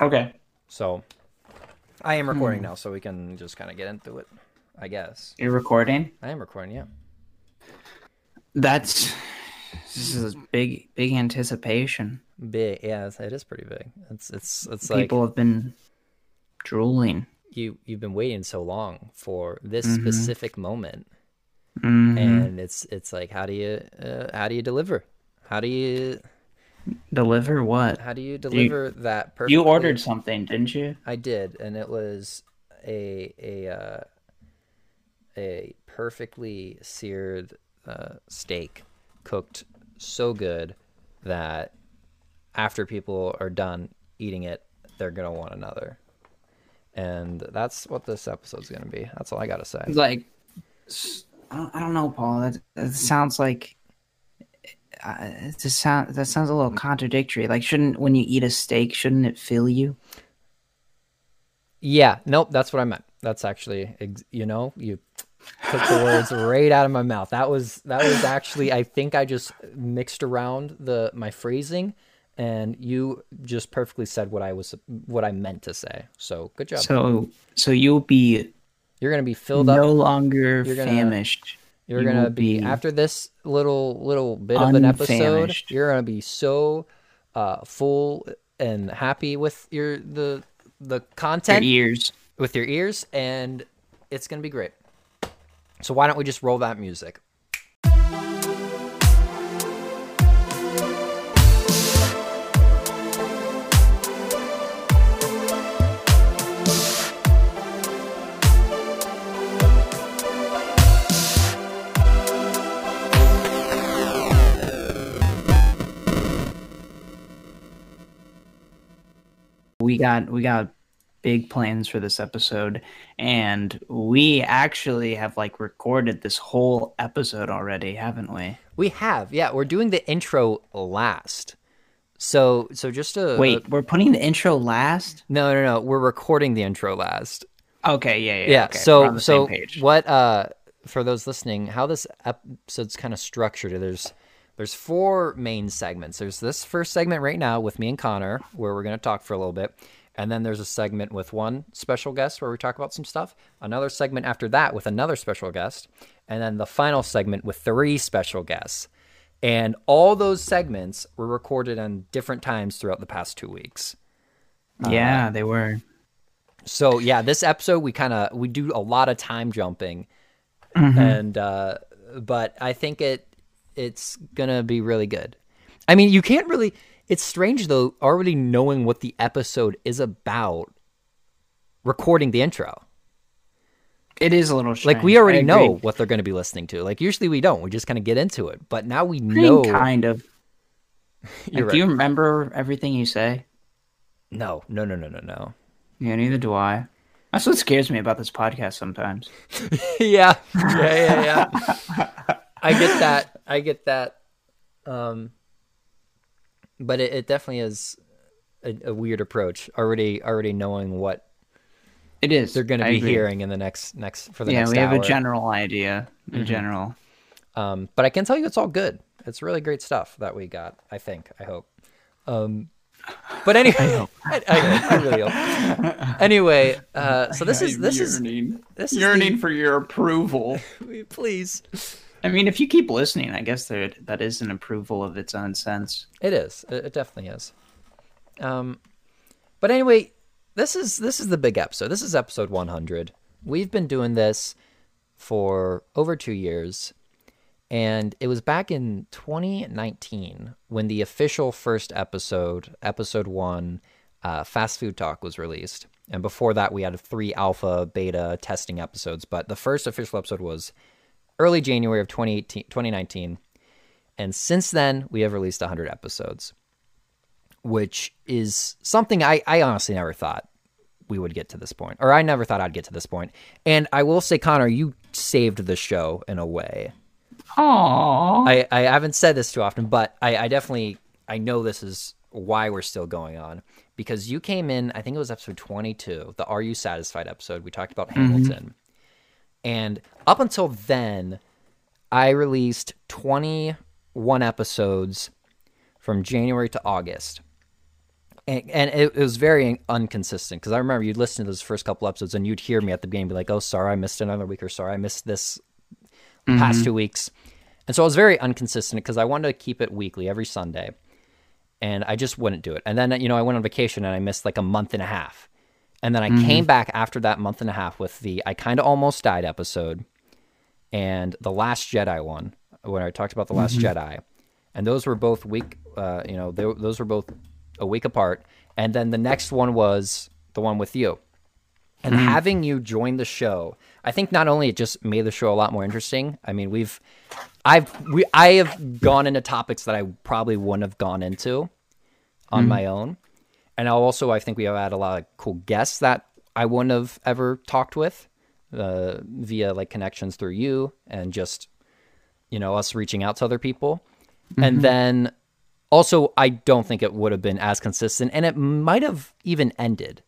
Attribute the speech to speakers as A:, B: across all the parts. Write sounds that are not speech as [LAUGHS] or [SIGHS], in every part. A: Okay.
B: So I am recording now, so we can just kind of get into it, I guess.
A: You're recording?
B: I am recording, yeah.
A: That's this is a big big anticipation.
B: Big, yeah, it's- it is pretty big. It's it's it's
A: People
B: like
A: have been drooling.
B: you you've been waiting so long for this
A: Mm-hmm.
B: specific moment,
A: Mhm.
B: and it's it's like how do you uh, how do you deliver? How do you
A: Deliver what?
B: how do you deliver that perfect?
A: You ordered something, didn't you?
B: I did, and it was a a uh, a perfectly seared uh, steak, cooked so good that after people are done eating it, they're gonna want another. And that's what this episode's gonna be. That's all I gotta say.
A: It's like s- I don't, I don't know, Paul. That, that sounds like uh, it just sound that sounds a little contradictory. Like, shouldn't when you eat a steak, shouldn't it fill you?
B: Yeah, nope, that's what I meant. That's actually, ex- you know, you took the words right out of my mouth. That was that was actually, I think I just mixed around the my phrasing, and you just perfectly said what I was what I meant to say. So good job.
A: So, so you'll be
B: You're gonna be filled
A: no
B: up.
A: longer
B: You're gonna-
A: famished.
B: You're
A: you
B: gonna
A: will
B: be,
A: be
B: after this little little bit of an episode.
A: unfamished.
B: You're gonna be so uh, full and happy with your the the
A: Your
B: content
A: ears.
B: with your ears, and it's gonna be great. So why don't we just roll that music?
A: we got we got big plans for this episode and we actually have like recorded this whole episode already haven't we
B: We have, yeah, we're doing the intro last. So, so just a
A: wait we're putting the intro last
B: no, no, no. We're recording the intro last.
A: okay yeah yeah,
B: Yeah.
A: okay,
B: so,
A: we're on the
B: so
A: same page.
B: what? Uh, for those listening, how this episode's kind of structured. There's, there's four main segments. There's this first segment right now with me and Connor, where we're gonna talk for a little bit, and then there's a segment with one special guest where we talk about some stuff. Another segment after that with another special guest, and then the final segment with three special guests. And all those segments were recorded on different times throughout the past two weeks.
A: yeah they were
B: So yeah, this episode we kind of we do a lot of time jumping,
A: Mm-hmm.
B: and uh, but I think it it's gonna be really good. I mean, you can't really. It's strange though, already knowing what the episode is about, recording the intro.
A: it is a little
B: Like we
A: strange. I
B: already
A: agree.
B: know what they're gonna be listening to. Like usually we don't. We just kind of get into it. But now we
A: I mean,
B: know.
A: kind of
B: [LAUGHS] You're
A: Like,
B: right.
A: do you remember everything you say
B: No, no, no, no, no, no.
A: yeah neither do i that's what scares me about this podcast sometimes
B: [LAUGHS] yeah, yeah, yeah, yeah. I get that. I get that. Um, but it, it definitely is a, a weird approach. Already, already knowing what
A: it is
B: they're going to
A: I
B: be
A: agree.
B: hearing in the next next for the
A: yeah
B: next
A: we have
B: hour. Mm-hmm.
A: a general idea a general
B: um, but I can tell you, it's all good. It's really great stuff that we got. I think. I hope. Um,
A: [LAUGHS]
B: but anyway, I, I, I really hope. Anyway, uh, so this is this is
A: yearning,
B: this is yearning
A: for your approval
B: [LAUGHS] please.
A: [LAUGHS] I mean, if you keep listening, I guess there that is an approval of its own sense.
B: It is. It, it definitely is. Um, but anyway, this is this is the big episode. This is episode 100. We've been doing this for over two years, and it was back in 2019 when the official first episode, episode one, uh, Fast Food Talk, was released. And before that, we had three alpha, beta testing episodes. But the first official episode was early January of 2018, 2019. And since then, we have released 100 episodes, which is something I, I honestly never thought we would get to this point, or I never thought I'd get to this point. And I will say, Connor, you saved the show in a way.
A: Aww.
B: I, I haven't said this too often, but I, I definitely I know this is why we're still going on because you came in. I think it was episode twenty two, the Are You Satisfied episode. We talked about Hamilton, and up until then, I released twenty one episodes from January to August. and, and it, it was very inconsistent because I remember you'd listen to those first couple episodes and you'd hear me at the beginning be like, "Oh, sorry, I missed another week," or "Sorry, I missed this past two weeks," and so I was very inconsistent because I wanted to keep it weekly every Sunday, and I just wouldn't do it. And then you know I went on vacation and I missed like a month and a half, and then I came back after that month and a half with the I kind of almost died episode, and the Last Jedi one when I talked about the Last Jedi, and those were both week. Uh, you know, they, those were both a week apart, and then the next one was the one with you. And having you join the show, I think not only it just made the show a lot more interesting. I mean, we've, I've, we, I have gone into topics that I probably wouldn't have gone into on my own, and I'll also I think we have had a lot of cool guests that I wouldn't have ever talked with uh, via like connections through you and just you know us reaching out to other people and then also i don't think it would have been as consistent and it might have even ended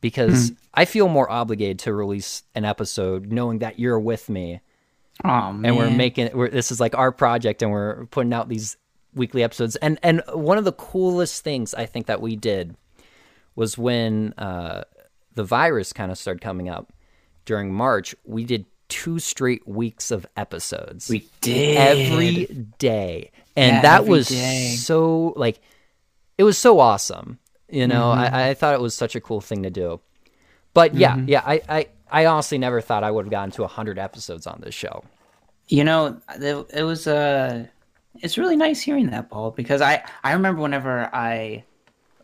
B: because i feel more obligated to release an episode knowing that you're with me
A: Oh man.
B: and we're making we're, this is like our project and we're putting out these weekly episodes and and one of the coolest things i think that we did was when uh the virus kind of started coming up during march we did two straight weeks of episodes
A: we did
B: every day and
A: Yeah,
B: that
A: every
B: was
A: day.
B: so like it was so awesome you know
A: Mm-hmm.
B: I, I thought it was such a cool thing to do but yeah yeah I, I i honestly never thought i would have gotten to 100 episodes on this show
A: You know, it, it was uh it's really nice hearing that, Paul, because I I remember whenever I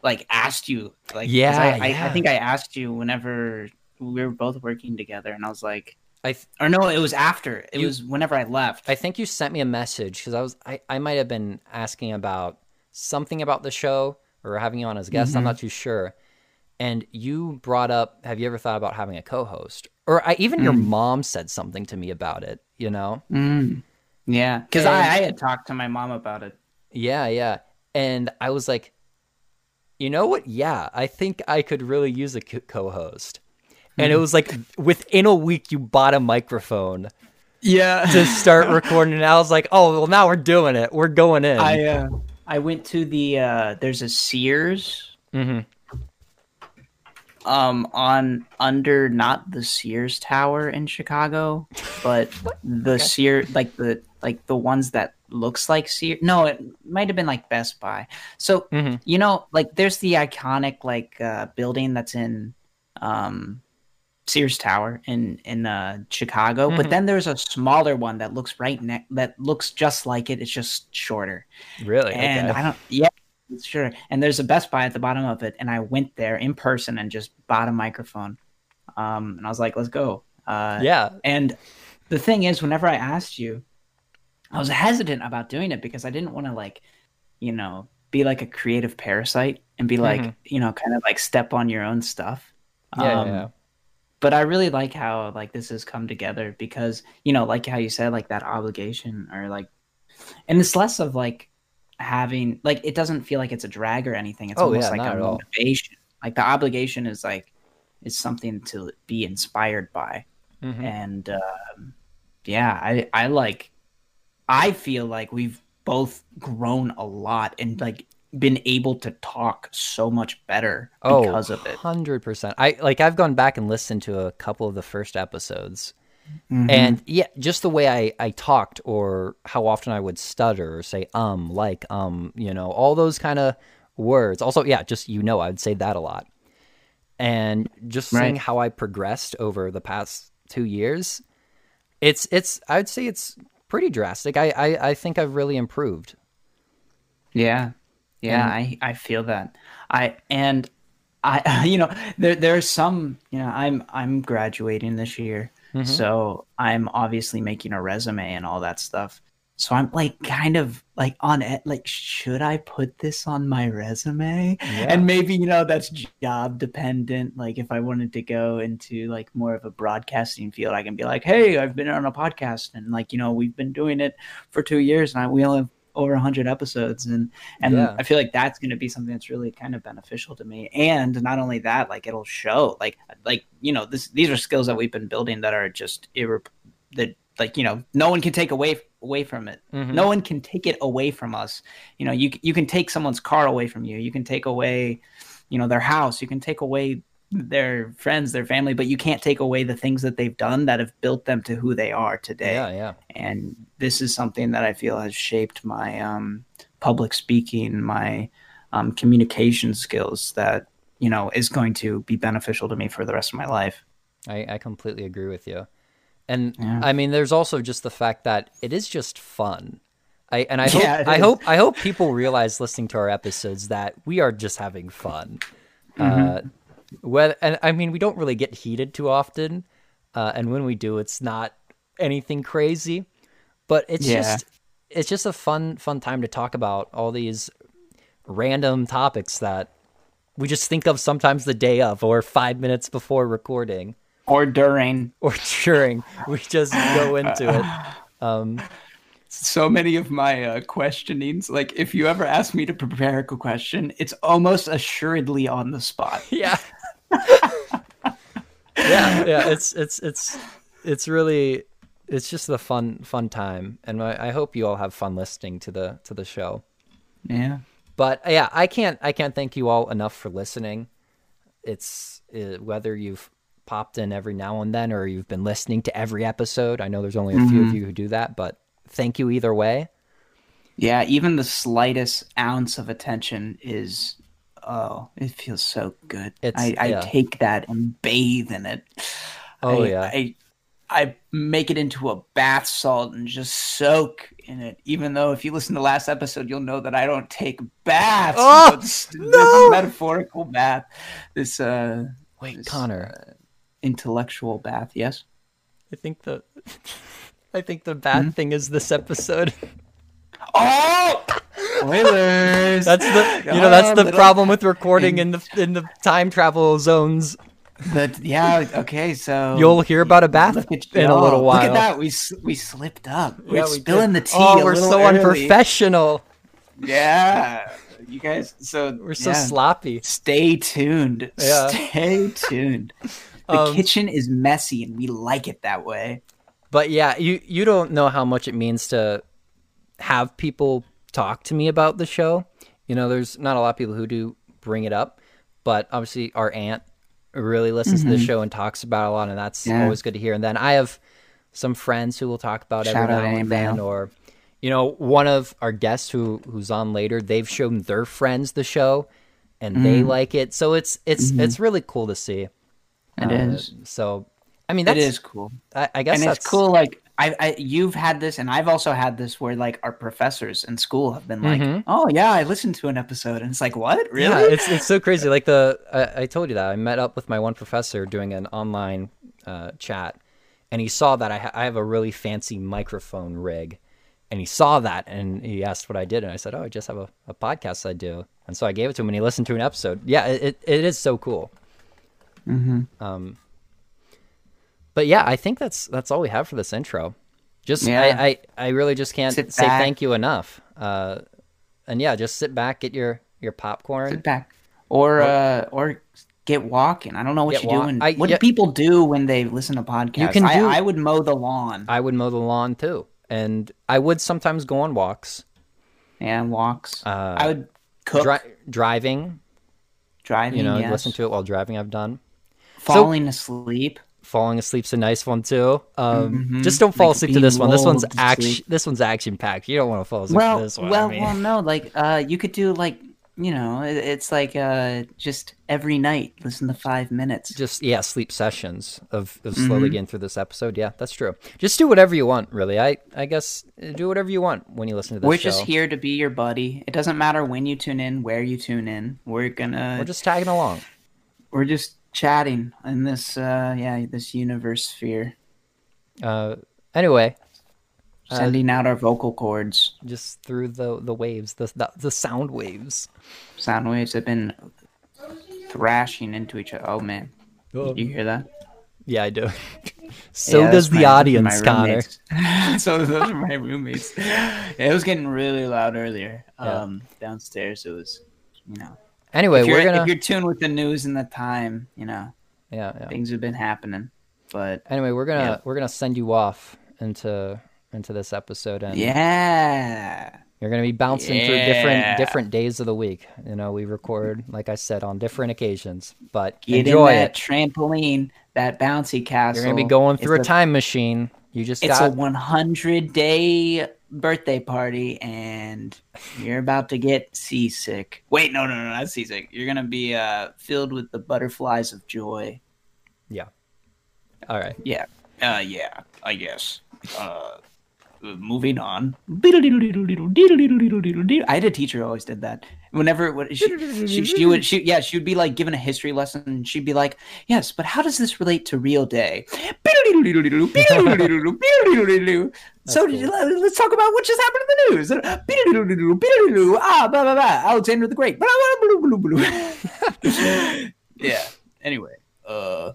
A: like asked you like 'cause
B: Yeah,
A: I, I, I
B: yeah.
A: think I asked you whenever we were both working together, and I was like,
B: i th-
A: or no, it was after. It was whenever I left.
B: i think you sent me a message because i was i, I might have been asking about something about the show or having you on as a guest
A: Mm-hmm.
B: i'm not too sure and you brought up have you ever thought about having a co-host or I, even your mom said something to me about it you know
A: Mm. Yeah, because
B: And-
A: I, I had talked to my mom about it.
B: Yeah, yeah. And I was like, you know what? Yeah, I think I could really use a co- co-host.
A: Hmm.
B: And it was like within a week you bought a microphone
A: Yeah,
B: to
A: [LAUGHS]
B: start recording and I was like, "Oh, well now we're doing it. We're going in."
A: I uh, I went to the uh, there's a Sears
B: Mhm.
A: um on under not the Sears Tower in Chicago, but the Sears like the like the ones that looks like Sears. No, it might have been like Best Buy. So
B: Mhm.
A: you know, like there's the iconic like uh, building that's in um Sears Tower in in uh, Chicago, but then there's a smaller one that looks right ne- that looks just like it. It's just shorter,
B: Really?
A: and
B: okay.
A: I don't. Yeah, sure. And there's a Best Buy at the bottom of it, and I went there in person and just bought a microphone, um, and I was like, "Let's go." Uh,
B: yeah.
A: and the thing is, whenever I asked you, I was hesitant about doing it because I didn't want to like, you know, be like a creative parasite and be like,
B: Mhm.
A: you know, kind of like step on your own stuff.
B: Yeah,
A: Um,
B: yeah.
A: But I really like how like this has come together because you know, like how you said, like that obligation or like, and it's less of like having like it doesn't feel like it's a drag or anything. It's
B: Oh,
A: almost
B: yeah,
A: like
B: not
A: a
B: at all.
A: motivation. Like the obligation is like is something to be inspired by
B: Mhm.
A: and um, yeah i i like i feel like we've both grown a lot and like been able to talk so much better
B: Oh,
A: because of it
B: 100%. I like I've gone back and listened to a couple of the first episodes [SIGHS]
A: Mm-hmm.
B: and yeah just the way I, I talked or how often i would stutter or say um like um you know all those kind of words also yeah just you know i would say that a lot and just seeing
A: Right.
B: how i progressed over the past two years it's it's i'd say it's pretty drastic i i, I think i've really improved
A: yeah yeah i i feel that i and i [LAUGHS] you know there there's some you know i'm i'm graduating this year
B: Mm-hmm.
A: so i'm obviously making a resume and all that stuff so i'm like kind of like on it like should i put this on my resume and maybe you know that's job dependent like if i wanted to go into like more of a broadcasting field i can be like hey i've been on a podcast and like you know we've been doing it for two years and I, we only have over 100 episodes and and
B: Yeah.
A: i feel like that's going to be something that's really kind of beneficial to me and not only that like it'll show like like you know this these are skills that we've been building that are just irre- that like you know no one can take away away from it
B: Mhm.
A: no one can take it away from us you know you c- you can take someone's car away from you you can take away you know their house you can take away their friends their family but you can't take away the things that they've done that have built them to who they are today
B: Yeah, yeah.
A: and this is something that I feel has shaped my um, public speaking, my um, communication skills. That you know is going to be beneficial to me for the rest of my life.
B: I, I completely agree with you. And
A: Yeah.
B: I mean, there's also just the fact that it is just fun. I
A: [LAUGHS]
B: and I hope
A: Yeah, it
B: I
A: is.
B: hope I hope people realize listening to our episodes that we are just having fun.
A: Mm-hmm.
B: Uh, whether and I mean, we don't really get heated too often, uh, and when we do, it's not anything crazy. But it's
A: Yeah.
B: just it's just a fun fun time to talk about all these random topics that we just think of sometimes the day of or five minutes before recording
A: Or during
B: or cheering. We
A: [LAUGHS]
B: just go into it.
A: so many of my uh, questionings, like if you ever ask me to prepare a question, it's almost assuredly on the spot. [LAUGHS]
B: Yeah. yeah, yeah. It's it's it's it's really it's just a fun fun time, and I, I hope you all have fun listening to the to the show.
A: Yeah.
B: But uh, yeah, I can't I can't thank you all enough for listening. It's uh, whether you've popped in every now and then or you've been listening to every episode. I know there's only a few
A: Mm-hmm.
B: of you who do that, but thank you either way.
A: Yeah, even the slightest ounce of attention is oh, it feels so good.
B: It's-
A: I, I
B: yeah.
A: take that and bathe in it.
B: Oh,
A: I,
B: yeah.
A: I I make it into a bath salt and just soak in it. Even though if you listen to last episode, you'll know that I don't take baths.
B: Oh,
A: but s-
B: [LAUGHS] no!
A: this metaphorical bath, this uh
B: Wait,
A: This,
B: Connor.
A: intellectual bath, yes?
B: I think the [LAUGHS] I think the bad thing is this episode.
A: Oh spoilers.
B: [LAUGHS] That's [LAUGHS] the you know that's
A: Ah,
B: the
A: little-
B: problem with recording in the in the time travel zones.
A: But yeah, okay, so
B: You'll hear about a bath
A: Look at
B: in a little
A: y'all.
B: while.
A: Look at that. We s- we slipped up. We're
B: Yeah, we
A: spilling
B: did.
A: the tea.
B: Oh,
A: a
B: we're
A: little
B: so
A: early.
B: unprofessional.
A: Yeah, you guys. So
B: We're so
A: yeah.
B: sloppy.
A: Stay tuned.
B: Yeah.
A: Stay
B: [LAUGHS]
A: tuned. The
B: Um,
A: kitchen is messy, and we like it that way.
B: But yeah, you you don't know how much it means to have people talk to me about the show. You know, there's not a lot of people who do bring it up, but obviously our aunt really listens to the show and talks about it a lot, and that's
A: Mm-hmm. Yeah.
B: always good to hear. And then I have some friends who will talk about
A: Shout
B: every
A: out
B: now
A: Aunt
B: and then,
A: Mel.
B: or you know, one of our guests who who's on later, they've shown their friends the show, and
A: Mm.
B: they like it. So it's it's it's really cool to see.
A: Mm-hmm. Um, It
B: Uh,
A: is.
B: So, I mean, that's
A: it is cool,
B: I, I guess
A: and
B: that's
A: it's cool. Like I, I, you've had this, and I've also had this, where like our professors in school have been like, "Oh yeah, I listened to an episode," and it's like, "What?
B: Mm-hmm. Yeah,
A: Really?"
B: it's it's so crazy. Like the I, I told you that I met up with my one professor doing an online uh, chat, and he saw that I, ha- I have a really fancy microphone rig, and he saw that and he asked what I did, and I said, oh, I just have a, a podcast I do, and so I gave it to him, and he listened to an episode. Yeah, it it, it is so cool. Mm-hmm.
A: Mm-hmm.
B: Um, but yeah, I think that's that's all we have for this intro. Just
A: Yeah.
B: I, I I really just can't
A: Sit
B: say
A: back.
B: thank you enough. Uh, and yeah, just sit back, get your your popcorn.
A: Sit back or uh or get walking i don't know what
B: Get
A: you
B: walk-
A: do and
B: I-
A: what
B: yeah.
A: do people do when they listen to podcasts
B: can
A: I,
B: do-
A: I would mow the lawn
B: I would mow the lawn too, and I would sometimes go on walks,
A: and walks i would cook
B: Uh, dri- driving.
A: driving
B: You know,
A: Mm, yes.
B: listen to it while driving. I've done
A: falling asleep
B: falling asleep's a nice one too. Um, Just don't fall
A: Mm-hmm. Like
B: asleep to
A: being
B: this one. This one's
A: lulled to
B: action.
A: sleep.
B: This one's action packed. You don't want to fall asleep
A: well
B: to this one. I
A: well
B: mean.
A: well no like uh you could do like you know it, it's like uh just every night listen to five minutes
B: just yeah, sleep sessions of, of
A: Mm-hmm.
B: slowly getting through this episode. Yeah, that's true. Just do whatever you want, really. I I guess uh, do whatever you want when you listen to this
A: we're
B: show.
A: just here to be your buddy it doesn't matter when you tune in where you tune in we're gonna
B: We're just tagging along.
A: we're just chatting in this uh yeah this universe sphere
B: Uh, anyway, Uh,
A: sending out our vocal cords.
B: just through the the waves, the the, the sound waves.
A: Sound waves have been thrashing into each other. Oh man,
B: Oh.
A: did you hear that?
B: Yeah, I do. [LAUGHS] so
A: Yeah, that's my-
B: does the
A: those are
B: audience,
A: my
B: Connor.
A: roommates. [LAUGHS] so those are my roommates. Yeah, it was getting really loud earlier. Um, downstairs it was, you know.
B: Anyway,
A: If you're,
B: we're gonna
A: if you're tuned with the news and the time, you know
B: yeah, yeah.
A: things have been happening. But
B: Anyway, we're gonna
A: Yeah.
B: we're gonna send you off into into this episode, and
A: yeah,
B: You're going to be bouncing through different
C: Yeah.
B: different days of the week. You know, we record like I said on different occasions, but
C: Get
B: enjoy
C: in that
B: it.
C: trampoline, that bouncy castle.
B: You're going to be going through a
C: it's
B: time machine. You just
C: It's
B: got
C: a 100 day birthday party, and you're about to get seasick. Wait, no, no, no, not seasick. You're gonna be uh, filled with the butterflies of joy.
B: All
A: [LAUGHS]
B: right.
C: Yeah, uh, yeah, I guess. Uh, moving on. I had a teacher who always did that. Whenever it would, she, she, she would, she, yeah, she would be like given a history lesson, and she'd be like, "Yes, but how does this relate to real day?" so
B: cool.
C: let- let's talk about what just happened in the news. Ah, blah blah blah. Alexander the Great. Blah, blah, blah, blah, blah. yeah. Anyway. Uh.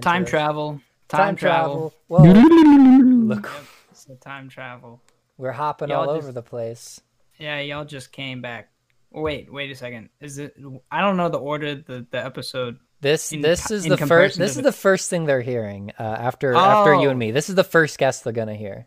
C: Time travel.
B: Time travel. Whoa,
C: Look.
B: look,
A: It's the time travel.
B: we're hopping
A: Y'all
B: all
A: just-
B: over the place.
A: Yeah, y'all just came back. Wait, wait a second. Is it? I don't know the order of the the episode.
B: This
A: in
B: this
A: co-
B: is
A: in
B: the first
A: comparison
B: this
A: to
B: is
A: the-
B: the first thing they're hearing uh, after after you
A: Oh.
B: and me. This is the first guest they're gonna hear.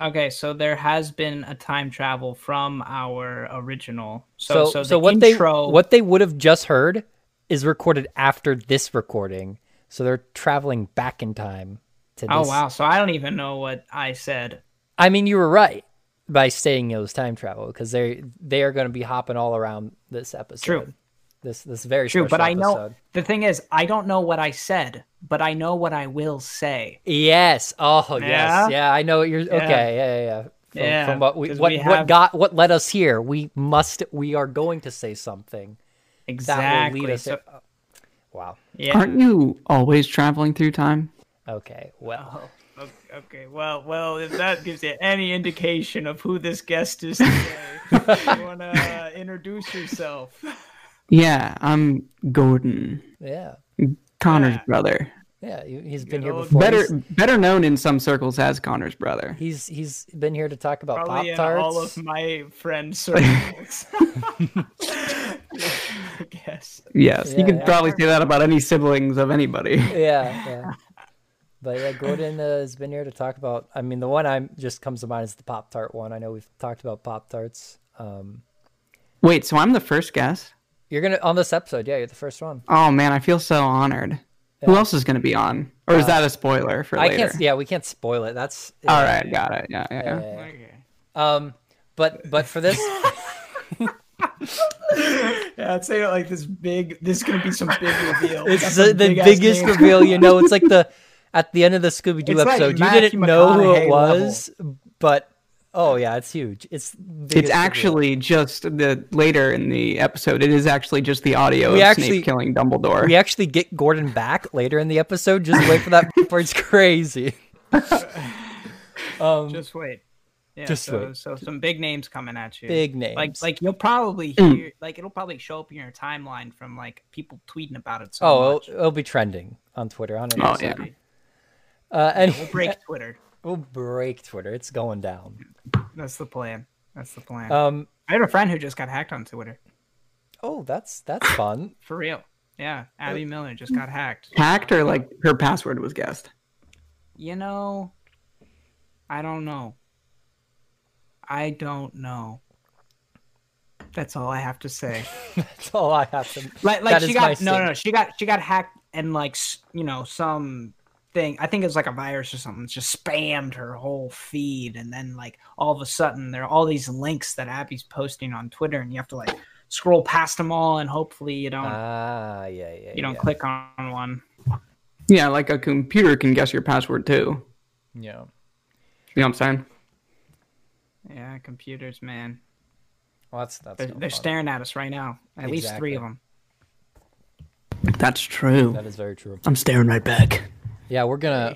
A: Okay, so there has been a time travel from our original.
B: So
A: So
B: so,
A: so, the
B: what
A: intro,
B: they what they would have just heard is recorded after this recording. So they're traveling back in time to this.
A: Oh wow! So I don't even know what I said.
B: I mean, you were right by saying it was time travel because they they are going to be hopping all around this episode.
A: True.
B: This this very
A: True,
B: special
A: but I know
B: episode.
A: the thing is, I don't know what I said, but I know what I will say.
B: Yes. Oh
A: Yeah?
B: yes. Yeah. I know what you're. Okay. Yeah. Yeah. yeah. From,
A: Yeah,
B: from what we
A: 'cause
B: what
A: we
B: what
A: have-
B: got what led us here. We must. We are going to say something that
A: Exactly.
B: will lead us.
A: so,
B: Wow.
A: yeah.
C: Aren't you always traveling through time?
B: Okay.
A: Uh-huh.
B: Well.
A: O- Oh, Okay. Well, well, if that gives you any indication of who this guest is today, you
B: [LAUGHS]
A: want to uh, introduce yourself?
C: Yeah, I'm Gordon,
B: Yeah.
C: Connor's brother.
B: Yeah. he- He's been
A: Good
B: here
A: old-
B: before.
C: Better
B: He's-
C: better known in some circles as Connor's brother.
B: He's he's been here to talk about pop
A: Probably in all of
B: tarts.
A: my friend
B: [LAUGHS]
A: circles. [LAUGHS] I guess.
C: Yes,
B: Yeah,
C: you could
B: yeah.
C: probably say that about any siblings of [LAUGHS] anybody.
B: [LAUGHS] yeah, yeah. But yeah, Gordon uh, has been here to talk about. I mean, the one I just comes to mind is the Pop Tart one. I know we've talked about Pop Tarts. Um,
C: Wait, so I'm the first guest?
B: you're gonna on this episode, yeah, you're the first one.
C: Oh man, I feel so honored. Who else is going to be on? Or is that a spoiler for
B: I
C: later?
B: can't. Yeah, we can't spoil it. That's
C: All right, got it. Yeah, yeah. yeah.
B: yeah.
A: Okay.
B: Um, but but
A: [LAUGHS]
B: for this,
A: Yeah, I'd say like this big. This is gonna be some big reveal.
B: it's the, the biggest reveal. You
A: [LAUGHS]
B: know, it's like the at the end of the Scooby Doo
A: It's like
B: episode. you
A: Matthew
B: didn't know who it
A: McConaughey
B: was, but oh yeah, it's huge. It's the biggest
C: It's
B: reveal.
C: actually just the later in the episode. It is actually just the audio
B: We
C: of
B: actually-
C: Snape killing Dumbledore.
B: We actually get Gordon back later in the episode. Just wait for that part. It's crazy. um,
A: Just wait. Yeah,
B: Just
A: so,
B: wait.
A: so some big names coming at you.
B: big names. Mm.
A: Like like you'll probably hear like it'll probably show up in your timeline from like people tweeting about it so
B: oh,
A: much.
B: it'll, it'll be trending on Twitter. 100%.
C: Oh, yeah.
B: Uh, and
A: We'll break Twitter.
B: we'll break Twitter. It's going down.
A: That's the plan. That's the plan.
B: Um,
A: I had a friend who just got hacked on Twitter.
B: oh, that's that's fun. [LAUGHS]
A: For real. Yeah. Abby
B: Uh,
A: Miller just got hacked.
C: hacked or like her password was guessed.
A: You know, I don't know. I don't know. That's all I have to say.
B: that's all I have to.
A: like like
B: That
A: she
B: is
A: got
B: my
A: no, no
B: sin.
A: no she got she got hacked and like s- you know some thing i think it was like a virus or something just spammed her whole feed and then like all of a sudden there are all these links that abby's posting on twitter and you have to like scroll past them all and hopefully you don't
B: Ah, yeah, yeah.
A: you don't
B: yeah.
A: click on one
C: Yeah, like a computer can guess your password too.
B: Yeah.
C: You know what I'm saying?
A: yeah computers man
B: Well, that's that's.
A: they're,
B: no
A: they're
B: fun.
A: staring at us right now at least three of them
C: That's true.
B: That is very true.
C: I'm staring right back.
B: Yeah, we're gonna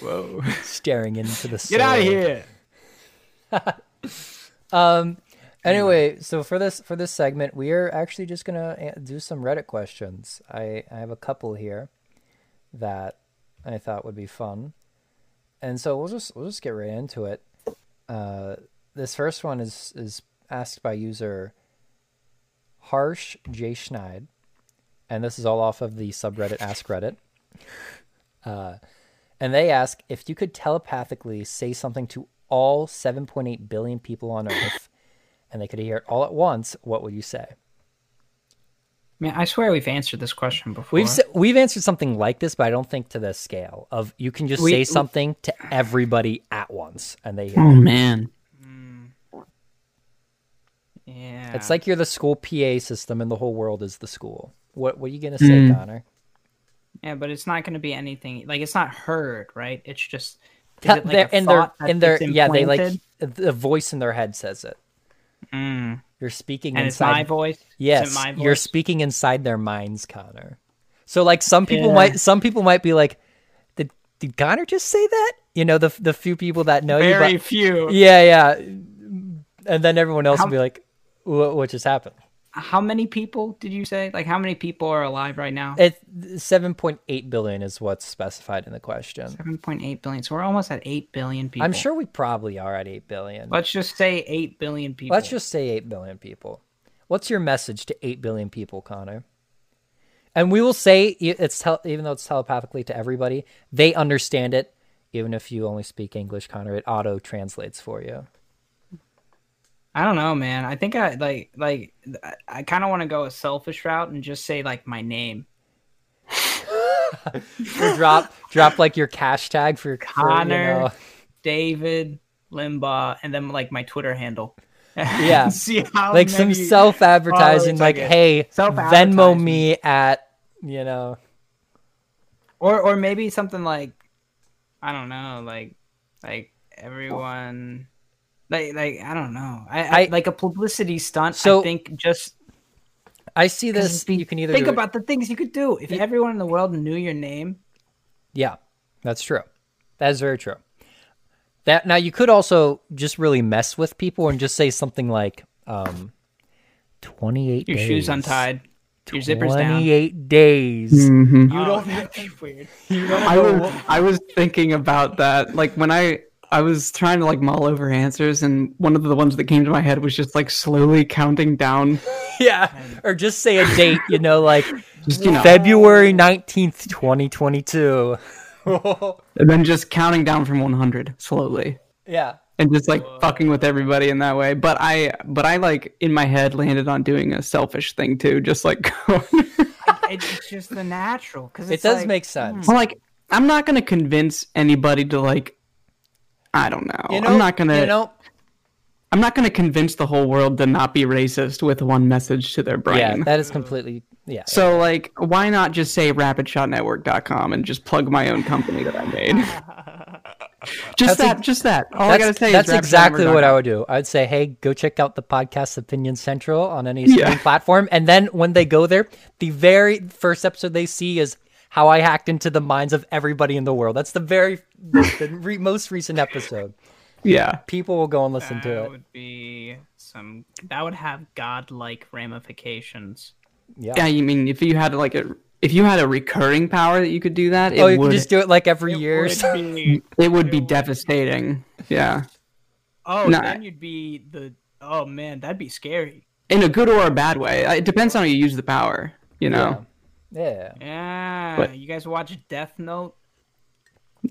C: Whoa.
B: [LAUGHS] staring into the.
A: get out of
B: soul.
A: here
B: Um. Anyway, so for this for this segment, we are actually just gonna a- do some Reddit questions. I I have a couple here that I thought would be fun, and so we'll just we'll just get right into it. Uh, this first one is is asked by user Harsh J Schneid, and this is all off of the subreddit Ask Reddit. Uh, And they ask if you could telepathically say something to all 7.8 billion people on Earth and they could hear it all at once, what would you say?
A: Man, I swear we've answered this question before.
B: We've s- we've answered something like this, but I don't think to this scale of you can just
A: We-
B: say
A: we-
B: something to everybody at once and they hear.
D: Oh man.
A: yeah.
B: it. It's like you're the school PA system and the whole world is the school. What what are you gonna say,
D: Mm.
B: Connor?
A: yeah, but it's not going to be anything. Like it's not heard, right? It's just is
B: Te-
A: it like
B: they're-
A: a
B: and they're
A: thought that's
B: and they're yeah they like
A: implanted?
B: the voice in their head says it.
A: Mm.
B: You're speaking
A: and it's
B: inside.
A: my voice. Is it
B: yes,
A: my
B: you're
A: voice?
B: speaking inside their minds, Connor. So like some people
D: Yeah.
B: might some people might be like, did did Connor just say that? You know the the few people that know you. but-
A: very few.
B: Yeah, yeah. And then everyone else
A: How-
B: will be like, what, what just happened?
A: How many people did you say? Like how many people are alive right now?
B: It 7.8 billion is what's specified in the question.
A: Seven point eight billion. So we're almost at eight billion people.
B: I'm sure we probably are at 8 billion.
A: Let's just say eight billion people.
B: Let's just say 8 billion people. What's your message to 8 billion people, Connor? And we will say e- it's tel- even though it's telepathically to everybody, they understand it. Even if you only speak English, Connor, it auto translates for you.
A: I don't know, man. I think I like like I- I kind of want to go a selfish route and just say like my name, [LAUGHS]
B: Or drop, drop like your cash tag for your for, you
A: Connor.
B: know.
A: David Limbaugh, and then like my Twitter handle. [LAUGHS]
B: Yeah.
A: See how
B: like some
A: many-
B: self advertising,
A: followers I
B: like,
A: get.
B: hey,
A: Oh, Self-advertising.
B: Venmo me at, you know,
A: or or maybe something like I don't know, like like everyone, like like I don't know. I, I,
B: I-
A: like a publicity stunt.
B: So-
A: I think just
B: I see this.
A: it'd be-
B: you can either
A: think
B: do it-
A: about the things you could do if everyone in the world knew your name.
B: Yeah, that's true. That is very true. That now you could also just really mess with people and just say something like, um, 28
A: Your
B: days.
A: shoes untied. Your zippers down.
B: 28 days.
D: Mhm.
A: You don't. That'd be weird.
D: I was I was thinking about that. Like when I I was trying to like mull over answers and one of the ones that came to my head was just like slowly counting down
B: [LAUGHS] Yeah. Or just say a date, you know, like
D: [LAUGHS] just you know
B: February 19th, [LAUGHS] 2022.
D: and then just counting down from 100 slowly
B: yeah.
D: and just like fucking with everybody in that way. But I but I like in my head landed on doing a selfish thing too, just like [LAUGHS]
A: It- it's just the natural because
B: It does make sense.
A: mm.
D: Well, like I'm not gonna convince anybody to like. I don't know.
B: You know,
D: I'm not gonna.
B: You know,
D: I'm not gonna convince the whole world to not be racist with one message to their brain.
B: yeah, that is completely. Yeah.
D: so like, why not just say RapidShotNetwork.com and just plug my own company that I
B: [LAUGHS]
D: made?
B: That's
D: just that.
B: ex-
D: just that. All I
B: that's,
D: gotta say
B: that's
D: is
B: exactly what I
D: rapidshotnetwork.com.
B: would do. I'd say, hey, go check out the podcast Opinion Central on any
D: Yeah.
B: streaming platform. And then when they go there, the very first episode they see is how I hacked into the minds of everybody in the world. That's the very the, the re- most recent episode.
D: Yeah.
B: People will go and listen
A: that
B: to it.
A: would be some. That would have godlike ramifications.
B: Yeah.
D: Yeah. You mean if you had like a if you had a recurring power that you could do that, it
B: oh, you
D: would
B: can just do it like every year. or
A: Would
B: something.
D: [LAUGHS]
A: be-
D: it would be devastating. Yeah.
A: oh,
D: Nah.
A: then you'd be the. Oh man, that'd be scary.
D: in a good or a bad way. It depends on how you use the power, you know.
B: Yeah.
A: Yeah,
D: But-
A: you guys watch Death Note?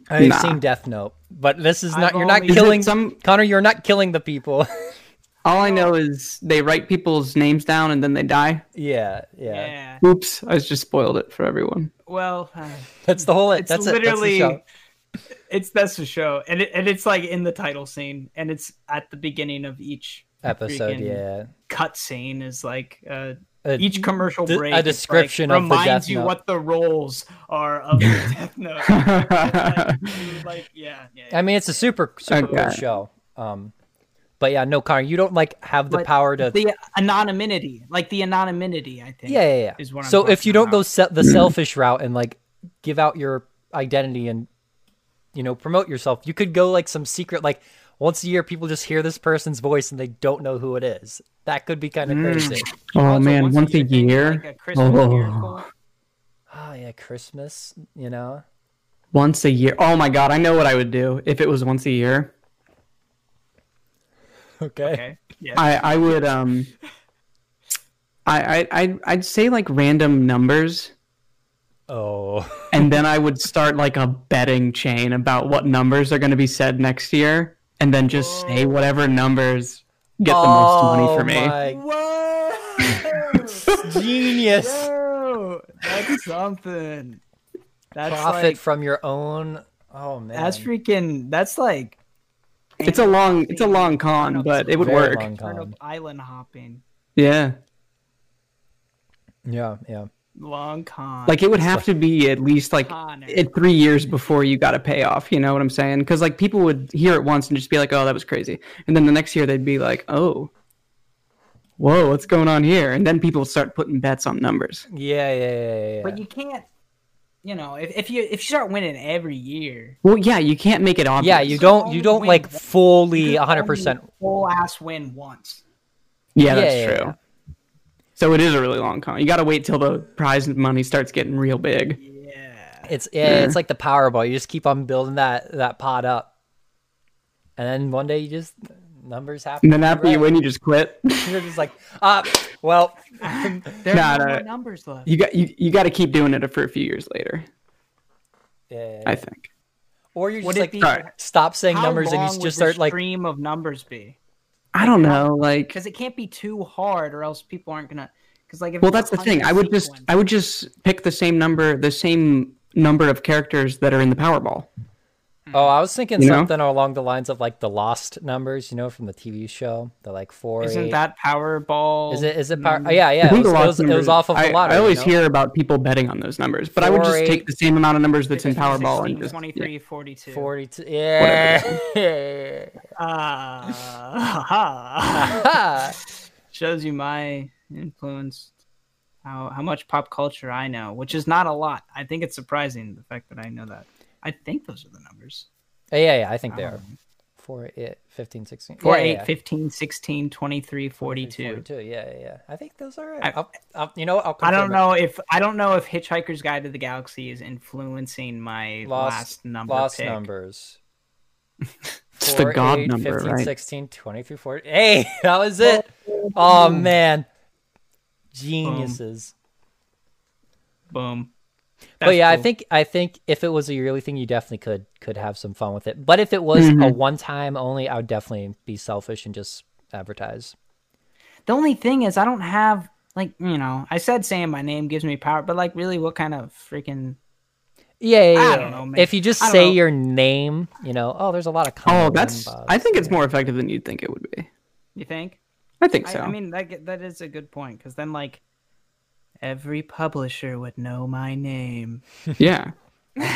B: I've
D: Nah.
B: seen Death Note, but this is not.
A: I've
B: you're not
A: only- Is it
B: killing
D: some-
B: Connor. You're not killing the people. [LAUGHS]
D: All I know is they write people's names down and then they die.
B: yeah, yeah,
A: Yeah.
D: Oops, I just spoiled it for everyone. [LAUGHS]
A: Well, uh,
B: That's the whole.
A: it's
B: that's
A: literally.
B: It, that's the show.
A: it's that's the show, and it, and it's like in the title scene, and it's at the beginning of each
B: episode.
A: freaking
B: Yeah.
A: cut scene is like uh,
B: A-
A: each commercial
B: d- a
A: break. is, like,
B: description of the
A: reminds
B: Death
A: you
B: Note.
A: what the roles are of
B: [LAUGHS]
A: the Death Note.
D: Oh,
A: like, you, like, yeah, yeah, yeah.
B: I mean, it's a super super cool
D: Okay.
B: show. Um, but yeah, no, Connor, you don't like have the
A: But
B: power to.
A: the anonymity, like the anonymity, I think.
B: yeah, yeah, yeah.
A: is what I'm
B: so if
A: talking
B: you don't go
A: about.
B: se- the selfish route and like give out your identity and you know promote yourself, you could go like some secret like once a year people just hear this person's voice and they don't know who it is. That could be kind of crazy.
D: Oh
A: Also,
D: man, once a
A: thing,
D: year.
A: like a Christmas
D: Oh.
A: miracle.
B: Oh yeah, Christmas. You know. [LAUGHS]
D: Once a year. Oh my god, I know what I would do if it was once a year.
B: Okay.
A: Okay. Yeah.
D: I I would um I I I'd, I'd say like random numbers
B: Oh.
D: and then I would start like a betting chain about what numbers are going to be said next year, and then just say whatever numbers get the most money for
A: Oh,
D: me.
B: Oh My [LAUGHS] genius.
A: Yo, that's something. That's
B: Profit
A: like,
B: from your own. Oh man.
A: that's freaking. That's like
D: It's a long, it's a long con, but it would
B: Very
D: work.
B: long
A: turnip
B: con.
A: island hopping.
D: Yeah,
B: Yeah, yeah.
A: Long con.
D: like it would have to be at least like
A: Connor.
D: it three years before you got a payoff. You know what I'm saying? Because like people would hear it once and just be like, "Oh, that was crazy," and then the next year they'd be like, "Oh, whoa, what's going on here?" And then people start putting bets on numbers.
B: Yeah, yeah, yeah, yeah.
A: but you can't. You know, if, if you if you start winning every year,
D: Well, yeah, you can't make it obvious.
B: yeah, you
A: So
B: don't you
A: only
B: don't
A: win
B: like
A: one.
B: fully
A: you can
B: hundred
A: only
B: percent.
A: full ass win once.
D: Yeah,
B: Yeah,
D: that's
B: yeah,
D: true.
B: yeah.
D: So it is a really long con. You got to wait till the prize money starts getting real big. [LAUGHS]
A: Yeah.
B: It's yeah, it's like the Powerball. You just keep on building that that pot up, and then one day you just numbers happen.
D: And then after you win, you just quit. [LAUGHS]
B: [LAUGHS] You're just like, ah, well,
A: There's
D: Nah,
A: no
D: nah.
A: more numbers left.
D: You got you, you got to keep doing it for a few years later.
B: yeah.
D: I think.
B: or you
A: Would
B: just
A: it
B: like
A: be-
B: stop saying
A: How
B: numbers and
A: long
B: you
A: would
B: just
A: the
B: start like
A: stream of numbers be?
D: I don't know. Like,
A: Because it can't be too hard, or else people aren't gonna. Because like, if
D: well,
A: it's a
D: that's the thing.
A: hundred
D: I would just
A: sequence-
D: I would just pick the same number, the same number of characters that are in the Powerball.
B: Oh, I was thinking
D: You know?
B: something along the lines of like the lost numbers, you know, from the TV show. The like four.
A: Isn't
B: eight-
A: that Powerball?
B: Is it? Is it?
A: mm.
B: Power, oh, yeah, yeah.
D: I
B: It was,
D: think
B: it,
D: the lost
B: was, it was
D: numbers-
B: off of
D: I,
B: the lottery.
D: I always
B: you know?
D: hear about people betting on those numbers, but I would
B: Four,
D: just
B: eight.
D: take the same amount of numbers that's in
A: 16,
D: Powerball and just
A: 23, 42.
B: forty-two.
D: Whatever
B: [LAUGHS] Yeah. [LAUGHS]
A: Ah, [LAUGHS]
B: Ha.
A: shows you my influence, how how much pop culture I know, which is not a lot. I think it's surprising the fact that I know that. I think those are the numbers.
B: Oh, yeah, yeah. I think
A: Um,
B: they are. Four, eight, 15, 16.
A: 4,
B: yeah,
A: eight,
B: yeah.
A: 15, 16, 23, 42.
B: 42. Yeah, yeah, yeah. I think those are it.
A: I-
B: I, will I'll, you know, what? I'll
A: I don't
B: confirm it.
A: know if I don't know if Hitchhiker's Guide to the Galaxy is influencing my
B: Lost,
A: last number
B: lost
A: pick.
B: numbers.
D: It's the god
B: eight,
D: number,
B: 15,
D: right?
B: 16, 23, 40. [LAUGHS] Hey, that was it. Oh,
A: mm.
B: man. Geniuses.
A: Boom.
B: but
A: That's
B: yeah, I
A: cool.
B: think I think if it was a yearly thing, you definitely could could have some fun with it. But if it was a one time only, I would definitely be selfish and just advertise.
A: The only thing is, I don't have like you know. I said saying my name gives me power, but like, really, what kind of freaking?
B: Yeah, yeah,
A: I
B: yeah.
A: don't know, man.
B: If you just
A: I don't
B: say
A: know.
B: your name, you know, oh, there's a lot of
D: Oh,
B: common
D: that's.
B: name, Bob.
D: I think it's more effective than you'd think it would be.
A: You think?
D: I think
A: I,
D: so.
A: I mean, that ge- that is a good point because then like every publisher would know my name.
D: Yeah.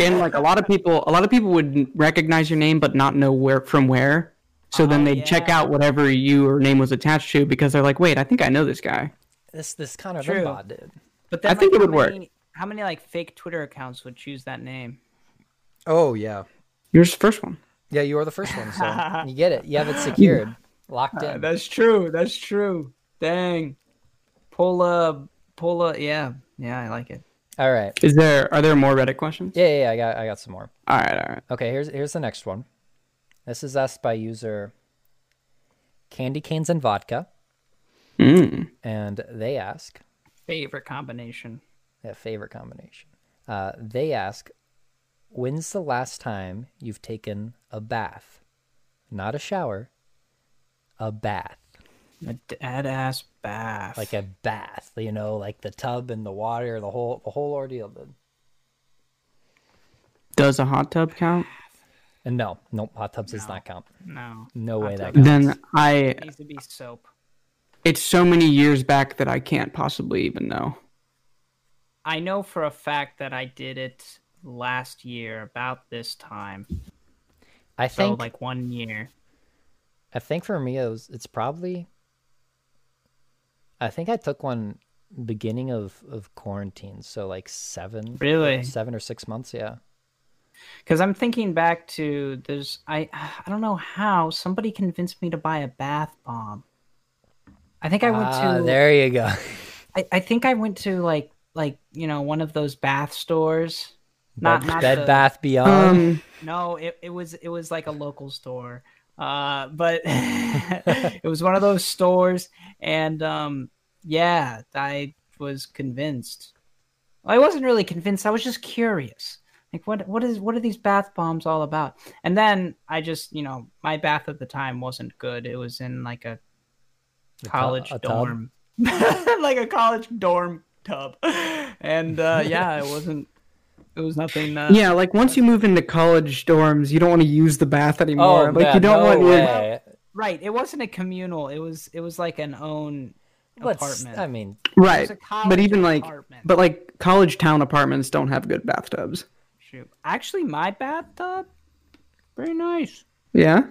D: And like a lot of people, a lot of people would recognize your name but not know where from where. So then
A: Oh,
D: they would check
A: yeah.
D: out whatever your name was attached to because they're like, wait, I think I know this guy.
B: this this kind of
A: True.
B: Limbaugh did.
A: But then,
D: I think
A: like,
D: it
A: how
D: would work.
A: many- How many like fake Twitter accounts would choose that name?
B: Oh yeah,
D: Here's the first one.
B: yeah. You were the first one,
A: [LAUGHS]
B: so you get it. You have it secured, locked in.
A: That's true. That's true. Dang. Pull up. Pull up. Yeah. Yeah, I like it.
B: All right.
D: Is there are there more Reddit questions?
B: Yeah, yeah, yeah. I got I got some more.
D: All right, all right.
B: Okay, here's here's the next one. This is asked by user Candy Canes and Vodka,
D: Mm.
B: and they ask
A: Favorite combination.
B: their favorite combination. Uh, they ask, when's the last time you've taken a bath, not a shower, a bath,
A: A dead ass bath.
B: like a bath? You know, like the tub and the water, the whole the whole ordeal. The-
D: Does a hot tub count?
B: And no, nope, hot tubs does not count.
A: no.
B: No way that
A: tub
B: counts.
D: Then I
A: It needs to be soap.
D: it's so many years back that I can't possibly even know.
A: I know for a fact that I did it last year about this time.
B: I
A: So
B: think
A: like one year.
B: I think for me it was it's probably I think I took one beginning of of quarantine, so like seven
A: Really?
B: seven or six months, yeah.
A: Because I'm thinking back to there's I I don't know how somebody convinced me to buy a bath bomb. I think I went
B: Ah,
A: to
B: there you go.
A: I, I think I went to like like you know one of those bath stores. Not, not
B: Bed
A: the-
B: Bath Beyond.
D: Um,
A: No, it, it was it was like a local store. Uh, but [LAUGHS] it was one of those stores, and um, yeah, I was convinced. I wasn't really convinced. I was just curious. Like what what is what are these bath bombs all about? And then I just, you know, my bath at the time wasn't good. It was in like a
B: A tu-
A: college
B: a tub?
A: dorm. [LAUGHS] like a college dorm tub. And uh yeah, it wasn't it was nothing uh,
D: Yeah, like once you move into college dorms, you don't want to use the bath anymore. like
B: yeah,
D: you don't
B: Oh, no
D: want your
B: way.
A: right. It wasn't a communal. It was it was like an own
B: What's-
A: apartment.
B: I mean,
D: right.
A: a
D: But
A: college
D: even like
A: apartment.
D: but like college town apartments don't have good bathtubs.
A: Shoot. Actually my bathtub very nice.
D: Yeah.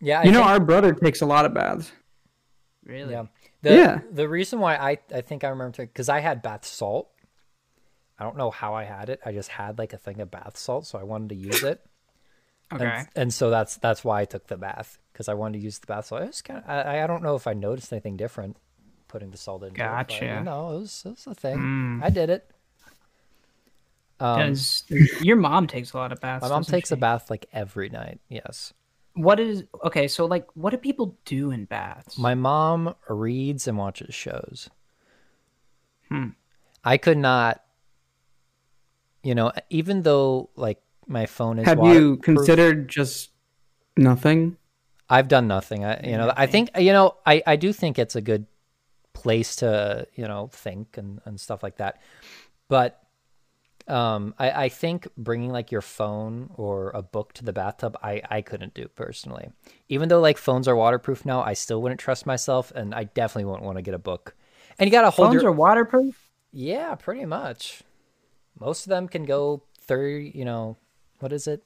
B: yeah, I
D: you know
B: think-
D: our brother takes a lot of baths.
A: Really?
B: yeah. The,
D: Yeah.
B: The reason why I I think I remember because I had bath salt. I don't know how I had it. I just had like a thing of bath salt, so I wanted to use it.
A: Okay.
B: And- And, so that's that's why I took the bath because I wanted to use the bath salt. It was kind of I, I don't know if I noticed anything different putting the salt in.
A: Gotcha. Mm.
B: No, it was, it was a thing. I did it. Um,
A: Does your mom takes a lot of baths?
B: my mom
A: doesn't
B: takes a
A: she?
B: bath like every night. Yes.
A: What is okay? So like, what do people do in baths?
B: My mom reads and watches shows.
D: Hmm.
B: I could not, you know, even though like my phone is.
D: Have you
B: waterproof,
D: considered just nothing?
B: I've done nothing. I, you know, I think you know, I I do think it's a good place to you know think and and stuff like that, but. Um, I, I think bringing like your phone or a book to the bathtub, I, I couldn't do personally. Even though like phones are waterproof now, I still wouldn't trust myself, and I definitely wouldn't want to get a book. And you gotta hold
A: Phones
B: your
A: are waterproof.
B: yeah, pretty much. Most of them can go 30, you know, what is it?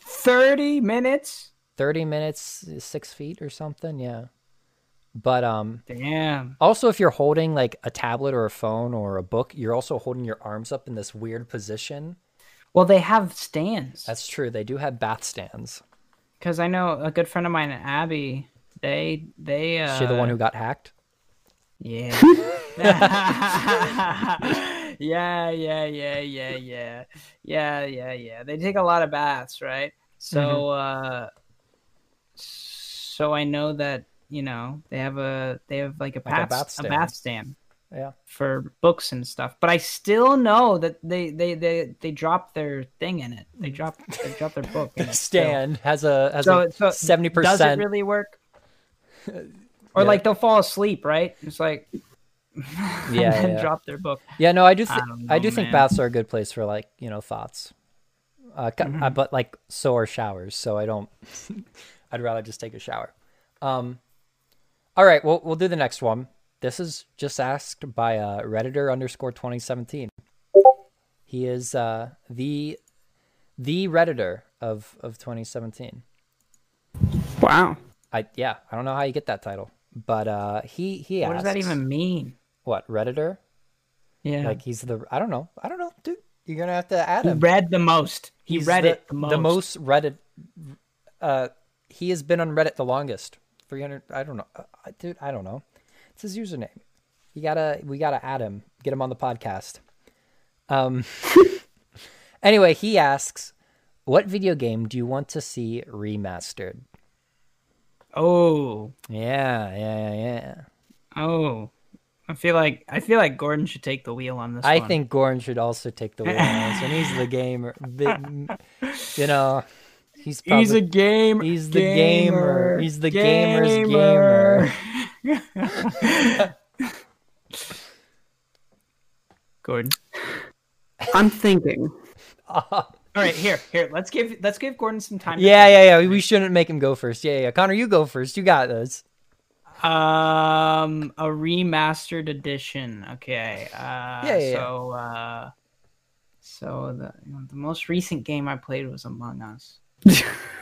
A: Thirty minutes.
B: 30 minutes, six feet or something. Yeah. But um,
A: Damn.
B: also, if you're holding like a tablet or a phone or a book, you're also holding your arms up in this weird position.
A: Well, they have stands.
B: That's true. They do have bath stands.
A: Because I know a good friend of mine, Abby. They they. Uh,
B: Is she the one who
A: [LAUGHS]
B: got hacked?
A: Yeah.
B: [LAUGHS]
A: [LAUGHS] yeah, yeah, yeah, yeah, yeah. Yeah, yeah, yeah. They take a lot of baths, right?
B: Mm-hmm.
A: So uh so I know that, you know, they have a they have like a,
B: Like a
A: bath,
B: bath
A: a
B: stand.
A: bath stand
B: Yeah.
A: for books and stuff. But I still know that they they they they drop their thing in it. They drop they drop their book
B: [LAUGHS]
A: in it still.
B: Stand has a has
A: So-
B: a
A: so
B: seventy
A: Does it
B: percent.
A: really
B: [LAUGHS]
A: work? Or
B: Yeah.
A: like they'll fall asleep, right? It's like [LAUGHS] and
B: yeah,
A: then
B: yeah.
A: drop their book.
B: Yeah, no, I do. Th- I,
A: don't
B: do
A: know,
B: think
A: man.
B: baths are a good place for like you know thoughts, uh, cu-
A: Mm-hmm.
B: uh, but like so are showers. So I don't. [LAUGHS] I'd rather just take a shower. Um, all right, well we'll do the next one. This is just asked by uh, redditor underscore twenty seventeen. He is uh, the the redditor of of twenty seventeen.
D: Wow.
B: I yeah, I don't know how you get that title, but uh, he he.
A: What does that
B: asks-
A: even mean?
B: What redditor?
A: Yeah.
B: Like he's the I don't know I don't know, dude. You're gonna have to add
A: he
B: him.
A: read the most. He
B: He's
A: read
B: the,
A: it the most.
B: The most Reddit. Uh, he has been on Reddit the longest. Three hundred. I don't know, uh, I- dude. I don't know. It's his username. You gotta. We gotta add him. Get him on the podcast. Um. [LAUGHS] anyway, he asks, "What video game do you want to see remastered?"
A: Oh,
B: Yeah, yeah, yeah. yeah.
A: oh. I feel like I feel like Gordon should take the wheel on this.
B: I
A: one.
B: think Goran should also take the lead on this,
A: [LAUGHS]
B: and he's the gamer. The, you know, he's probably,
A: he's a game.
B: He's the gamer. He's the gamer's gamer.
A: Gordon.
D: I'm thinking.
A: All right, here, here. Let's give let's give Gordon some time. to
B: Yeah, yeah, yeah. We shouldn't make him go first. Yeah, yeah. Connor, you go first. You got this.
A: Um, a remastered edition. Okay. Uh,
B: yeah, yeah.
A: So, uh, so the the most recent game I played was Among Us.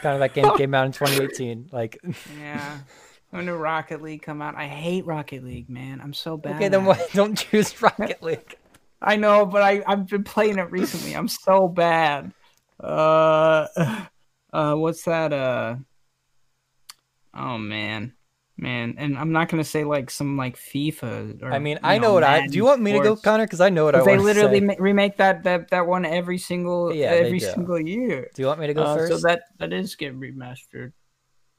B: Connor, that game came out in 2018. Like, [LAUGHS]
A: Yeah. [LAUGHS] when did Rocket League come out? I hate Rocket League, man. I'm so bad.
B: okay,
A: at
B: then
A: it.
B: why don't choose Rocket League?
A: I know, but I I've been playing it recently. I'm so bad. Uh, [SIGHS] uh, what's that? Uh, oh man, man, and I'm not gonna say like some like FIFA. Or,
B: I mean,
A: you
B: I know what I.
A: Madden
B: Do you want me to go,
A: sports.
B: Connor? Because I know what I
A: But
B: want
A: they
B: to
A: literally
B: say.
A: ma- remake that that that one every single
B: Yeah, they
A: every
B: do.
A: single year.
B: Do you want me to go
A: Uh,
B: first?
A: so that that is getting remastered.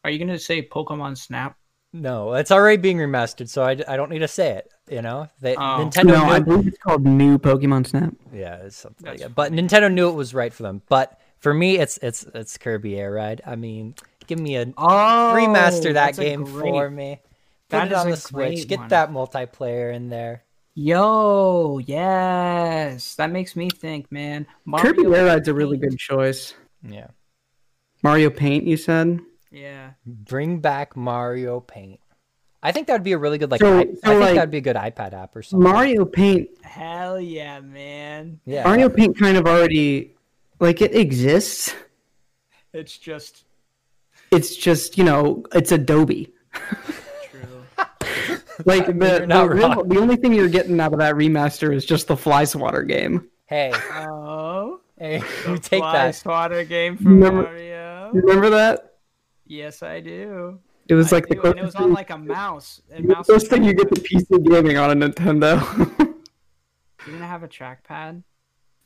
A: Are you gonna say Pokemon Snap?
B: No, it's already being remastered, so I, I don't need to say it. You know, they,
A: Oh.
B: Nintendo.
D: No, I
B: knew-
D: believe it's called New Pokemon Snap.
B: yeah, it's something like that. But Nintendo knew it was right for them. But for me, it's it's it's Kirby Air Ride. I mean, give me a
A: Oh,
B: remaster that
A: that's a
B: game
A: great-
B: for me. Put
A: that
B: it
A: is
B: on
A: a
B: the Switch.
A: great
B: Get
A: one.
B: that multiplayer in there.
A: Yo, yes, that makes me think, man.
D: Kirby
A: Mario
D: Air Ride's a really
A: Paint.
D: good choice.
B: Yeah,
D: Mario Paint, you said.
A: Yeah,
B: bring back Mario Paint. I think that would be a really good like.
D: So-
B: i- I
D: so,
B: think
D: like,
B: that'd be a good iPad app or something.
D: Mario Paint.
A: hell yeah, man.
B: yeah,
D: Mario Paint kind of already, like it exists.
A: It's just
D: It's just you know,
A: [LAUGHS]
D: it's Adobe. [LAUGHS]
A: true.
D: Like the,
B: you're not
D: the, real,
B: wrong.
D: the only thing you're getting out of that remaster is just the Fly Swatter game.
B: Hey,
A: oh,
B: hey, [LAUGHS] you take
A: fly
B: that.
A: swatter game for
D: Remember-
A: Mario.
D: You remember that?
A: Yes, I do.
D: It was like
A: I
D: the
A: do, and it
D: closest
A: was on
D: thing-
A: like a mouse. And
D: the
A: mouse
D: first thing you
A: control.
D: get to PC gaming on a Nintendo. [LAUGHS]
A: You didn't have a trackpad.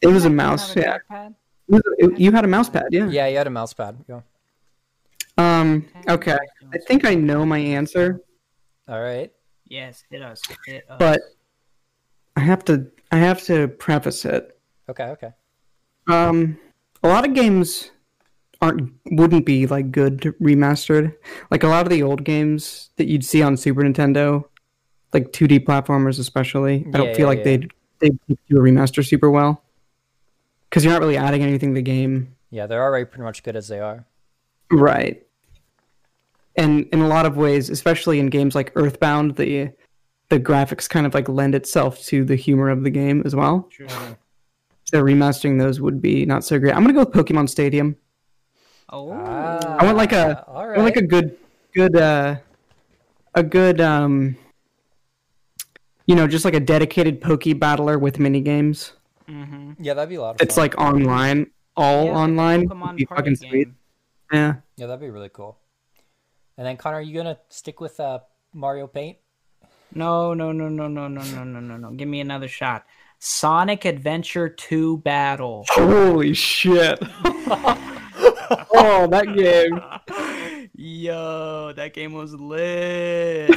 D: it was a
A: You didn't have
D: mouse.
A: a
D: Yeah,
A: trackpad?
D: It was a- it- you had a mouse pad. Yeah.
B: Yeah, you had a mouse pad. Go.
D: Um. Okay. I think I know my answer,
B: All right.
A: Yes, hit us. Hit us.
D: but I have to. I have to preface it.
B: Okay. Okay.
D: Um, a lot of games aren't wouldn't be like good remastered. Like a lot of the old games that you'd see on Super Nintendo, like 2D platformers especially. I don't
B: Yeah,
D: feel
B: yeah,
D: like
B: yeah.
D: they'd they'd do a remaster super well because you're not really adding anything to the game,
B: Yeah, they're already pretty much good as they are.
D: right? And in a lot of ways, especially in games like Earthbound, the the graphics kind of like lend itself to the humor of the game as well. [LAUGHS]
A: True.
D: So remastering those would be not so great. I'm gonna go with Pokemon Stadium.
A: Oh,
B: Ah,
D: I want like a
B: all
D: I want like
B: right.
D: a good good uh a good um you know just like a dedicated poke battler with mini games.
A: mm-hmm.
B: yeah, that'd be a lot of
D: It's
B: fun.
D: like online, all
A: Yeah, like a
D: online. would be
A: Pokemon party
D: fucking sweet.
A: game.
D: Yeah.
B: yeah, that'd be really cool. And then Connor, are you gonna stick with uh, Mario Paint?
A: No, no, no, no, no, no, no, no, no, no. Give me another shot. Sonic Adventure 2
D: [LAUGHS]
A: Battle.
D: Holy shit. [LAUGHS] oh, that game.
A: Yo, that game was
D: [LAUGHS]
A: lit.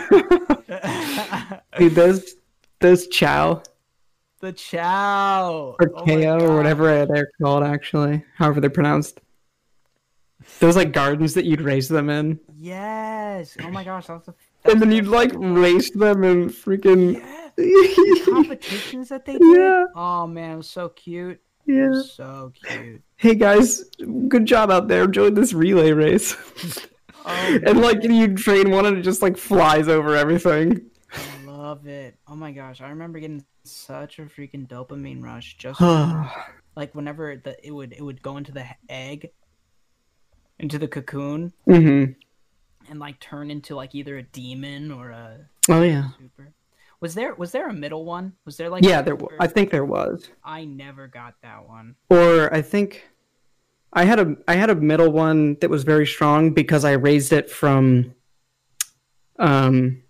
A: [LAUGHS]
D: Dude, those those chow
A: the Chow.
D: or
A: Oh my
D: KO
A: God.
D: or whatever they're called actually, however they're pronounced. Those like gardens that you'd raise them in.
A: Yes. Oh my gosh, that's the
D: [LAUGHS] And then you'd like race them and freaking [LAUGHS]
A: yeah,
D: yeah. [LAUGHS]
A: competitions that they did.
D: Yeah.
A: Oh man, it was so cute. So
D: [LAUGHS]
A: cute.
D: Hey guys, good job out there. Join this relay race. [LAUGHS]
A: Oh,
D: and like you train one and it just like flies over everything.
A: I love it. Oh my gosh, I remember getting such a freaking dopamine rush just
D: yeah,
A: like whenever the it would it would go into the egg into the cocoon
D: Mhm.
A: and like turn into like either a demon or a
D: Oh yeah.
A: super was there was there a middle one was there like
D: Yeah,
A: a
D: there w-
A: super-
D: I think there was.
A: I never got that one.
D: Or I think I had a I had a middle one that was very strong because I raised it from um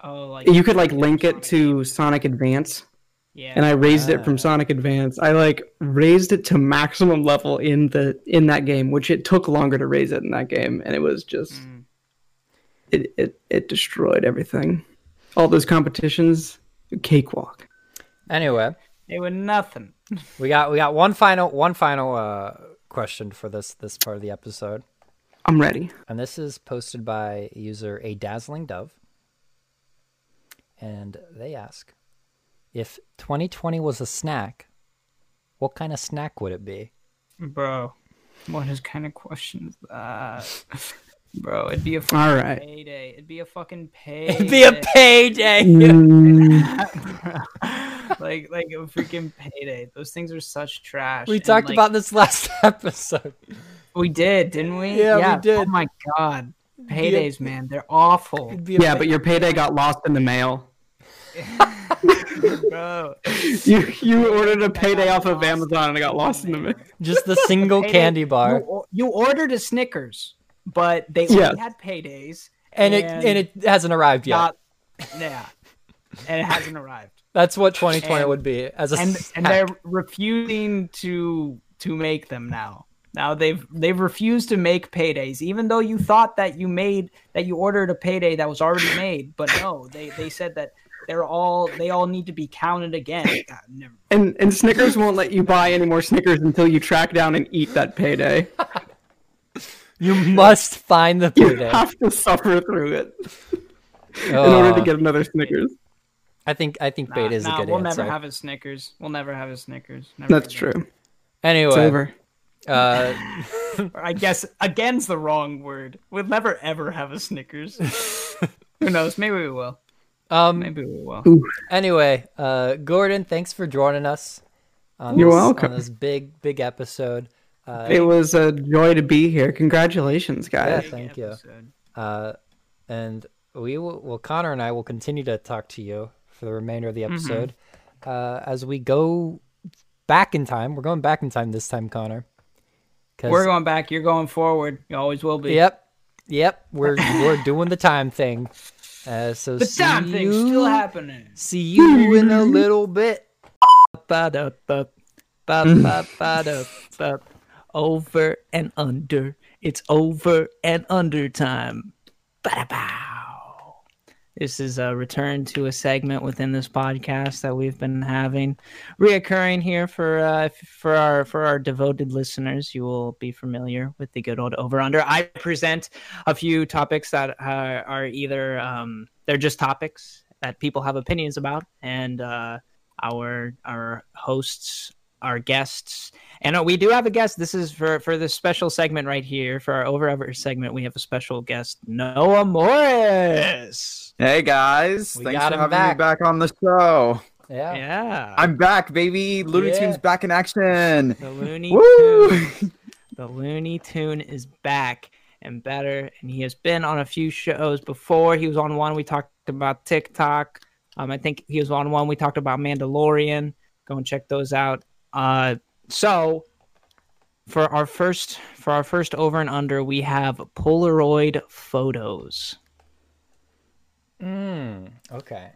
A: Oh like
D: you could like link it to Sonic Advance
A: yeah
D: and I raised it from Sonic Advance. I like raised it to maximum level in the in that game, which it took longer to raise it in that game and it was just
A: Mm.
D: it, it it destroyed everything. All those competitions, cakewalk.
B: Anyway,
A: they were nothing
B: we got we got one final one final uh, question for this this part of the episode,
D: I'm ready.
B: and this is posted by user a dazzling dove, and they ask, if 2020 was a snack, what kind of snack would it be?
A: bro what is kind of question is that bro it'd be a fucking
D: All right.
A: payday it'd be a fucking payday
B: payday.
D: Mm,
A: like like a freaking payday. Those things are such trash.
B: [LAUGHS] We
A: And,
B: talked
A: like,
B: about this last [LAUGHS] episode.
A: we did, didn't we?
B: Yeah, we
A: Oh
B: did.
A: my god, paydays, man, they're
B: [LAUGHS]
A: awful,
D: yeah, but your payday got lost in the mail.
A: bro.
D: You you ordered a payday off of Amazon and it got lost in the mail.
B: [LAUGHS] just the single
A: Payday-
B: candy bar,
A: You, or- you ordered a Snickers, but they
D: Yeah.
A: only had paydays.
B: and it and it hasn't arrived yet.
A: got- yeah, and it hasn't arrived.
B: That's what 2020
A: and-
B: would be as a
A: And and
B: snack.
A: they're refusing to to make them now. Now they've they've refused to make paydays, even though you thought that you made that you ordered a payday that was already made. But no, they they said that they're all they all need to be counted again. God, never.
D: And and Snickers won't let you buy any more Snickers until you track down and eat that payday.
B: You [LAUGHS] must find the
D: You
B: payday.
A: [LAUGHS]
D: have to suffer through it in order
B: Oh,
D: to get another Snickers.
B: I think I think
A: Nah,
B: beta is
A: nah,
B: a good
A: we'll
B: answer.
A: never have a Snickers. We'll never have a Snickers. Never
D: That's
A: again.
D: true. It's
B: anyway,
D: over.
B: uh,
A: Or I guess again's the wrong word. We'll never ever have a
B: [LAUGHS]
A: Snickers. Who knows? Maybe we will.
B: um,
A: Maybe we will.
B: anyway, uh, Gordon, thanks for joining us. On
D: You're
B: this,
D: welcome.
B: On this big big episode. Uh,
D: It was a joy to be here. Congratulations,
B: yeah,
D: guys.
B: thank you.
A: Episode.
B: Uh, and we will, well, Connor and I will continue to talk to you for the remainder of
A: Mm-hmm.
B: the episode uh, as we go back in time. We're going back in time this time, Connor. 'Cause-
A: We're going back. You're going forward. You always will be.
B: Yep, yep. We're we're doing the time thing. Uh, so
A: The
B: see
A: time thing's
B: you,
A: still happening.
B: See you in a little bit.
E: Ba-da-ba, ba-ba-ba-da-ba. Over and under. It's over and under time. Ba-da-bow. This is a return to a segment within this podcast that we've been having, reoccurring here for uh, f- for our for our devoted listeners. You will be familiar with the good old over under. I present a few topics that are, are either um, they're just topics that people have opinions about, and uh, our our hosts our guests and uh, we do have a guest this is for for this special segment right here for our over over segment we have a special guest noah morris
F: Hey guys,
B: We
F: thanks
B: got
F: for
B: him
F: having
B: back.
F: me back on the show.
B: Yeah.
E: yeah
F: I'm back, baby. Looney
B: Yeah.
F: Tunes back in action.
E: the looney
F: Woo!
E: Tune- the looney tune is back and better and he has been on a few shows before he was on one we talked about tiktok um i think he was on one we talked about mandalorian go and check those out uh so for our first for our first over and under we have polaroid photos
B: Mm, okay.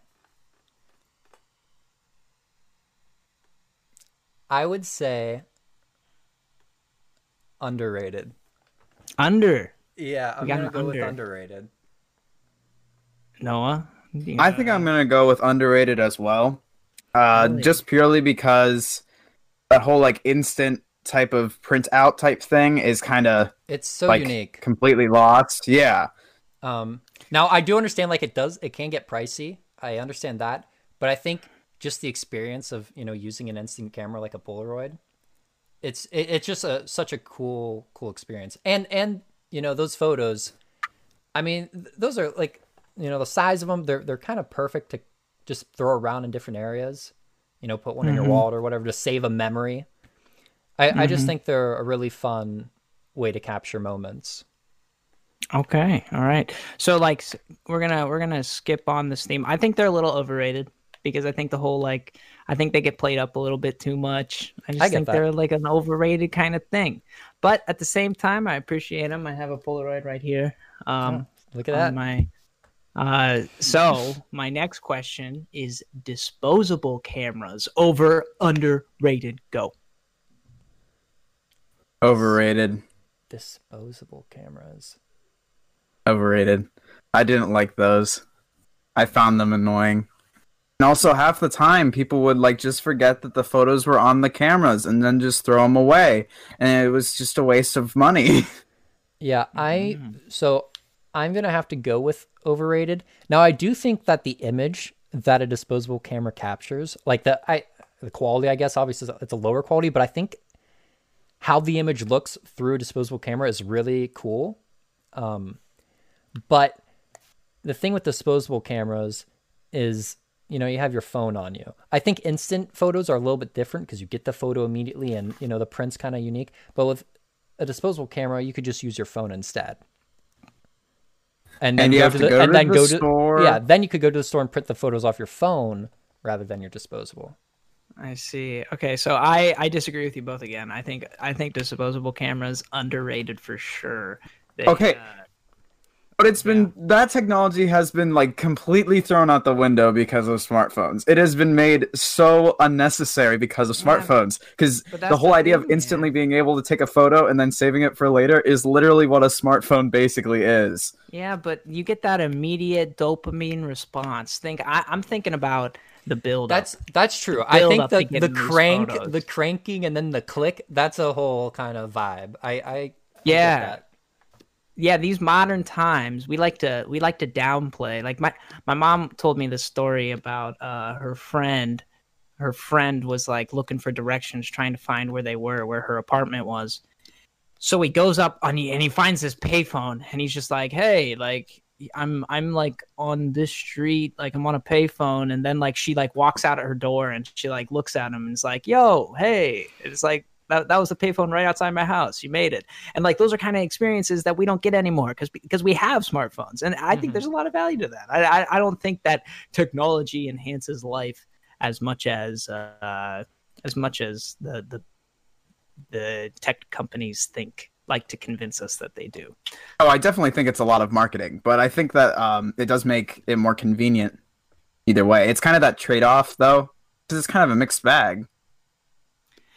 B: I would say underrated.
E: under
B: Yeah, I'm
E: got
B: gonna
E: an
B: go with
E: under.
B: underrated.
E: noah you-
F: I think I'm gonna go with underrated as well, uh,
E: Really?
F: just purely because that whole like instant type of printout type thing is kind of
B: It's so
F: like
B: unique.
F: completely lost. Yeah,
B: Um, now I do understand like it does it can get pricey. I understand that, but I think just the experience of you know using an instant camera like a Polaroid, it's it, it's just a such a cool cool experience. And and you know those photos, I mean th- those are like you know the size of them they're they're kind of perfect to just throw around in different areas. You know, put one in your wallet or whatever to save a memory. I, I just think they're a really fun way to capture moments.
E: Okay, all right. So like s- we're gonna we're gonna skip on this theme. I think they're a little overrated because I think the whole like I think they get played up a little bit too much. I just
B: I get
E: think
B: that.
E: they're like an overrated kind of thing. But at the same time, I appreciate them. I have a Polaroid right here. Um,
B: Oh, Look at
E: on
B: that.
E: my. Uh, so my next question is disposable cameras over underrated. Go.
F: overrated,
B: disposable cameras.
F: overrated. I didn't like those. I found them annoying. And also, half the time, people would like just forget that the photos were on the cameras and then just throw them away, and it was just a waste of money. [LAUGHS]
B: Yeah, I so I'm gonna have to go with overrated. Now I do think that the image that a disposable camera captures, like the I the quality, I guess obviously it's a- it's a lower quality, but I think how the image looks through a disposable camera is really cool. Um, but the thing with disposable cameras is you know you have your phone on you i think instant photos are a little bit different because you get the photo immediately and you know the print's kind of unique but with a disposable camera you could just use your phone instead and then
F: And you
B: go
F: have
B: to
F: to
B: the,
F: go
B: and
F: to
B: then
F: the
B: go
F: store.
B: to yeah then you could go to the store and print the photos off your phone rather than your disposable
E: I see. Okay, so I I disagree with you both again. I think I think disposable cameras underrated for sure. They,
F: Okay.
E: uh,
F: But it's been that technology has been like completely thrown out the window because of smartphones. It has been made so unnecessary because of smartphones. Because the whole idea of instantly being able to take a photo and then saving it for later is literally what a smartphone basically is.
E: Yeah, but you get that immediate dopamine response. Think I, I'm thinking about the build.
B: That's that's true. I
E: build
B: think
E: up to
B: the the
E: getting these
B: crank,
E: photos.
B: the cranking, and then the click. That's a whole kind of vibe. I I- I get
E: Yeah.
B: that.
E: yeah these modern times we like to we like to downplay like my my mom told me this story about uh her friend her friend was like looking for directions trying to find where they were where her apartment was so he goes up on he, and he finds this payphone and he's just like hey like i'm i'm like on this street like i'm on a payphone and then like she like walks out at her door and she like looks at him and is like yo hey it's like that, that was a payphone right outside my house you made it and like those are kind of experiences that we don't get anymore because because we have smartphones and i think there's a lot of value to that I, I i don't think that technology enhances life as much as uh as much as the the the tech companies think like to convince us that they do
F: Oh, I definitely think it's a lot of marketing, but I think that um, it does make it more convenient either way. It's kind of that trade off, though, because it's kind of a mixed bag.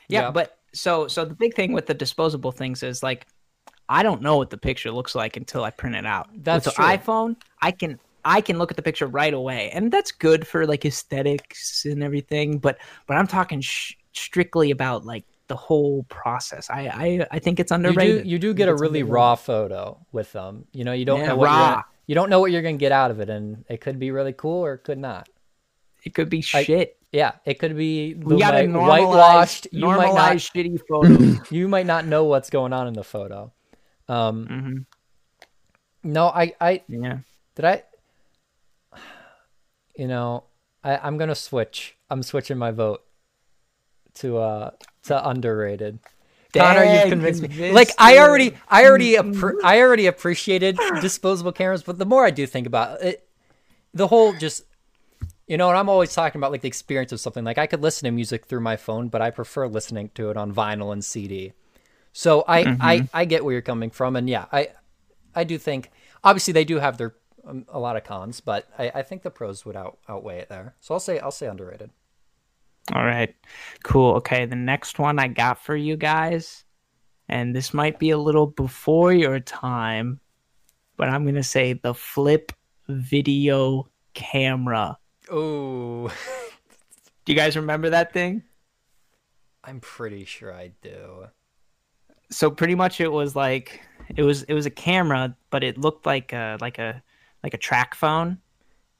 E: yeah,
B: Yeah.
E: but so so the big thing with the disposable things is like i don't know what the picture looks like until i print it out
B: That's
E: with the
B: true.
E: iphone i can i can look at the picture right away and that's good for like aesthetics and everything but but i'm talking sh- strictly about like the whole process i i, I think it's
B: You do
E: underrated
B: you do get a really raw photo with them. You know you don't
E: Yeah,
B: know what you're
E: raw.
B: gonna- you don't know what you're gonna get out of it, and it could be really cool or it could not.
E: it could be
B: I-
E: shit
B: Yeah, it could be the,
E: we gotta
B: like,
E: normalize,
B: whitewashed. You
E: normalize
B: might not
E: shitty photos
B: you might not know what's going on in the photo. Um,
E: Mm-hmm.
B: No, I, I
E: yeah
B: did I. [SIGHS] You know, I, I'm gonna switch. I'm switching my vote to uh to underrated. Connor, you've
E: Dang,
B: convinced me.
E: convinced
B: Like I
E: you. Mm-hmm.
B: already, I already, appre- I already
E: [SIGHS]
B: appreciated disposable cameras, but the more I do think about it, the whole just, you know, and I'm always talking about like the experience of something. Like I could listen to music through my phone, but I prefer listening to it on vinyl and CD. So I,
E: Mm-hmm.
B: I, I get where you're coming from, and yeah, I, I do think obviously they do have their um, a lot of cons, but I, I think the pros would out, outweigh it there. So I'll say, I'll say underrated.
E: All right. Cool. Okay. The next one I got for you guys, and this might be a little before your time, but I'm going to say the flip video camera.
B: Oh,
E: Do you guys remember that thing?
B: [LAUGHS] I'm pretty sure I do.
E: So pretty much it was like it was it was a camera, but it looked like a like a like a track phone.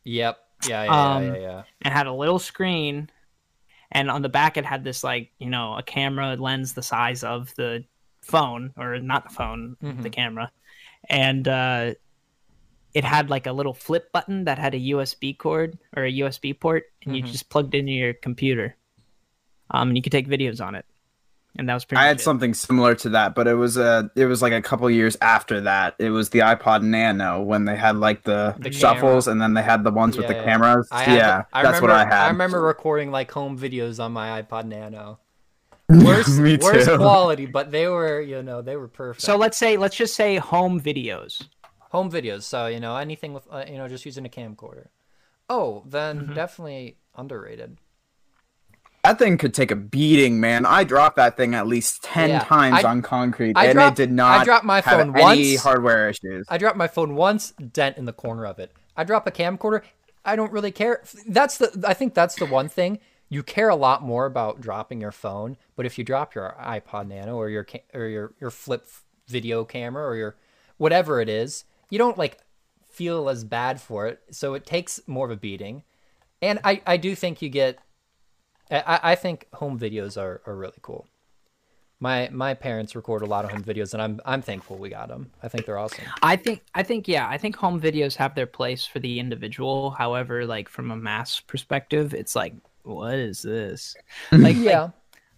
B: Yep. Yeah. Yeah.
E: Um,
B: yeah, yeah. yeah.
E: It had a little screen and on the back it had this like, you know, a camera lens the size of the phone or not the phone, the camera. And uh it had like a little flip button that had a USB cord or a USB port and you just plugged into your computer. Um and you could take videos on it. And that was pretty
F: I
E: much
F: had
E: it.
F: something similar to that, but it was a it was like a couple years after that. It was the iPod Nano when they had like the,
B: The
F: shuffles, and then they had the ones with the
B: Yeah, yeah.
F: cameras.
B: I had
F: yeah,
B: the- I
F: that's
B: remember,
F: what I had.
B: remember recording like home videos on my iPod Nano. Worse,
F: [LAUGHS] Me
B: worse
F: too.
B: quality, but they were, you know, they were perfect.
E: So let's say let's just say home videos.
B: home videos, so you know, anything with, uh, you know, just using a camcorder. Oh, then
E: Mm-hmm.
B: definitely underrated.
F: That thing could take a beating, man. I dropped that thing at least ten
B: Yeah,
F: times
B: I-
F: on concrete,
B: I
F: and
B: dropped-
F: it did not.
B: I dropped my
F: have
B: phone
F: any
B: once.
F: hardware issues. [LAUGHS]
B: I [LAUGHS] drop my phone once, dent in the corner of it. I drop a camcorder. I don't really care. That's the. I think that's the one thing you care a lot more about dropping your phone. But if you drop your iPod Nano or your ca- or your your flip video camera or your whatever it is, you don't like feel as bad for it. So it takes more of a beating. And I I do think you get. I- I I think home videos are are really cool. My my parents record a lot of home videos, and I'm I'm thankful we got them. I think they're awesome.
E: I think I think yeah, I think home videos have their place for the individual. However, like from a mass perspective, it's like what is this? Like yeah.
B: Yeah.
E: like,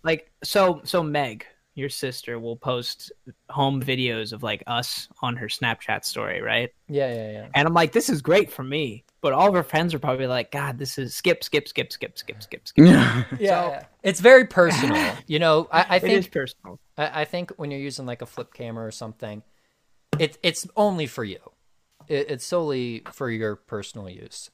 E: like, so so Meg, your sister will post home videos of like us on her Snapchat story, right?
B: Yeah, yeah, yeah.
E: And I'm like this is great for me, but all of her friends are probably like god, this is skip skip skip skip skip skip skip.
B: Yeah, it's very personal. [LAUGHS] you know, I, I
E: It is
B: think
E: personal.
B: I, I think when you're using like a flip camera or something, it it's only for you. It, it's solely for your personal use.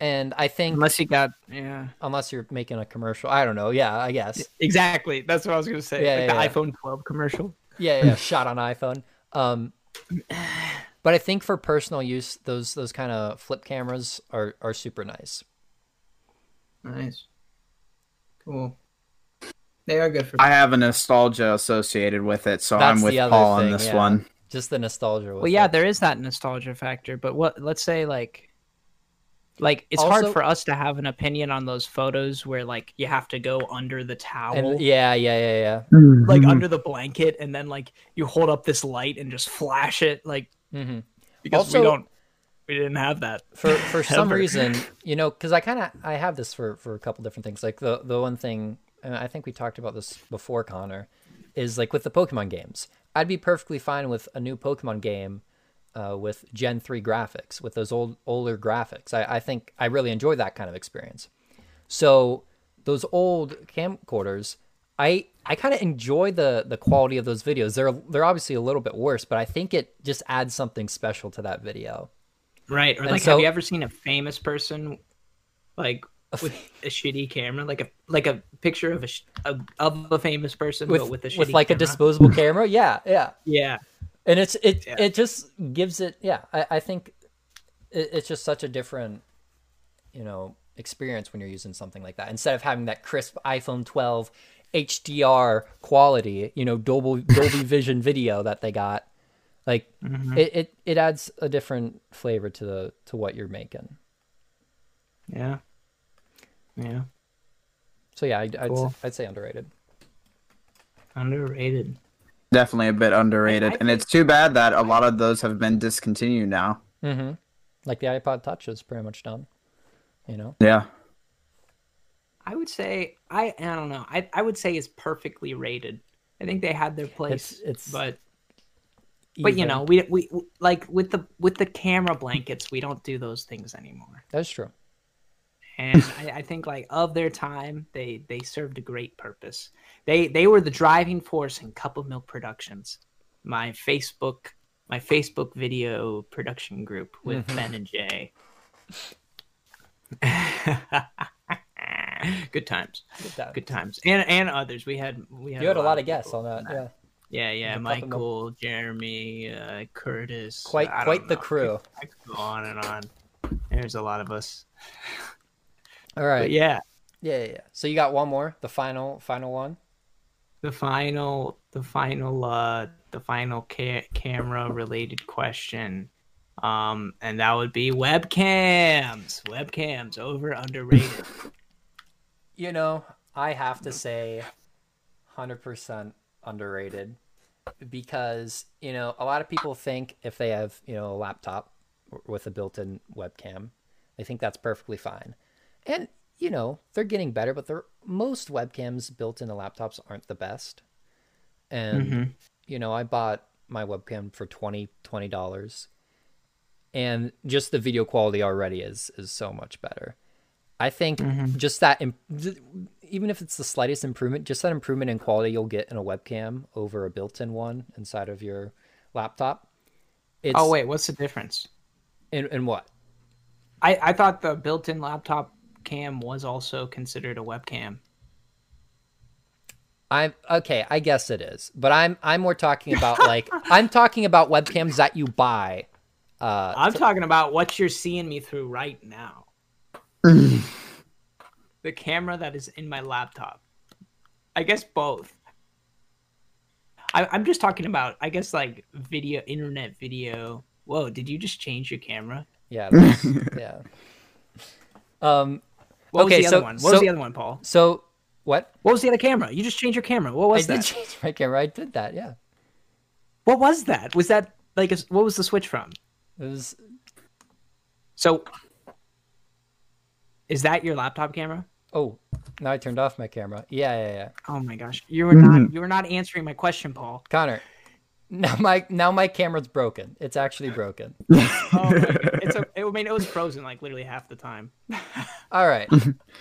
B: And I think unless,
E: Unless you got yeah.
B: you're making a commercial, I don't know. Yeah, I guess.
E: Exactly. That's what I was gonna say.
B: Yeah,
E: like
B: yeah,
E: the iPhone 12 commercial.
B: Yeah, yeah, shot on iPhone.
E: [SIGHS]
B: Um, but I think for personal use, those those kind of flip cameras are are super nice.
A: Nice. Cool. They are good for.
F: I have a nostalgia associated with it, so
B: That's
F: I'm with
B: the other
F: Paul on
B: thing,
F: this
B: yeah.
F: one.
B: Just the nostalgia. With
E: Well, yeah,
B: it.
E: there is that nostalgia factor, but what? Let's say like, like it's
B: Also-
E: hard for us to have an opinion on those photos where like you have to go under the towel,
B: and, Mm-hmm. yeah, yeah, yeah, yeah.
E: like under the blanket, and then like you hold up this light and just flash it, like
B: Mm-hmm.
E: because
B: Also-
E: we don't, we didn't have that.
B: for for some
E: Ever.
B: reason, you know, because I kind of I have this for for a couple different things. Like the the one thing, and I think we talked about this before, Connor, is like with the Pokemon games. I'd be perfectly fine with a new Pokemon game uh, with Gen three graphics, with those old older graphics. I, I think I really enjoy that kind of experience. So those old camcorders, I I kind of enjoy the the quality of those videos. They're they're obviously a little bit worse, but I think it just adds something special to that video.
E: Right. Or
B: And
E: like,
B: so-
E: have you ever seen a famous person, like with a shitty camera, like a like a picture of a, sh- of- of a famous person,
B: with
E: but with a shitty
B: with like a
E: camera?
B: disposable camera. Yeah, yeah.
E: Yeah.
B: And it's it it just gives it. Yeah, I, I think it, it's just such a different, you know, experience when you're using something like that instead of having that crisp iPhone 12 HDR quality, you know, Dolby Dolby Vision video that they got. Like it, it it adds a different flavor to the to what you're making.
E: Yeah. Yeah.
B: So yeah, I'd I'd,
E: Cool.
B: I'd say underrated.
E: Underrated.
F: Definitely a bit underrated,
E: I
F: and it's too bad that a lot of those have been discontinued now.
B: Mm-hmm. Like the iPod Touch is pretty much done. You know.
F: Yeah,
E: I would say I I don't know. I I would say it's perfectly rated. I think they had their place.
B: It's- it's
E: but but you
B: even.
E: know we we like with the with the camera blankets we don't do those things anymore.
B: That's true.
E: And I, I think like of their time they they served a great purpose. They they were the driving force in Cup of Milk Productions, my Facebook my Facebook video production group with
B: Mm-hmm.
E: Ben and Jay. [LAUGHS] Good times.
B: That-
E: good times and and others we had we had
B: You had a lot of guests
E: people.
B: on that. Yeah.
E: yeah yeah
B: The Puffin Milk-
E: michael jeremy uh curtis
B: Quite
E: I don't
B: quite the
E: know.
B: crew.
E: I could go on and on there's a lot of us
B: All
E: but
B: right. Yeah.
E: yeah
B: yeah, yeah, So you got one more, the final final one.
E: the final the final uh the final ca- camera related question um and that would be webcams webcams over underrated
B: You know, I have to say 100% underrated because, you know, a lot of people think if they have, you know, a laptop w- with a built-in webcam, they think that's perfectly fine. And, you know, they're getting better, but they're most webcams built into laptops aren't the best. And you know, I bought my webcam for 20 dollars, and just the video quality already is is so much better. I think just that, im- th- even if it's the slightest improvement, just that improvement in quality you'll get in a webcam over a built-in one inside of your laptop. It's,
E: oh wait what's the difference
B: and, and what?
E: i i thought the built-in laptop cam was also considered a webcam
B: I'm okay. I guess it is, but I'm I'm more talking about
E: [LAUGHS]
B: like I'm talking about webcams that you buy. Uh,
E: I'm talking about what you're seeing me through right
B: [CLEARS THROAT]
E: now. the camera that is in my laptop. I guess both. I, I'm just talking about, I guess, like video, internet video. Whoa, did you just change your camera?
B: yeah,
E: [LAUGHS]
B: that's- yeah. Um,
E: What
B: Okay,
E: was the
B: so-
E: other one? What was
B: so-
E: the other one, Paul?
B: So what?
E: What was the other camera? You just changed your camera. What was
B: I
E: that?
B: did change my camera. I did that. Yeah,
E: What was that? Was that like, a, what was the switch from?
B: it was.
E: So, is that your laptop camera?
B: Oh, now I turned off my camera. Yeah, yeah, yeah.
E: Oh my gosh, you were not, you were not answering my question, Paul.
B: Connor, [LAUGHS] now my now my camera's broken. It's actually broken.
E: Oh, my God.
B: [LAUGHS]
E: it's a, it, I mean, it was frozen like literally half the time.
B: All right.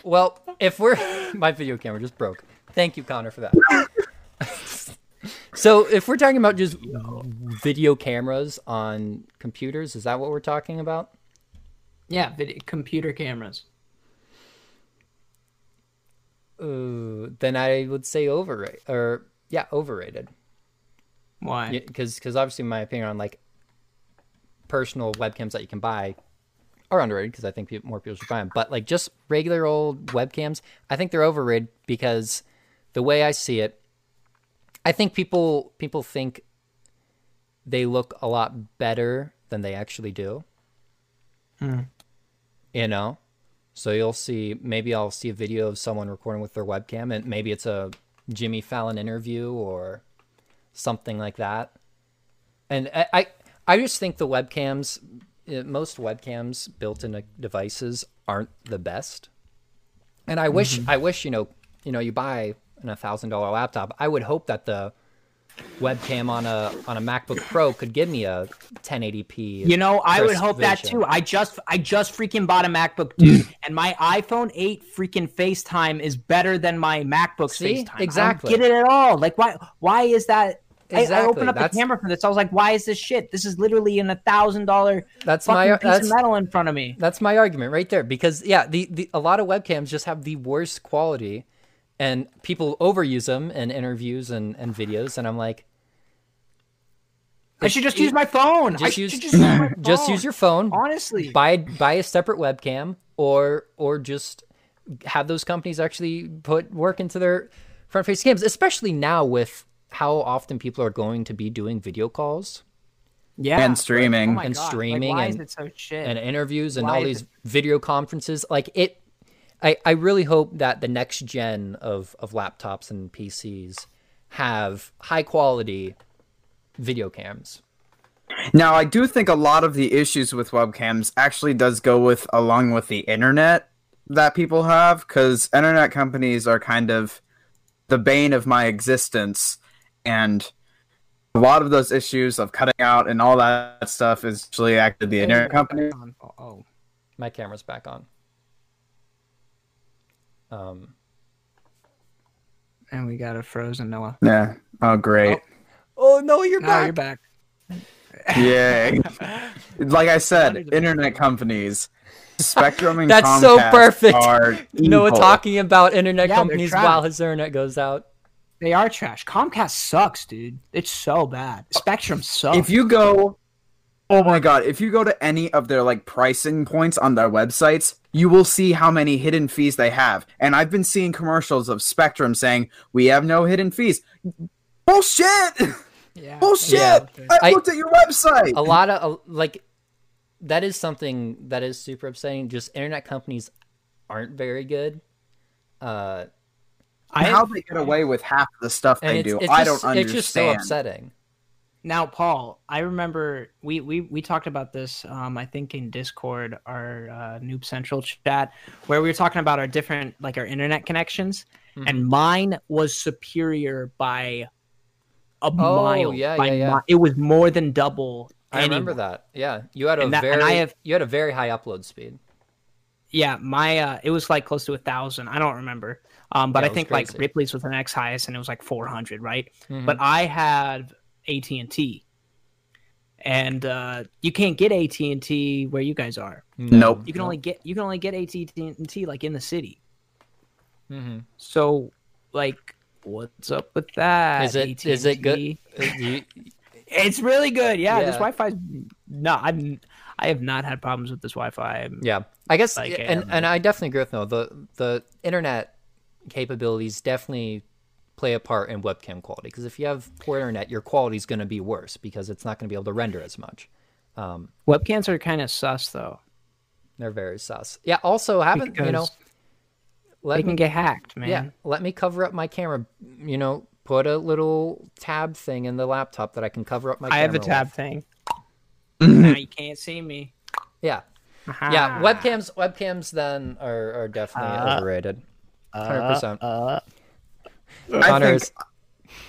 B: Well, [LAUGHS] if we're my video camera just broke. Thank you, Connor, for that. [LAUGHS] So if we're talking about just video cameras on computers, is that what we're talking about?
E: Yeah, vid- computer cameras.
B: Uh, then I would say overrated, or yeah, overrated.
E: Why?
B: Because because obviously my opinion on like personal webcams that you can buy are underrated because I think peop more people should buy them. But like just regular old webcams, I think they're overrated because the way I see it, I think people people think they look a lot better than they actually do. You know, so you'll see maybe I'll see a video of someone recording with their webcam, and maybe it's a Jimmy Fallon interview or something like that. And I, I, I just think the webcams, eh, most webcams built into devices aren't the best. And I wish,
E: Mm-hmm.
B: I wish you know, you know, you buy an thousand dollar laptop. I would hope that the webcam on a on a MacBook Pro could give me a 1080p.
E: You know, I would
B: crisp
E: hope that
B: vision.
E: too. I just I just freaking bought
B: [CLEARS THROAT]
E: a MacBook dude, and my iPhone 8 freaking FaceTime is better than my MacBook
B: See?
E: FaceTime.
B: Exactly.
E: I don't get it at all. Like why why is that I- I,
B: Exactly.
E: opened up
B: That's-
E: the camera for this. I was like, why is this shit? This is literally an thousand dollar
B: That's
E: fucking
B: my
E: piece
B: that's
E: of metal in front of me.
B: That's my argument right there because yeah, the, the a lot of webcams just have the worst quality and people overuse them in interviews and, and videos and I'm like
E: I should just use my phone. I
B: just
E: should
B: use
E: just use my
B: [CLEARS THROAT] just
E: phone.
B: use your phone.
E: honestly.
B: Buy buy a separate webcam or or just have those companies actually put work into their front face cams, especially now with how often people are going to be doing video calls
E: Yeah.
F: and streaming.
E: my
B: and
E: God, like,
B: streaming
E: why
B: and
E: is it so shit?
B: and interviews and
E: Why
B: all
E: is
B: these video conferences. Like it, I, I really hope that the next gen of, of laptops and PCs have high quality video cams.
F: Now, I do think a lot of the issues with webcams actually does go with along with the internet that people have cuz internet companies are kind of the bane of my existence and a lot of those issues of cutting out and all that stuff is actually actually the internet company.
E: Oh, oh.
B: My camera's back on. Um,
E: and we got a frozen Noah.
F: Yeah. Oh great.
B: oh no, you're
E: Oh,
B: back.
E: you're back.
F: Yay. like I said, internet companies Spectrum and
B: That's so
F: Comcast
B: perfect.
F: Are
B: Noah
F: evil.
B: talking about internet
E: Yeah, they're
B: companies
E: trash.
B: while his internet goes out.
E: They are trash. Comcast sucks, dude. It's so bad. Spectrum sucks.
F: if you go oh my god if you go to any of their like pricing points on their websites you will see how many hidden fees they have and i've been seeing commercials of spectrum saying we have no hidden fees bullshit
E: yeah.
F: [LAUGHS] bullshit
B: Yeah.
F: i
B: I-
F: looked at your website
B: a lot of a- like that is something that is super upsetting just internet companies aren't very good uh
E: I
F: how they get away with half of the stuff
B: and
F: they
B: it's,
F: do
B: it's
F: i
B: just,
F: don't understand
B: it's just so upsetting
E: now, Paul, I remember we we we talked about this. Um, I think in Discord, our uh, Noob Central chat, where we were talking about our different like our internet connections,
B: Mm-hmm.
E: and mine was superior by a mile.
B: Oh, yeah,
E: by
B: yeah, yeah.
E: mi- it was more than double.
B: i remember
E: anyway.
B: that yeah you had a
E: And that-
B: very
E: and I have-
B: you had a very high upload speed
E: Yeah, my uh, it was like close to a thousand. I don't remember. Um, but
B: Yeah,
E: I
B: it
E: think
B: was
E: like
B: crazy.
E: Ripley's was the next highest, and it was like four hundred, right?
B: Mhm.
E: But I had AT and T, and uh, you can't get AT and T where you guys are.
F: nope
E: You can only get you can only get AT and T like in the city.
B: Mhm.
E: Mm-hmm.
B: [LAUGHS]
E: So, like, what's up with that?
B: is it is it good is you-
E: It's really good. Yeah, this
B: Yeah.
E: Wi-Fi. No, I'm. I have not had problems with this Wi-Fi. I'm-
B: yeah i guess
E: Like,
B: and,
E: um,
B: and i definitely agree with no the the internet capabilities definitely play a part in webcam quality because if you have poor internet your quality is going to be worse because it's not going to be able to render as much
E: Webcams are kind of sus though.
B: They're very sus. Yeah. Also, haven't you know?
E: Because
B: Let
E: They can
B: me,
E: get hacked, man.
B: yeah. Let me cover up my camera. You know, put a little tab thing in the laptop that I can cover up my.
E: I have the
B: camera
E: tab
B: with. [LAUGHS]
E: thing. now you can't see me.
B: Yeah.
E: Ah. Uh,
B: Yeah. Webcams. Webcams then are are definitely overrated. Hundred percent.
F: I think,
B: Connors.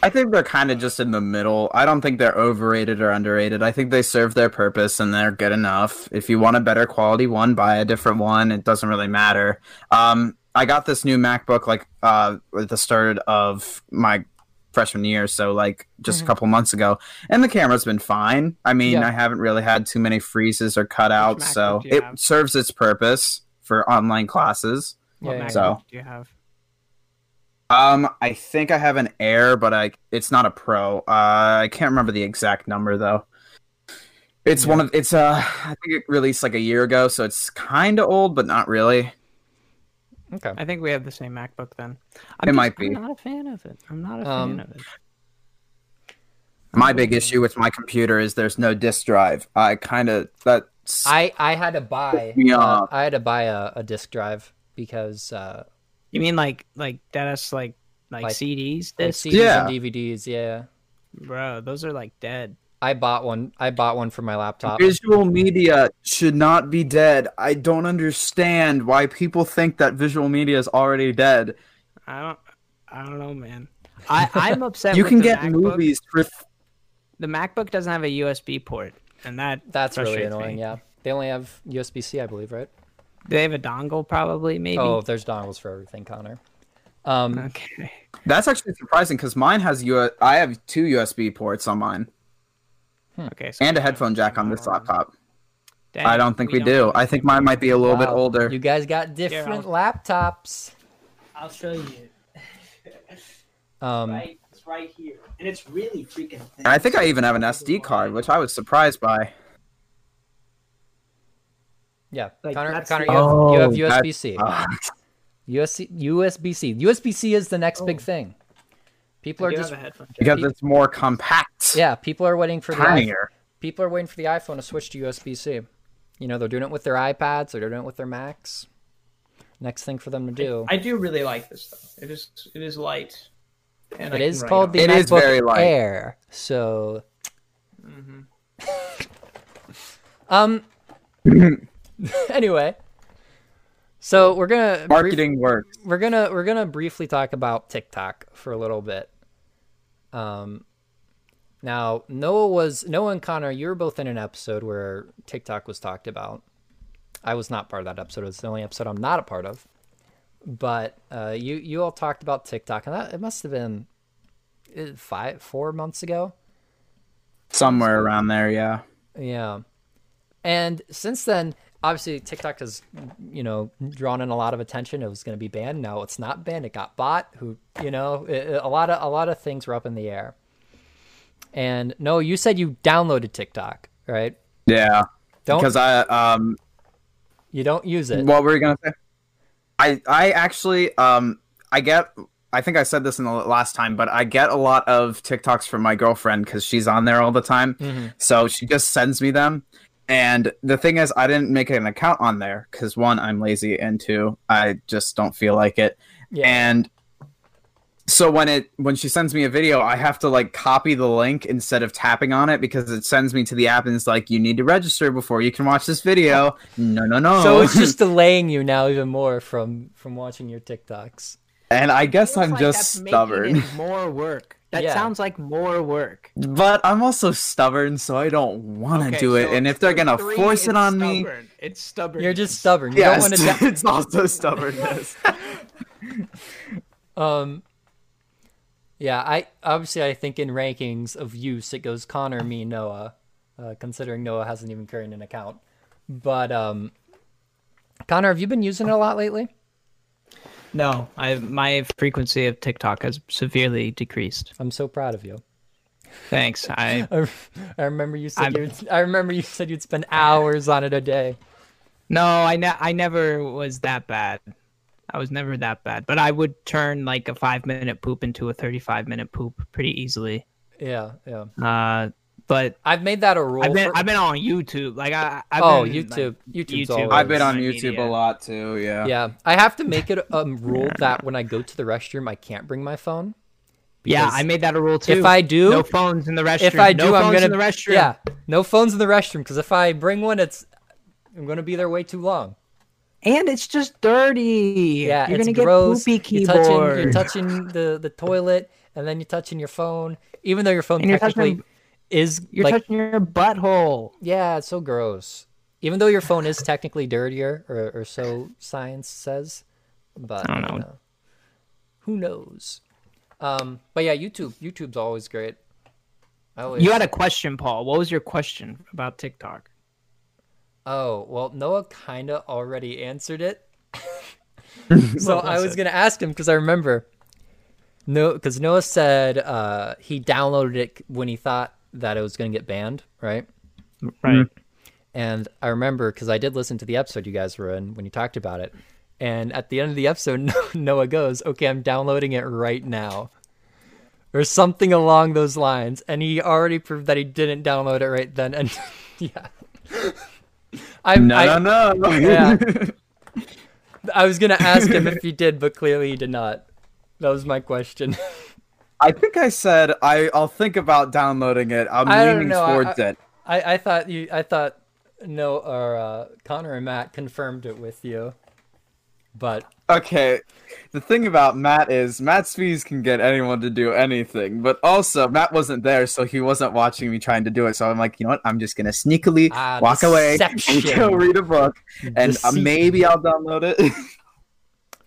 F: I think they're kind of just in the middle. I don't think they're overrated or underrated. I think they serve their purpose and they're good enough. If you want a better quality one, buy a different one. It doesn't really matter. Um, I got this new MacBook like uh, at the start of my freshman year, so like
A: Mm-hmm.
F: just a couple months ago, and the camera's been fine. I mean,
B: Yeah.
F: I haven't really had too many freezes or cutouts,
A: Mac
F: so
A: did you
F: it
A: have?
F: serves its purpose for online classes.
A: What
B: Yeah,
A: Mac
F: so-
A: do you have?
F: Um, I think I have an Air, but I it's not a Pro. Uh, I can't remember the exact number though. It's one of it's uh I think it released like a year ago, so it's kind of old, but not really.
B: Okay.
A: I think we have the same MacBook then.
F: it might be.
E: I'm not a fan of it. I'm not a
B: Um,
E: fan of it.
F: My big issue with my computer is there's no disk drive. I kind of that
B: I I had to buy
F: me
B: uh,
F: off.
B: I had to buy a, a disk drive because uh,
E: You mean like like that's like like,
B: Like-
E: CDs?
B: like
E: Discs?
B: CDs and DVDs. Yeah,
E: Bro, those are like dead.
B: I bought one. I bought one for my laptop.
F: visual media should not be dead. I don't understand why people think that visual media is already dead.
A: I don't. I don't know, man.
E: I
B: [LAUGHS]
E: I'm upset.
F: You
E: with
F: can
E: the
F: get
E: MacBook.
F: movies for th-
E: The MacBook doesn't have a USB port, and that
B: That's really
E: frustrates me.
B: annoying. Yeah, they only have USB C, I believe, right?
E: Do they have a dongle? Probably, maybe.
B: Oh, there's dongles for everything, Connor. Um,
E: Okay.
F: That's actually surprising because mine has U. I have two USB ports on mine
B: Hmm.
E: Okay. So
F: and a headphone jack on this laptop.
E: dang,
F: I don't think we, do. I think mine might be a little bit
B: wow,
F: older.
B: You guys got different laptops.
C: I'll show you.
B: Um,
C: It's right here, and it's really freaking thin.
F: I think I even have an SD card, which I was surprised by.
B: Yeah,
C: Like,
B: Connor,
C: that's
B: Connor, you
C: the-
B: have, you have
F: Oh, that-
B: USB C. USB USB C. USB C is the next
C: Oh.
B: big thing. People are just
F: because it's more compact,
B: yeah. People are waiting for the iPhone.
F: tinier.
B: people are waiting for the iPhone to switch to USB C. You know they're doing it with their iPads. They're doing it with their Macs. Next thing for them to do.
A: I do really like this though. It is. It is light. And
B: it is called the
F: It is
B: MacBook
F: very light.
B: Air. So, [LAUGHS]
F: [CLEARS THROAT]
B: um. [LAUGHS] anyway, so we're gonna brief-
F: Marketing works.
B: we're gonna we're gonna briefly talk about TikTok for a little bit. Um, now Noah was Noah and Connor, you were both in an episode where TikTok was talked about. I was not part of that episode. It's the only episode I'm not a part of. But uh, you you all talked about TikTok, and that it must have been eh, five four months ago.
F: Somewhere around there, yeah.
B: Yeah. And since then, obviously TikTok has, you know, drawn in a lot of attention. It was going to be banned. No, it's not banned. It got bought. Who, you know, i- i- a lot of a lot of things were up in the air. And no, you said you downloaded TikTok, right?
F: Yeah.
B: Don't
F: Because I um
B: you don't use it?
F: What were you gonna say? I I actually um I get I think I said this in the last time, but I get a lot of TikToks from my girlfriend because she's on there all the time.
B: Mm-hmm.
F: So she just sends me them. And the thing is, I didn't make an account on there because one, I'm lazy, and two, I just don't feel like it.
B: Yeah.
F: And so when it when she sends me a video, I have to like copy the link instead of tapping on it because it sends me to the app and it's like, you need to register before you can watch this video. No, no, no.
B: So
F: [LAUGHS]
B: it's just delaying you now even more from from watching your TikToks.
F: And I guess I'm just
E: That's making
F: stubborn.
E: it more work. That
B: Yeah.
E: sounds like more work.
F: But I'm also stubborn, so I don't want to do it. And if they're gonna force it on me,
A: It's stubborn.
B: You're just stubborn. You
F: yes,
B: don't
F: [LAUGHS]
B: want to
F: it's also stubbornness.
B: Um yeah, I obviously I think in rankings of use it goes Connor, me, Noah, uh, considering Noah hasn't even created an account. But um Connor, have you been using it a lot lately?
E: No, I my frequency of TikTok has severely decreased.
B: I'm so proud of you. [LAUGHS]
E: Thanks. I [LAUGHS]
B: I remember you said
E: I'm-
B: you would, I remember you said you'd spend hours on it a day.
E: no, I ne- I never was that bad. I was never that bad, but I would turn like a five minute poop into a thirty five minute poop pretty easily.
B: Yeah, yeah.
E: Uh, but
B: I've made that a rule.
E: I've been
B: for-
E: I've been on YouTube. Like I I've
B: oh,
E: been, like,
B: YouTube. YouTube's
E: YouTube.
B: always-
F: I've been on
E: My
F: YouTube
E: media.
F: a lot too. Yeah.
B: Yeah, I have to make it a rule that when I go to the restroom, I can't bring my phone.
E: yeah,
B: because
E: I made that a rule too.
B: if I do-
E: no phones in the restroom.
B: if I do,
E: no
B: I'm
E: phones
B: gonna
E: in the restroom.
B: yeah, no phones in the restroom because if I bring one, it's I'm gonna be there way too long.
E: and it's just dirty.
B: Yeah,
E: you're
B: it's
E: gonna
B: gross.
E: get poopy
B: You're touching,
E: keyboard.
B: you're touching the the toilet, and then you're touching your phone, even though your phone
E: And you're
B: technically
E: touching-
B: is
E: You're
B: like
E: touching your butthole.
B: yeah, it's so gross. Even though your phone is technically dirtier, or, or so science says, but
E: I don't know.
B: Who knows? Um, but yeah, YouTube. YouTube's always great. I always,
E: You had a question, Paul. What was your question about TikTok?
B: Oh, well, Noah kind of already answered it. so I was going to ask him because I remember. No, because Noah said uh, he downloaded it when he thought that it was going to get banned, right?
E: Right.
B: And I remember because I did listen to the episode you guys were in when you talked about it. And at the end of the episode, [LAUGHS] Noah goes, Okay, I'm downloading it right now. Or something along those lines. And he already proved that he didn't download it right then. And [LAUGHS] yeah. I'm,
F: No,
B: I,
F: no, no.
B: [LAUGHS] yeah. I was going to ask him
F: [LAUGHS]
B: if he did, but clearly he did not. That was my question. [LAUGHS]
F: I think I said I, I'll think about downloading it. I'm
B: I don't
F: leaning
B: know, I-
F: towards
B: I-
F: it.
B: I, I thought you, I thought no, or uh, Connor and Matt confirmed it with you. But
F: Okay. The thing about Matt is Matt Spees can get anyone to do anything, but also Matt wasn't there, so he wasn't watching me trying to do it. So I'm like, you know what? I'm just gonna sneakily
B: Ah,
F: walk away and
B: deception.
F: go read a book, and uh,
B: Deceit.
F: maybe I'll download it. [LAUGHS]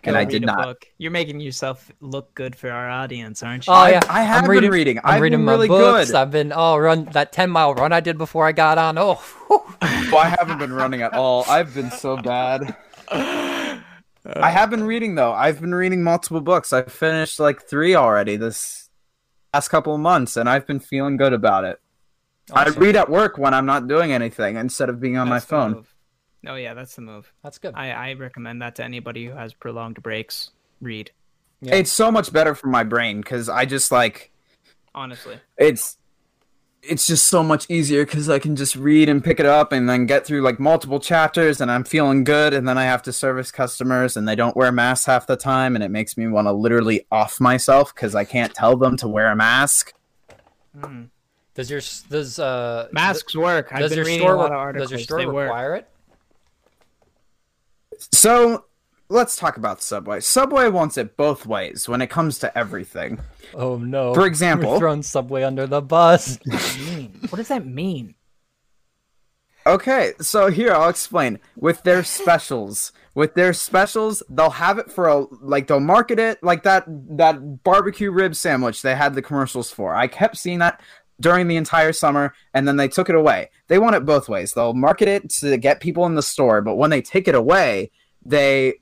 F: and
E: Go
F: I
E: read
F: did
E: a
F: not.
E: book. You're making yourself look good for our audience, aren't you?
B: Oh yeah,
F: I
B: am
F: have been
B: reading,
F: reading.
B: I'm
F: I've
B: reading
F: been
B: my
F: really
B: books.
F: good.
B: I've been oh run that ten mile run I did before I got on. Oh, whew.
F: Well, I haven't been running at all. I've been so bad. I have been reading though. I've been reading multiple books. I finished like three already this last couple of months, and I've been feeling good about it. I read at work when I'm not doing anything instead of being on my
E: That's the
F: phone.
E: move. Oh yeah, that's the move.
B: that's good.
E: I, I recommend that to anybody who has prolonged breaks. Read
B: Yeah.
F: It's so much better for my brain because I just like
E: honestly.
F: it's it's just so much easier because I can just read and pick it up and then get through like multiple chapters and I'm feeling good and then I have to service customers and they don't wear masks half the time and it makes me want to literally off myself because I can't tell them to wear a mask.
B: Does your s- does uh
E: Masks work. I've
B: does
E: been
B: your
E: reading
B: store
E: a lot of
B: re-
E: articles.
B: does your store
E: they work.
B: require it?
F: So let's talk about Subway. Subway wants it both ways when it comes to everything.
B: Oh no!
F: For example-
B: We're throwing Subway under the
F: [LAUGHS]
B: bus.
E: What does that mean?
F: Okay, so here I'll explain. With their specials, with their specials, they'll have it for a like they'll market it like that that barbecue rib sandwich they had the commercials for. I kept seeing that during the entire summer and then they took it away. They want it both ways. They'll market it to get people in the store, but when they take it away, they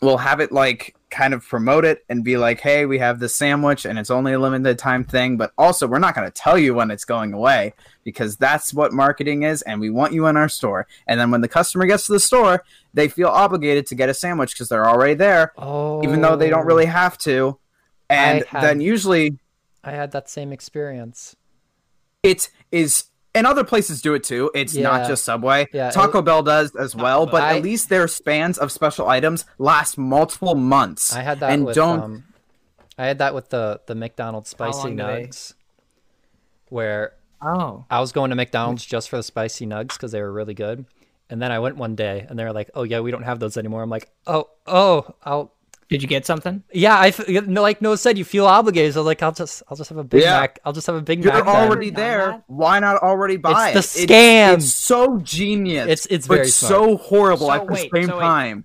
F: will have it like kind of promote it and be like, "Hey, we have this sandwich and it's only a limited time thing, but also we're not going to tell you when it's going away." because that's what marketing is and we want you in our store and then when the customer gets to the store they feel obligated to get a sandwich because they're already there
B: Oh,
F: even though they don't really have to and
B: I have-
F: then usually
B: I had that same experience.
F: it is and other places do it too it's
B: Yeah.
F: not just subway
B: Yeah,
F: taco bell does as well but
B: I-
F: at least their spans of special items last multiple months
B: I had that
F: and
B: with
F: don't
B: um, I had that with the the McDonald's spicy
E: long do they-
B: nugs, where
E: Oh,
B: I was going to McDonald's just for the spicy nugs because they were really good. And then I went one day and they were like, "Oh yeah, we don't have those anymore." I'm like, "Oh, oh, I'll
E: did you get something?
B: yeah." I f- no, like Noah said, you feel obligated. So like, I'll just I'll just have a Big
F: Yeah.
B: Mac. I'll just have a Big
F: you're
B: Mac. then."
F: already there. Why not already buy
B: the
F: it?
B: scam.
F: It's, so genius.
B: It's- it's
F: but
B: very smart.
F: so horrible
E: So
F: at the
E: wait,
F: same
E: so wait.
F: time.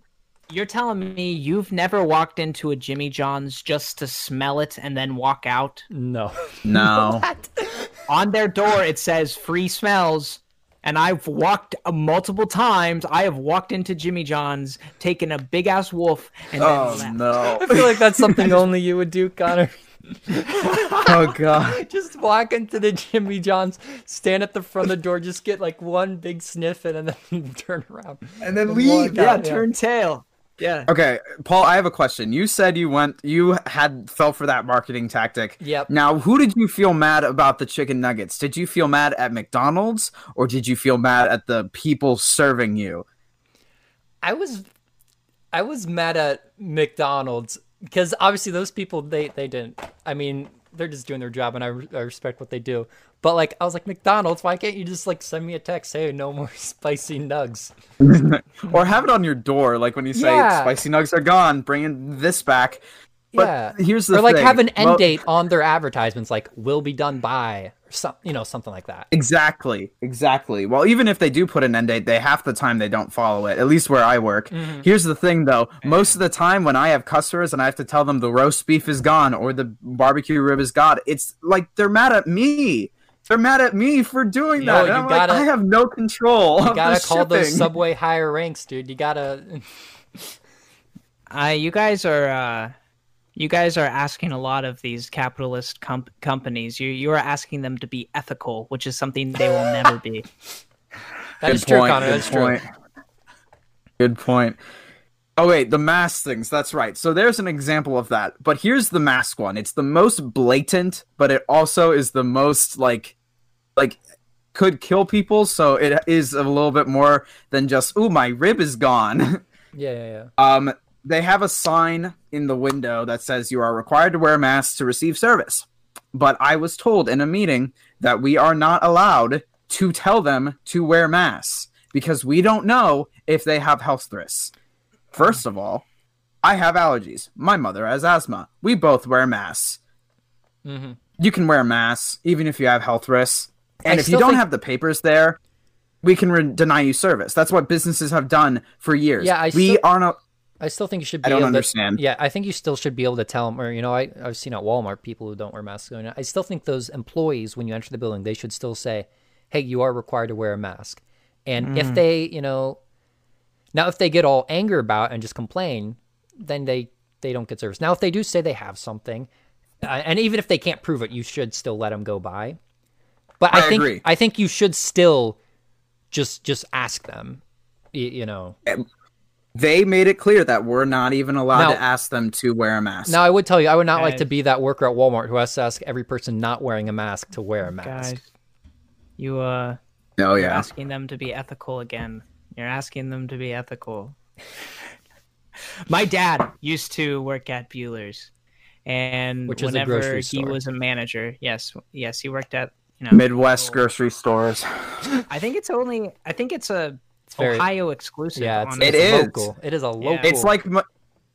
E: You're telling me you've never walked into a Jimmy John's just to smell it and then walk out?
B: [LAUGHS]
F: [LAUGHS]
B: No, [LAUGHS]
F: No.
E: On their door it says free smells. And I've walked uh, multiple times. I have walked into Jimmy John's, taken a big ass wolf, and then
F: Oh
E: left.
F: no.
B: [LAUGHS] I feel like that's something only you would do, Connor. [LAUGHS]
F: Oh god.
B: just walk into the Jimmy John's, stand at the front of the door, just get like one big sniff in, and then [LAUGHS] turn around.
F: And then
B: leave.
E: Yeah,
B: Yeah.
E: turn tail. Yeah.
F: Okay, Paul, I have a question. You said you went you had fell for that marketing tactic.
B: Yep.
F: Now, who did you feel mad about the chicken nuggets? Did you feel mad at McDonald's or did you feel mad at the people serving you?
B: I was, I was mad at McDonald's because obviously those people they they didn't. I mean, they're just doing their job, and I, re- I respect what they do. But like, I was like McDonald's, why can't you just like send me a text, hey, no more [LAUGHS] spicy nugs?
F: Or have it on your door like when you say
B: Yeah.
F: spicy nugs are gone, bringing this back. But
B: yeah.
F: here's the
B: or like
F: thing.
B: have an end
F: Well-
B: date on their advertisements, like will be done by or some, you know, something like that.
F: Exactly, exactly. Well, even if they do put an end date, they half the time they don't follow it. At least where I work.
B: Mm-hmm.
F: Here's the thing, though. Most of the time, when I have customers and I have to tell them the roast beef is gone or the barbecue rib is gone, it's like they're mad at me. They're mad at me for doing
B: No,
F: that.
B: you
F: And I'm like,
B: gotta-
F: I have no control.
B: You gotta call those
F: sub.
B: Subway higher ranks, dude. You gotta.
E: Uh, you guys are uh, you guys are asking a lot of these capitalist comp- companies. You you are asking them to be ethical, which is something they will never be.
B: That is true, Connor. That's true.
F: Good point. Oh wait, the mask things. That's right. So there's an example of that. But here's the mask one. It's the most blatant, but it also is the most like, like, could kill people. So it is a little bit more than just "ooh, my rib is gone." [LAUGHS]
B: Yeah, yeah, yeah.
F: Um, they have a sign in the window that says you are required to wear a mask to receive service. But I was told in a meeting that we are not allowed to tell them to wear masks because we don't know if they have health risks. First of all, I have allergies. My mother has asthma. We both wear masks. You can wear masks even if you have health risks. And
B: Mm-hmm. I
F: if you
B: still
F: don't
B: think-
F: have the papers there, we can re- deny you service. That's what businesses have done for years.
B: Yeah, I
F: we
B: still-
F: are not
B: I still think you should be
F: I don't
B: able
F: understand.
B: To, yeah, I think you still should be able to tell them, or you know, I I've seen at Walmart people who don't wear masks. Going, I still think those employees, when you enter the building, they should still say, "Hey, you are required to wear a mask." And if
F: Mm.
B: they, you know, now if they get all anger about it and just complain, then they they don't get service. Now if they do say they have something, uh, and even if they can't prove it, you should still let them go by. But I,
F: I
B: think
F: agree.
B: I think you should still just just ask them, y- you know.
F: they made it clear that we're not even allowed
B: Now-
F: to ask them to wear a mask.
B: Now, I would tell you, I would not like to
E: Guys.
B: be that worker at Walmart who has to ask every person not wearing a mask to wear a mask.
E: Guys, you uh,
F: oh
E: you're
F: yeah,
E: asking them to be ethical again. You're asking them to be ethical. [LAUGHS] My dad used to work at Bueller's, and
B: Which is a
E: whenever
B: grocery
E: he
B: store.
E: was a manager, yes, yes, he worked at you know.
F: Midwest grocery stores.
E: I think it's only. I think it's a
B: very-
E: Ohio exclusive.
B: Yeah, it's,
E: honestly.
F: It
B: it's
F: is.
B: local. It is a local.
F: It's like Ma-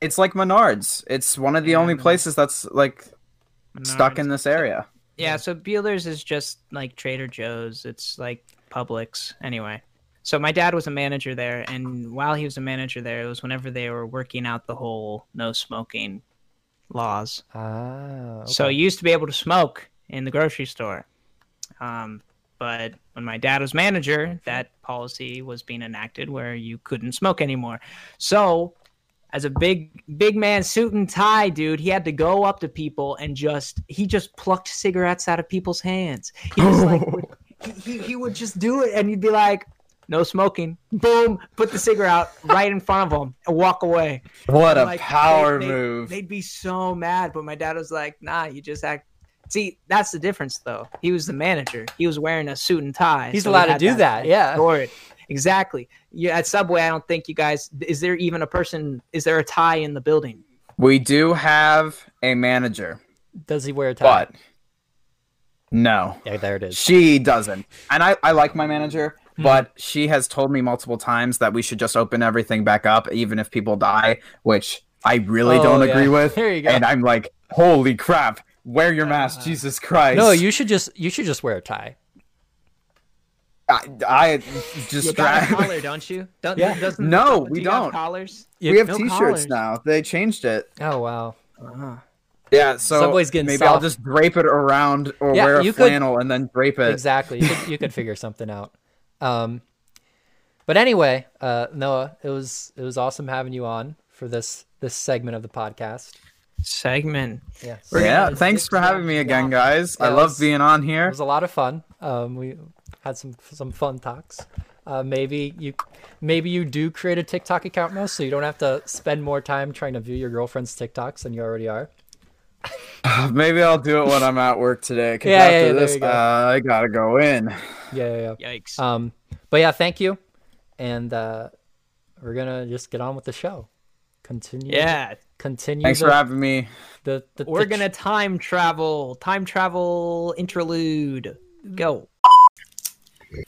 F: it's like Menards. It's one of the only places that's like stuck in this area.
E: Yeah, so Bueller's is just like Trader Joe's. It's like Publix. Anyway, so my dad was a manager there, and while he was a manager there, it was whenever they were working out the whole no smoking laws.
B: ah,
E: So you used to be able to smoke in the grocery store. Um, but when my dad was manager, that policy was being enacted where you couldn't smoke anymore. So, as a big big man suit and tie dude, he had to go up to people and just he just plucked cigarettes out of people's hands. He just like would, he, he, he would just do it and he'd be like no smoking. Boom, put the cigarette out right in front of him and walk away
F: What a
E: like, they-
F: power
E: they-
F: move!
E: They'd be so mad, but my dad was like, "Nah, you just act." See, that's the difference, though. He was the manager. He was wearing a suit and tie.
B: he's
E: so he
B: allowed to
E: had
B: do that. Yeah.
E: for it. Exactly. You, at Subway, I don't think you guys. Is there even a person? Is there a tie in the building?
F: we do have a manager,
B: Does he wear a tie?
F: but no,
B: Yeah, there it is.
F: she doesn't. And I I like my manager.
B: Hmm.
F: But she has told me multiple times that we should just open everything back up, even if people die, which I really
B: Oh,
F: don't
B: yeah.
F: agree with.
B: There you go. Uh,
F: And I'm like, holy crap, wear your mask, Jesus Christ.
B: No, you should just you should just wear a tie.
F: I, I just grab.
E: don't [LAUGHS] you? Don't,
B: Yeah.
E: doesn't-
F: [LAUGHS] No,
E: do
F: we
E: you have
F: don't.
E: collars.
F: We have
E: No
F: T-shirts
E: collars.
F: now. They changed it.
B: Oh wow.
F: Yeah, so
B: Subway's getting
F: maybe I'll
B: soft.
F: just drape it around or
B: Yeah,
F: wear a
B: you could-
F: flannel and then drape it.
B: Exactly. You could, you could figure something out. Um, but anyway, uh, Noah, it was it was awesome having you on for this this segment of the podcast.
E: Segment.
B: Yeah.
F: Yeah, thanks for having me again, guys. I
B: Yeah, it
F: love
B: was-
F: being on
B: It
F: here.
B: was a lot of fun. Um, we had some some fun talks. Uh, maybe you maybe you do create a TikTok account now, so you don't have to spend more time trying to view your girlfriend's TikToks than you already are.
F: Maybe I'll do it when I'm at work today. 'cause
B: Yeah, yeah,
F: after
B: yeah, there
F: this,
B: you go.
F: uh, I gotta go in.
B: Yeah, yeah, yeah.
E: Yikes.
B: Um, but yeah, thank you, and uh, we're gonna just get on with the show. Continue.
E: yeah.
B: Continue.
F: Thanks
B: the,
F: for having me.
B: the, the, the
E: We're
B: tr-
E: gonna time travel. Time travel interlude. Go.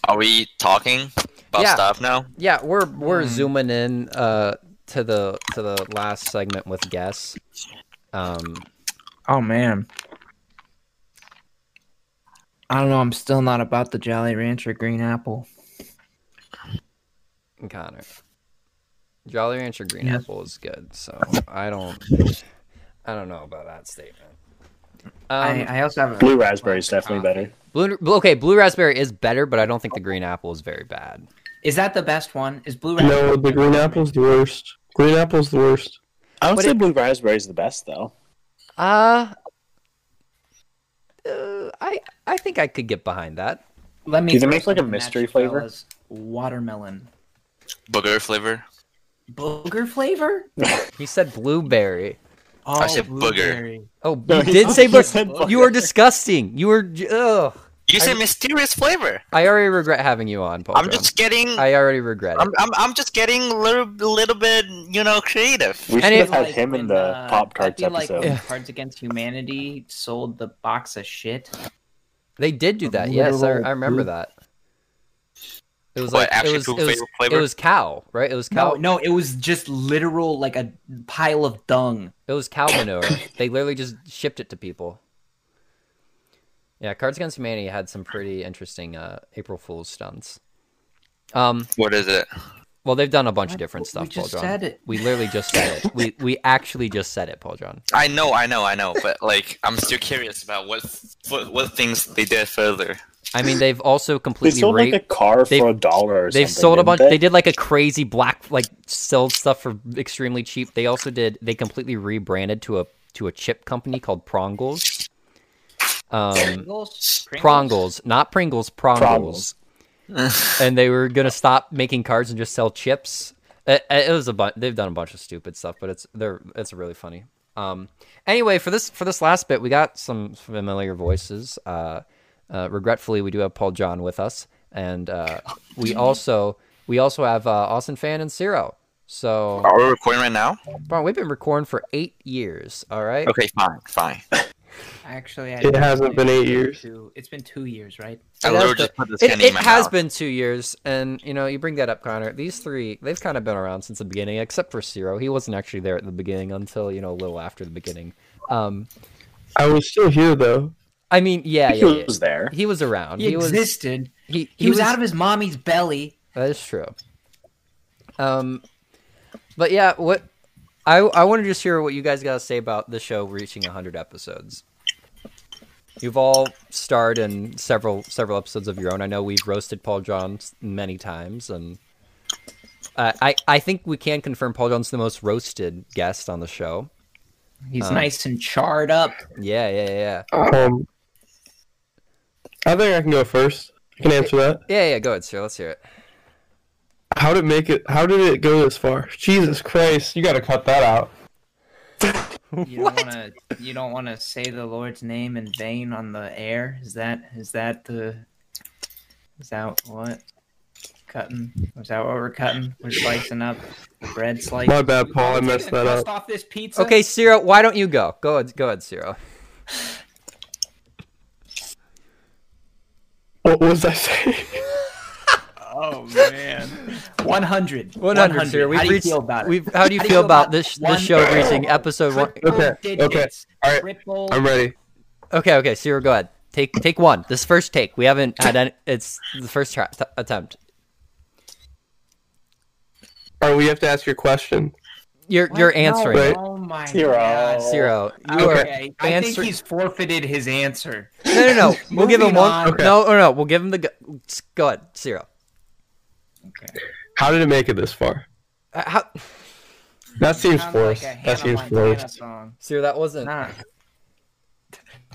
G: Are we talking about
B: Yeah.
G: stuff now?
B: Yeah, we're
C: Um,
B: we're zooming in uh to the to the last segment with guests. Um,
C: Oh man. I don't know. I'm still not about the Jolly Rancher green apple.
B: Connor. Jolly Rancher green apple is good, so I don't, I don't know about that statement. Um,
C: I, I also have a
H: Blue raspberry is definitely better.
B: blue, blue- okay, blue raspberry is better, but I don't think the green apple is very bad.
C: Is that the best one? Is blue?
I: No, the green apple's the worst. Green apple's the worst.
H: I would
B: But
H: say
B: it-
H: blue raspberry is the best though.
B: Uh, uh, I I think I could get behind that.
C: Let me.
H: Do they
C: throw
H: make, like, a
C: something at
H: mystery
C: you,
H: flavor?
C: fellas. Watermelon
G: Booger flavor.
C: booger flavor.
B: He said blueberry.
E: Oh,
G: I said booger.
E: blueberry.
B: Oh,
H: No,
B: you
H: he-
B: did say
H: he
B: but
H: said
B: you
H: booger.
B: are disgusting. You were j- ugh.
G: You said mysterious flavor.
B: I already regret having you on, Paul.
G: I'm just getting.
B: I already regret it.
G: I'm, I'm, I'm just getting a little, little bit, you know, creative.
H: We should
B: And
H: have
B: it-
H: had
C: Like
H: him in
C: when,
H: the
C: uh,
H: Pop
C: I
H: Tarts
C: feel like
H: episode.
C: when Cards Against Humanity sold the box of shit.
B: They did do that. Yes, I, I remember that. It was
G: What,
B: like it
G: actually
B: was, it
G: food
B: was
G: flavor- flavor?
B: it was cow, right? It was cow.
C: No, no, it was just literal like a pile of dung.
B: It was cow manure. they literally just shipped it to people. Yeah, Cards Against Humanity had some pretty interesting uh, April Fool's stunts. Um,
G: What is it?
B: well, they've done a bunch of different
C: We
B: stuff, Paul
C: just
B: John.
C: said it.
B: We literally just said it. We we actually just said it, Paul John.
G: I know, I know, I know, but like, I'm still curious about what what, what things they did further.
B: I mean, they've also
H: They
B: completely
H: sold like
B: raped.
H: a car
B: they've-
H: for a dollar or something.
B: They've sold a
H: didn't
B: bunch.
H: They?
B: They did like a crazy black, like sell stuff for extremely cheap. They also did. They completely rebranded to a to a chip company called Prongles. Um,
C: Pringles?
B: Prongles, not Pringles, Prongles. and they were gonna stop making cards and just sell chips. It, it was a bunch. They've done a bunch of stupid stuff, but it's they're it's really funny. Um. Anyway, for this for this last bit, we got some familiar voices. Uh, uh regretfully, we do have Paul John with us, and uh, we also we also have uh, Austin Fan and Ciro. So,
G: Are we recording right now?
B: Bro, we've been recording for eight years. All right.
G: Okay, fine, fine.
C: Actually, I
I: It hasn't been eight years.
C: Two, it's been two years, right?
G: I
B: It
G: literally
B: has
G: just put this
B: It,
G: candy in
B: it
G: my
B: has
G: mouth.
B: been two years, and you know, you bring that up, Connor. These three, they've kind of been around since the beginning, except for Ciro. He wasn't actually there at the beginning until you know a little after the beginning. Um,
I: I was still here though.
B: I mean, yeah,
H: I
B: yeah,
H: think
B: yeah.
H: he was there.
B: He was around.
C: He,
B: He was. He,
C: existed.
B: he,
C: He, was, out of his mommy's belly.
B: That is true. Um, but yeah, what I I want to just hear what you guys got to say about the show reaching hundred episodes. You've all starred in several several episodes of your own. I know we've roasted Paul Johns many times, and uh, I I think we can confirm Paul Johns the most roasted guest on the show.
C: He's nice and charred up.
B: Yeah, yeah, yeah,
I: Um, I think I can go first. I can answer that.
B: yeah, yeah. Go ahead, sir. Let's hear it.
I: How did it make it? How did it go this far? Jesus Christ! You got to cut that out.
B: [LAUGHS]
C: You don't want to. You don't want to say the Lord's name in vain on the air. Is that? Is that the? Is that what? Cutting. Is that what we're cutting? We're slicing up the bread slice.
I: My bad, Paul. I messed that
A: Dust
I: up.
A: off this pizza.
B: Okay, Ciro, why don't you go? Go ahead, go ahead, Ciro.
I: What was I saying? [LAUGHS]
A: Oh man.
C: One hundred.
B: 100, Ciro. We've
C: How do you
B: reached-
C: feel about it?
B: We've, how do you feel about this this show reaching episode one?
C: Oh,
I: Okay. Okay. All right.
A: Triple
I: I'm ready.
B: Okay, okay, Ciro, go ahead. Take take one. This first take. We haven't had any. It's the first tra- t- attempt.
I: All right. We have to ask your question.
B: You're you're answering,
I: Right.
C: Oh my
H: Zero.
C: god.
B: Ciro. You
C: Okay.
B: are
C: I think
B: answering.
C: he's forfeited his answer.
B: No, no, no. We'll give him
C: Moving
B: one.
C: on.
I: Okay.
B: No, no, no. We'll give him the. Go, go ahead, Ciro.
I: How did it make it this far?
B: Uh, how,
I: That seems forced.
C: Like a Hannah
I: that seems
C: Montana
I: forced.
C: song.
B: Ciro, that wasn't.
C: Nah.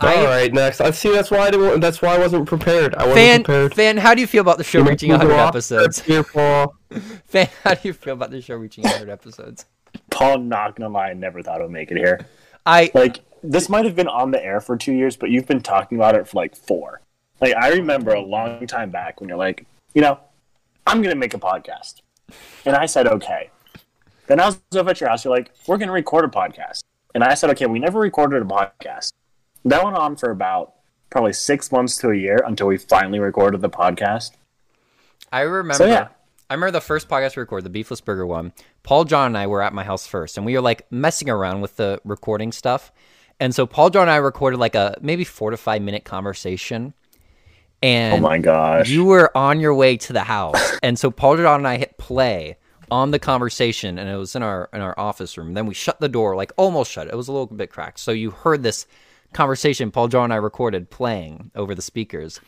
I: All right. Next. I see. That's why I didn't. That's why I wasn't prepared. I wasn't
B: Fan,
I: prepared.
B: fan, how do you feel about the show
I: You make
B: reaching
I: me go
B: 100
I: off
B: episodes? [LAUGHS]
I: script Here, Paul.
B: Fan, how do you feel about the show reaching 100 episodes?
H: Paul, not gonna lie, I never thought it would make it here.
B: I
H: Like this might have been on the air for two years, but you've been talking about it for like four. Like I remember a long time back when you're like, you know, I'm gonna make a podcast, and I said okay. Then I was over at your house. You're like, we're gonna record a podcast, and I said okay. We never recorded a podcast. That went on for about probably six months to a year until we finally recorded the podcast.
B: I remember.
H: So, yeah.
B: I remember the first podcast we recorded, the Beefless Burger one. Paul John and I were at my house first, and we were like messing around with the recording stuff. And so Paul John and I recorded like a maybe four to five minute conversation, and
H: Oh my gosh.
B: you were on your way to the house, [COUGHS] and so Paul Giordano and I hit play on the conversation, and it was in our in our office room. Then we shut the door, like almost shut. It, it was a little bit cracked, so you heard this conversation Paul John and I recorded playing over the speakers,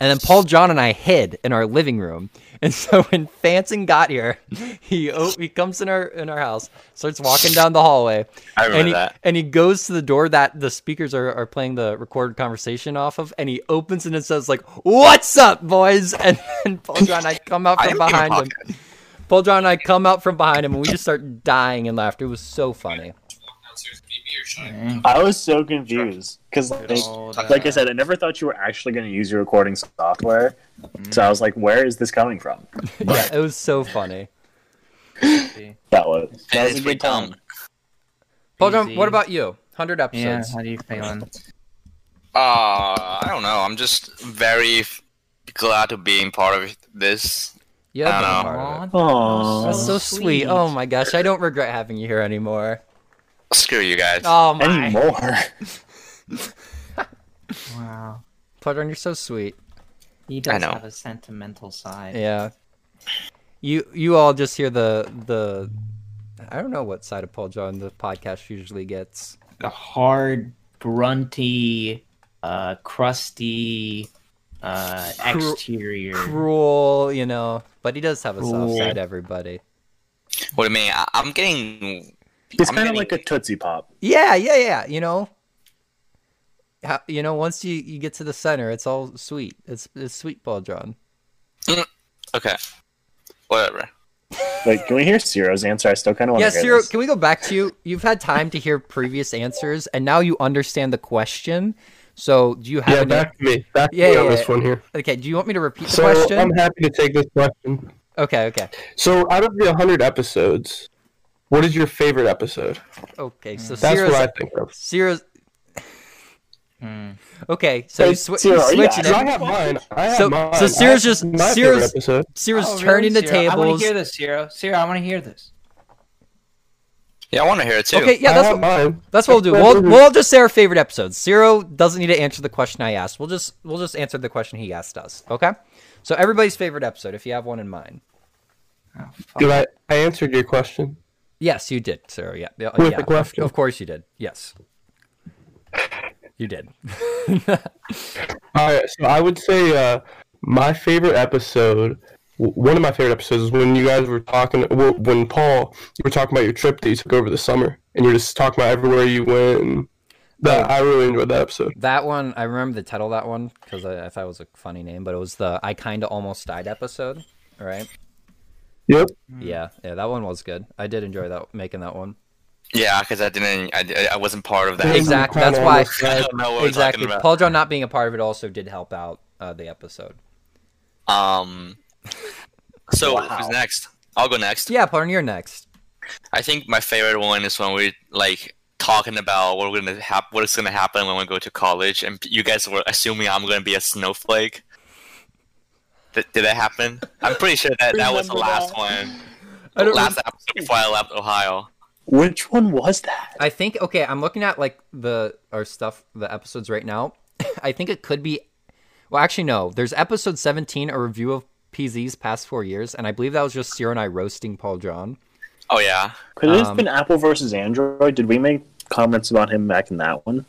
B: and then Paul John and I hid in our living room. [LAUGHS] And so when Fanson got here, [LAUGHS] he o- he comes in our in our house, starts walking down the hallway,
G: I remember
B: and he,
G: that.
B: And he goes to the door that the speakers are, are playing the recorded conversation off of, and he opens it and says like, "What's up, boys?" [LAUGHS] And then Paul John and I come out
G: I
B: from
G: am Peter
B: behind him. Paul John and I come out from behind him, and we just start dying in laughter. It was so funny.
H: I was so confused because, like,
G: all
H: like I said, I never thought you were actually going to use your recording software.
B: Mm-hmm.
H: So I was like, "Where is this coming from?"
B: yeah, it was so funny.
H: That was that was a
G: It's
H: good time.
G: dumb.
B: Paul John,
C: Easy.
B: what about you? Hundred
C: Yeah,
B: episodes.
C: how do you feeling?
G: Uh, I don't know. I'm just very f- glad to being part of this.
B: You have been a
G: Aw.
B: part of it.
H: Aww.
B: That's so sweet. Oh my gosh, I don't regret having you here anymore.
G: Screw you guys.
B: Oh my. [LAUGHS]
H: Anymore.
C: Wow.
B: Pardon, you're so sweet.
C: He does
G: know.
C: have a sentimental side.
B: Yeah. You you all just hear the the I don't know what side of Paul John the podcast usually gets.
C: The hard, grunty, uh, crusty uh,
B: Cru-
C: exterior.
B: Cruel, you know, but he does have a soft
C: Cruel.
B: side everybody.
G: What do you mean? I- I'm getting.
H: It's
G: I'm
H: kind of
G: getting-
H: like a Tootsie Pop.
B: Yeah, yeah, yeah, you know. How, you know, once you, you get to the center, it's all sweet. It's it's sweet Paul John.
G: Okay. Whatever.
H: Like, can we hear Ciro's answer? I still kind
I: Oh
H: of want
B: Yeah,
H: to hear
B: Ciro,
H: this.
B: can we go back to you? You've had time to hear previous answers and now you understand the question. So, do you have
I: Yeah,
B: any-
I: back to me. Back to
B: Yeah,
I: me on
B: yeah,
I: this
B: yeah.
I: one here.
B: Okay, do you want me to repeat the
I: So um,
B: question?
I: I'm happy to take this question.
B: Okay, okay.
I: So out of the 100 episodes, what is your favorite episode?
B: Okay, so
I: That's
B: Ciro's,
I: what I think of.
B: Ciro's...
C: Hmm.
B: Okay, so you
H: Hey,
B: swi-
H: Ciro,
B: you
H: are you
B: switch it.
H: actually-
I: I have mine. I have
B: So-
I: mine.
B: so
I: I
B: Ciro's
I: have
B: just-
I: my favorite
B: Ciro's-
I: episode.
B: Ciro's
C: Oh,
B: turning
C: really,
B: the
C: Ciro? I want
B: tables.
C: to hear this, Ciro. Ciro, I want to hear this.
G: Yeah, I want to hear it too.
B: Okay, yeah,
I: I
B: that's
I: have
B: what,
I: mine.
B: that's
I: [LAUGHS]
B: what we'll do.
I: That's
B: We'll,
I: what-
B: we'll all just say our favorite episodes. Ciro doesn't need to answer the question I asked. We'll just we'll just answer the question he asked us. Okay, so everybody's favorite episode, if you have one in mind.
I: Did I, I answered your question.
B: Yes, you did, Ciro. Yeah, yeah,
I: With
B: yeah.
I: the question.
B: Of course you did. Yes, you did.
I: All right, so I would say uh, my favorite episode, w- one of my favorite episodes, is when you guys were talking. w- When Paul, you were talking about your trip that you took over the summer, and you're just talking about everywhere you went. And that I really enjoyed that episode.
B: That one, I remember the title of that one because I, I thought it was a funny name, but it was the I Kinda Almost Died episode, right?
I: Yep.
B: Yeah, yeah, that one was good. I did enjoy that making that one.
G: Yeah, because I didn't. I, I wasn't part of that.
B: Exactly.
I: kinda
B: That's why.
I: almost
G: I don't know what
B: Exactly.
G: we're talking
B: Paul John not being a part of it also did help out uh, the episode.
G: about. Um. So who's next? I'll go next.
B: Yeah, Paul, you're next.
G: I think my favorite one is when we're like talking about what we're gonna hap- what is gonna happen when we go to college, and you guys were assuming I'm gonna be a snowflake. Th- did that happen? I'm pretty sure that that was the last one,
B: I don't.
G: last episode before I left Ohio.
H: Which one was that?
B: I think okay. I'm looking at like the our stuff, the episodes right now. [LAUGHS] I think it could be. Well, actually, no. There's episode 17, a review of PZ's past four years, and I believe that was just Sierra and I roasting Paul John.
G: Oh yeah,
H: Could it
B: Um,
H: have been Apple versus Android? Did we make comments about him back in that one?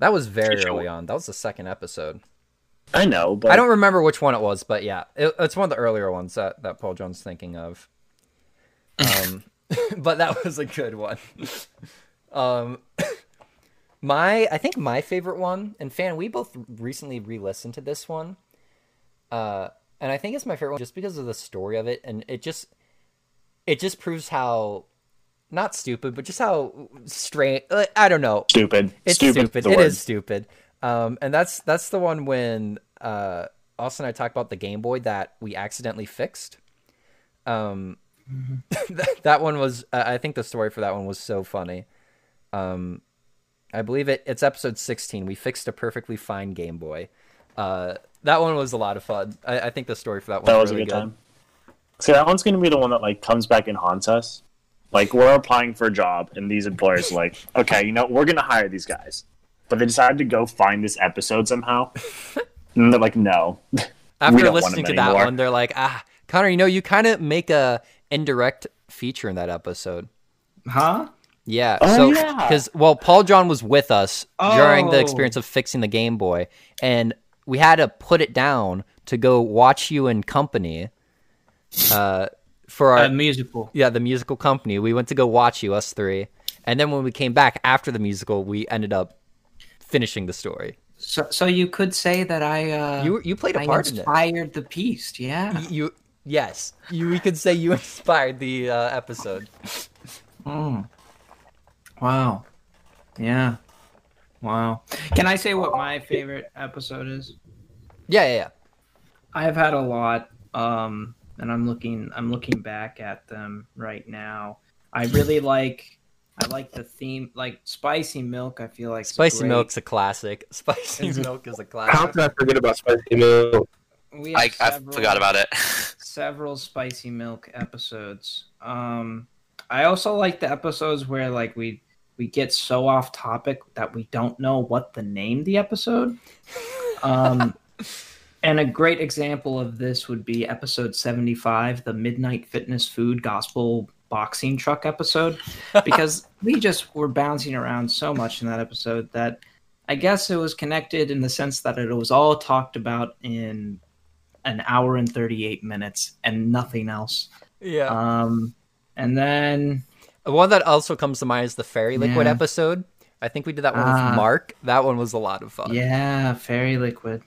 B: That was very
G: Sure.
B: early on. That was the second episode.
H: I know, but
B: I don't remember which one it was, but yeah, it, it's one of the earlier ones that, that Paul John's thinking of. Um, [LAUGHS] but that was a good one. Um, [COUGHS] my I think my favorite one, and fan, we both recently re-listened to this one, uh, and I think it's my favorite one just because of the story of it, and it just it just proves how not stupid, but just how strange. I don't know
H: stupid.
B: it's
H: stupid.
B: stupid.
H: is
B: It
H: the
B: is
H: word.
B: stupid. Um, and that's that's the one when uh, Austin and I talked about the Game Boy that we accidentally fixed. Um,
H: Mm-hmm.
B: [LAUGHS] that, that one was. I I think the story for that one was so funny. Um, I believe it. It's episode sixteen. We fixed a perfectly fine Game Boy. Uh, that one was a lot of fun. I, I think the story for that one
H: That was a
B: really
H: good time. See, that one's gonna be the one that like comes back and haunts us. Like we're applying for a job, and these employers are like,
B: [LAUGHS]
H: okay, you know, we're gonna hire these guys, but they decide to go find this episode somehow. And they're like, no. We
B: After
H: don't want
B: listening to
H: him
B: that
H: anymore.
B: one, they're like, ah, Connor, you know, you kind of make a indirect feature in that episode.
F: Huh?
B: Yeah.
H: Oh,
B: so,
H: yeah.
B: because, well, Paul John was with us during the
F: Oh.
B: experience of fixing the Game Boy, and we had to put it down to go watch you in company uh, for our
E: A musical.
B: yeah, the musical company. We went to go watch you, us three. And then when we came back after the musical, we ended up finishing the story.
E: So, so you could say that I uh,
B: You you played a
E: I
B: part in it. Y-
E: inspired the piece. Yeah.
B: You yes, you we could say you [LAUGHS] inspired the uh, episode.
E: Mm. Wow. Yeah. Wow.
F: Can I say what my favorite episode is?
B: Yeah, yeah, yeah.
E: I've had a lot, um, and I'm looking. I'm looking back at them right now. I really like. I like the theme, like spicy milk. I feel like is
B: Spicy
E: great.
B: Milk's a classic. [LAUGHS] Spicy Milk is a
I: How
B: classic.
I: did I forget about spicy milk?
E: We
G: I,
E: have
G: I
E: several-
G: forgot about it.
E: several spicy milk episodes. Um, I also like the episodes where like we we get so off topic that we don't know what the name of the episode. Um, and a great example of this would be episode seventy five, the Midnight Fitness Food Gospel Boxing Truck episode, because we just were bouncing around so much in that episode that. I guess it was connected in the sense that it was all talked about in an hour and 38 minutes and nothing else.
B: yeah.
E: Um, and then
B: One that also comes to mind is the Fairy Liquid
E: Yeah.
B: episode. I think we did that one with
E: Ah.
B: Mark. That one was a lot of fun.
E: yeah, fairy liquid.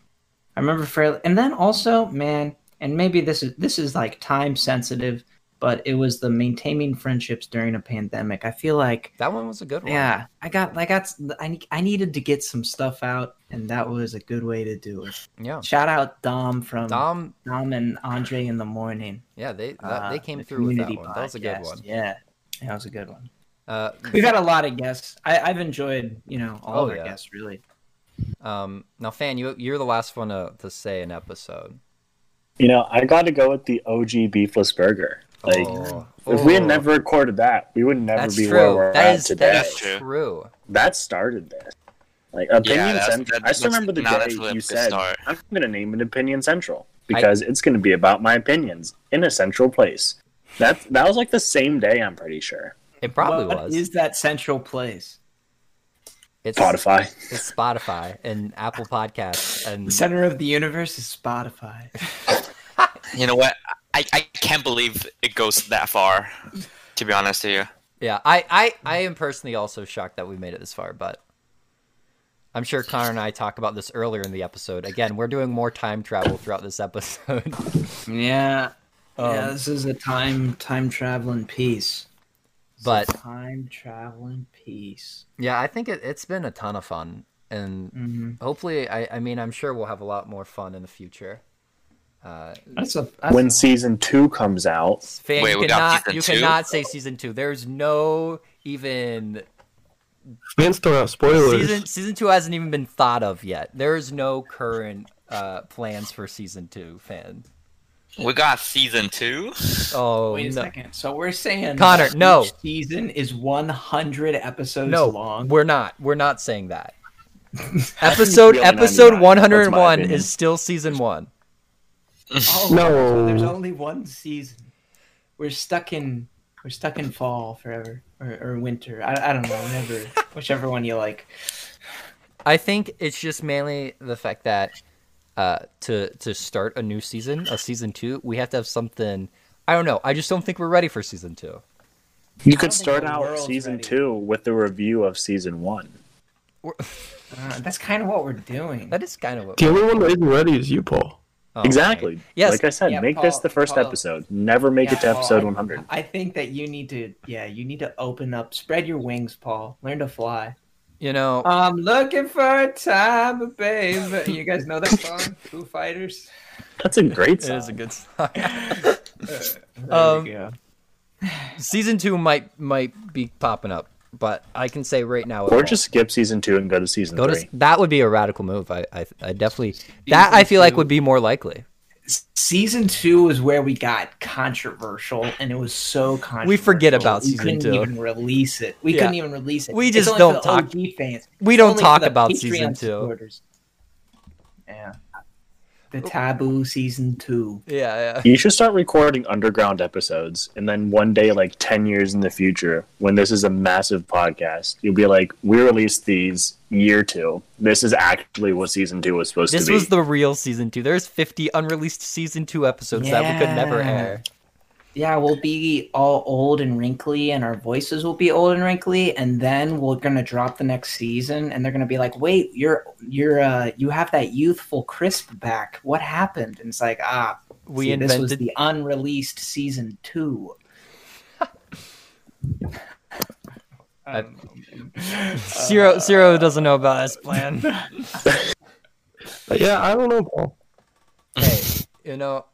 E: I remember fairy, and then also man, and maybe this is this is like time sensitive, but it was the maintaining friendships during a pandemic. I feel like
B: That one was a good one.
E: yeah, I got I got I ne- I needed to get some stuff out, and that was a good way to
B: [LAUGHS]
E: do it.
B: Yeah.
E: Shout out Dom from Dom,
B: Dom,
E: and Andre in the morning.
B: yeah, they that,
E: uh,
B: they came
E: the
B: through with that
E: community
B: one. That was a good
E: podcast.
B: one.
E: Yeah, that was a good one.
B: Uh,
E: We've had a lot of guests. I, I've enjoyed, you know, all
B: Oh,
E: of our
B: yeah.
E: guests really.
B: Um, now, fan, you you're the last one to, to say an episode.
H: You know, I got to go with the OG beefless burger. Like,
B: Oh.
H: if we had
B: Oh.
H: never recorded that, we would never
B: that's
H: be where
B: true.
H: we're
B: That
H: at
B: is
H: today.
B: that
G: That's
B: is
G: true.
B: true.
H: that started this. Like opinion
G: that's-
H: central.
G: that-
H: I still
G: that's-
H: remember the
G: now
H: day
G: that's really a
H: you
G: good
H: said
G: start.
H: I'm going to name it opinion central because it's going to be about my opinions in a central place. That that was like the same day. I'm pretty sure.
B: It probably
E: What
B: was.
E: is that central place?
B: it's
H: Spotify.
B: It's Spotify and Apple Podcasts and
E: [LAUGHS] The center of the universe is Spotify.
G: You know what? I, I can't believe it goes that far. To be honest with you,
B: yeah. I, I I am personally also shocked that we made it this far, but I'm sure Connor and I talked about this earlier in the episode. Again, we're doing more time travel throughout this episode.
E: Yeah.
D: Um,
E: yeah, this is a time time traveling piece.
B: but
E: Time traveling piece.
B: yeah, I think it, it's been a ton of fun, and hopefully, I I mean, I'm sure we'll have a lot more fun in the future. Uh,
E: That's a
H: When season two comes out,
B: Fan,
G: Wait,
B: you
G: we got
B: cannot,
G: season
B: you
G: two?
B: cannot say season two. There's no even
I: Man's throwing out spoilers.
B: season season two hasn't even been thought of yet. There is no current uh, plans for season two, fan.
G: we got season two.
B: Oh
E: wait a
B: no,
E: second. So we're saying
B: Connor,
E: that
B: no.
E: each season is one hundred episodes
B: no,
E: long.
B: we're not. We're not saying
E: [LAUGHS]
B: that. episode
H: really
B: episode
H: 99.
B: one hundred and one
H: That's my opinion.
B: is still season one.
E: Oh,
I: No.
E: there's only one season. We're stuck in we're stuck in fall forever. Or, or winter. I, I don't know,
B: [LAUGHS]
E: whatever whichever one you like.
B: I think it's just mainly the fact that uh, to to start a new season, a season two, we have to have something. I don't know. I just don't think we're ready for season two.
H: you could start
E: the
H: out
E: world's
H: season
E: ready.
H: two with the review of season one.
E: Uh, that's kind of what we're doing.
B: That is kind of what.
I: The only one that isn't ready is you, Paul.
B: oh,
H: exactly.
B: Yes.
H: Like I said,
E: Yeah,
H: make this
E: Paul-
H: the first
E: Paul.
H: episode. Never make
E: Yeah,
H: it to episode
E: Paul.
H: 100.
E: I think that you need to, yeah, you need to open up, spread your wings, Paul. Learn to fly.
B: You know,
E: I'm looking for a time, babe. You guys know that song, Foo
B: [LAUGHS]
E: Fighters.
H: That's a great
B: it is a
H: song.
B: good song.
E: [LAUGHS] There
B: Um,
E: we go.
B: season two might might be popping up, but I can say right now, it
H: Or
B: won't.
H: just skip season two and go to season
B: go to
H: three.
B: that would be a radical move. I I, I definitely that I feel like would be more likely.
E: Season two was where we got controversial, and it was so controversial.
B: We forget about
E: we
B: season
E: couldn't
B: two.
E: even release it. We
B: Yeah.
E: couldn't even release it.
B: We
E: It's
B: just
E: only for
B: don't
E: the
B: talk-
E: OG fans.
B: We
E: It's
B: don't
E: only for
B: talk
E: the
B: about
E: Patreon
B: season two.
E: supporters. Yeah. The Taboo season two.
B: Yeah, yeah.
H: You should start recording underground episodes, and then one day, like ten years in the future, when this is a massive podcast, you'll be like, "We released these year two. This is actually what season two was supposed
B: This
H: to be."
B: was the real season two. There's 50 unreleased season two episodes that we could never
E: Yeah.
B: air.
E: Yeah, we'll be all old and wrinkly, and our voices will be old and wrinkly, and then we're gonna drop the next season, and they're gonna be like, "Wait, you're you're uh you have that youthful crisp back. What happened?" And it's like, ah,
B: We
E: see, this was
B: invented-
E: the unreleased season two.
B: Zero Zero
E: uh,
B: doesn't know about this plan.
I: But yeah, I don't know, Paul.
B: hey, you know,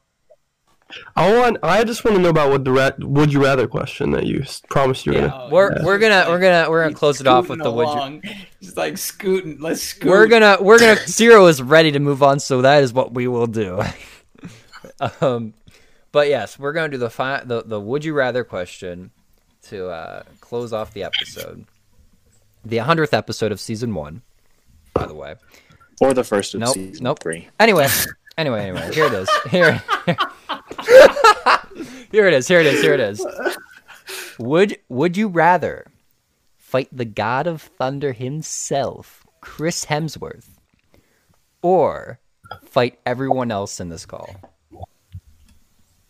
I: I want. I just want to know about what the rat, would you rather question that you s- promised you were gonna.
B: we're
E: [LAUGHS]
B: we're gonna we're gonna we're gonna close it off with the would you.
E: Oh, along. Just like scooting. Let's scoot.
B: We're gonna we're gonna Zero is ready to move on, so that is what we will do. [LAUGHS] um, but yes, we're gonna do the fi- the the would you rather question to uh, close off the episode, the hundredth episode of season one. By the way,
H: or the first of
B: Nope,
H: season
B: nope.
H: three.
B: anyway, anyway, anyway, here it is. Here, [LAUGHS] here it is. Here it is. Here it is. Would Would you rather fight the God of Thunder himself, Chris Hemsworth, or fight everyone else in this call?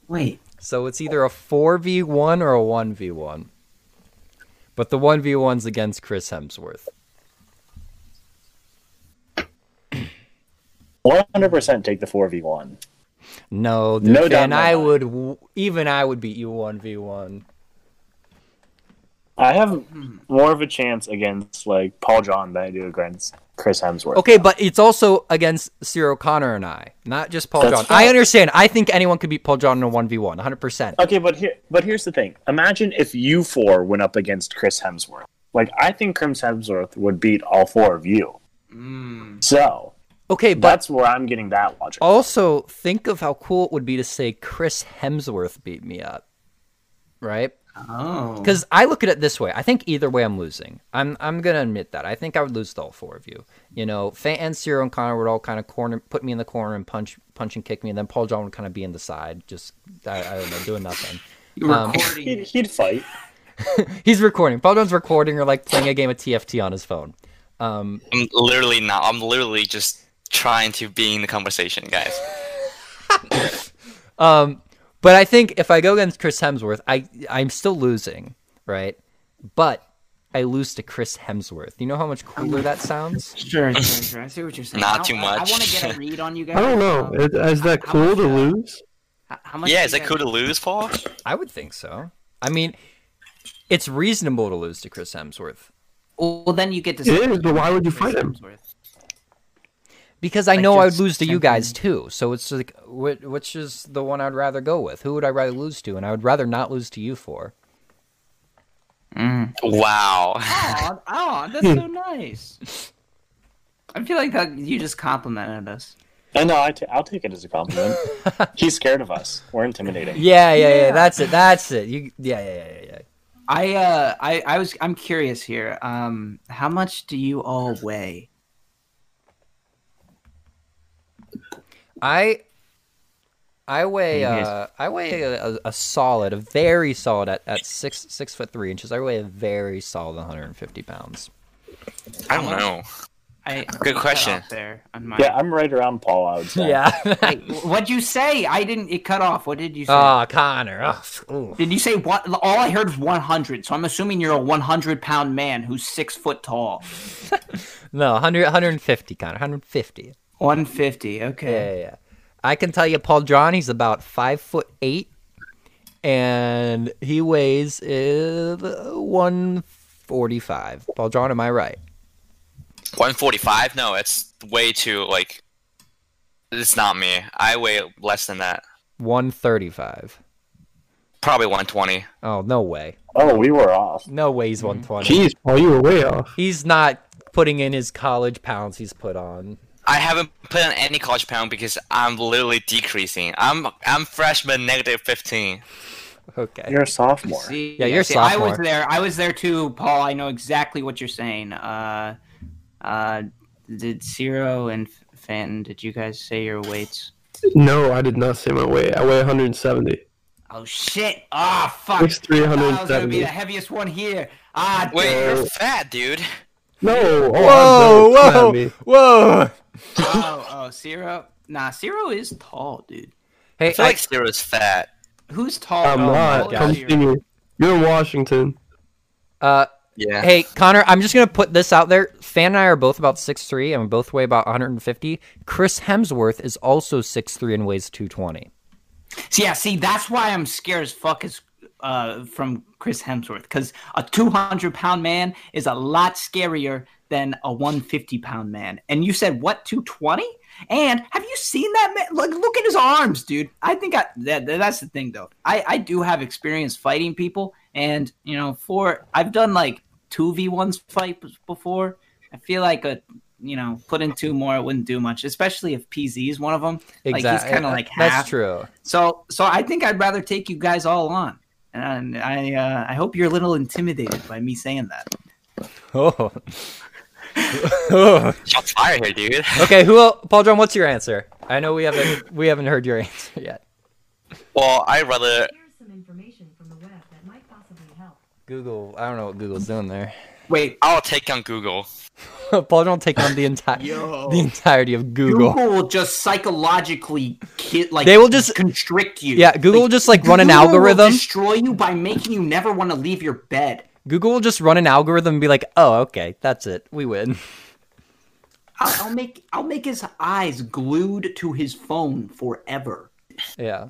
E: wait.
B: So it's either a four v one or a one v one. But the one v one's against Chris Hemsworth.
H: One hundred percent take the four v one.
B: No,
H: No doubt
B: dude,
H: in
B: and
H: my
B: I
H: mind.
B: would w- even I would beat you one v one.
H: I have more of a chance against like Paul John than I do against Chris Hemsworth.
B: Okay, but it's also against Sir O'Connor and I, not just Paul
H: That's
B: John.
H: fair.
B: I understand. I think anyone could beat Paul John in a 1v1, 100%.
H: Okay, but here, but here's the thing. Imagine if you four went up against Chris Hemsworth. Like, I think Chris Hemsworth would beat all four of you.
B: Hmm.
H: So
B: Okay, but Oh,
H: that's where I'm getting that logic.
B: also think of how cool it would be to say Chris Hemsworth beat me up. Right?
E: Oh.
H: Mm.
B: Because I look at it this way. I think either way I'm losing. I'm I'm gonna admit that. I think I would lose to all four of you. You know, Fant and Cyril and Connor would all kind of corner, put me in the corner and punch, punch and kick me, and then Paul John would kind of be in the side, just I, I don't know, doing nothing. Um,
H: He'd, he'd fight.
B: He's recording. Paul John's recording or like playing a game of TFT on his phone. Um,
G: I'm literally not. I'm literally just trying to be in the conversation, guys.
B: um, but I think if I go against Chris Hemsworth, I I'm still losing, right? But I lose to Chris Hemsworth. You know how much cooler that sounds?
E: Sure, sure, sure. I see what you're saying.
G: Not
E: I-
G: too
E: I, I
G: much.
E: want to get a read on you guys.
I: I don't know.
E: Um,
I: Is, is that
E: how
I: cool
E: much,
I: to
E: uh,
I: lose?
E: h- How much
G: Yeah,
E: do
G: is
E: you
G: that
E: guys-
G: cool to lose, Paul?
B: I would think so. I mean, it's reasonable to lose to Chris Hemsworth
E: Well, then you get to.
I: It is, but why would you fight him?
B: because I
E: Like,
B: know I would
E: just
B: lose to you
E: something-
B: guys too. So it's like, whi- which is the one I'd rather go with? Who would I rather lose to? And I would rather not lose to you for.
G: Wow.
E: Oh, that's so nice. I feel like that you just complimented us.
H: And no, I t- I'll take it as
B: [LAUGHS]
H: a compliment. He's scared of us. We're intimidating.
B: Yeah, yeah, yeah. That's it. That's it. You, yeah, yeah, yeah, yeah, yeah.
E: I uh, I I was I'm curious here. Um, how much do you all weigh?
B: I I weigh
E: Yes.
B: uh, I weigh a, a- a solid, a very solid at, at six six foot three inches. I weigh a very solid 150 pounds.
G: I don't know.
E: I
G: Good question.
E: There on my.
H: Yeah, I'm right around Paul. I would say.
B: Yeah.
E: Wait, wh- what'd you say? I didn't. It cut off. What did you
B: [LAUGHS]
E: say?
G: Uh,
B: oh, Connor. Oh, f- ooh.
E: did you say what? All I heard was 100. So I'm assuming you're a 100 pound man who's six foot tall.
B: No, 100, 150, Connor. 150.
E: 150.
B: Yeah,
E: Okay.
B: yeah, yeah. I can tell you, Paul John. He's about five foot eight, and he weighs uh, 145. Paul John, am I right?
G: 145? No, it's way too like. It's not me. I weigh less than that.
B: 135.
G: Probably 120.
B: Oh, no way.
H: Oh, we were off.
B: No way he's 120.
I: Jeez, Paul, you were way off.
B: He's not putting in his college pounds he's put on.
G: I haven't put on any college pound because I'm literally decreasing. I'm I'm freshman negative 15.
B: Okay.
H: You're a sophomore.
E: See,
B: Yeah, you're
E: see, I was
B: sophomore.
E: there. I was there too, Paul. I know exactly what you're saying. Uh, uh, did Ciro and Fanton, did you guys say your weights?
I: No, I did not say my weight. I weigh 170.
E: Oh shit! Ah, fuck!
I: It's
E: I was gonna be
I: 370.
E: the heaviest one here. Ah,
G: Wait,
I: Oh.
G: you're fat, dude.
I: No.
B: Whoa,
I: Oh, I'm done. Look at
B: whoa,
I: me.
B: whoa!
E: oh, oh, Ciro. Nah, Ciro is tall, dude.
B: Hey,
G: I feel
B: I-
G: like Ciro's fat.
E: Who's tall?
I: I'm
E: Oh,
I: not.
E: Ciro.
I: Come see me. You're in Washington.
B: uh,
G: Yeah.
B: hey, Connor, I'm just gonna put this out there. Fan and I are both about 6'3", and we both weigh about 150. Chris Hemsworth is also 6'3", and weighs 220.
E: See, Yeah, see, that's why I'm scared as fuck as uh, from Chris Hemsworth because a 200 pound man is a lot scarier than a 150 pound man. And you said what 220? And have you seen that man? Like, look at his arms, dude. I think I that, that- that's the thing though. I I do have experience fighting people, and you know, for I've done like two v ones fights before. I feel like a you know, put in two more, it wouldn't do much, especially if PZ is one of them. Like he's kind of like half.
B: that's true.
E: So, so I think I'd rather take you guys all on, and I, uh, I hope you're a little intimidated by me saying that.
B: Oh. oh.
G: Shots fired here, dude.
B: [LAUGHS] Okay, who? el- Paul John, what's your answer? I know we haven't we haven't heard your [LAUGHS] answer yet.
G: Well, I'd rather.
J: Here's some information from the web that might possibly help.
B: Google, I don't know what Google's doing there.
E: Wait,
G: I'll take on Google.
B: [LAUGHS] Paul John, take on the entire
E: Yo.
B: the entirety of Google.
E: Google, will just psychologically ki- like
B: They will just-
E: constrict you.
B: Yeah, Google will just like run an
E: Google will
B: algorithm.
E: destroy you by making you never want to leave your bed.
B: Google will just run an algorithm and be like, "Oh, okay, that's it. We win." [LAUGHS]
E: I'll, I'll make I'll make his eyes glued to his phone forever.
B: Yeah.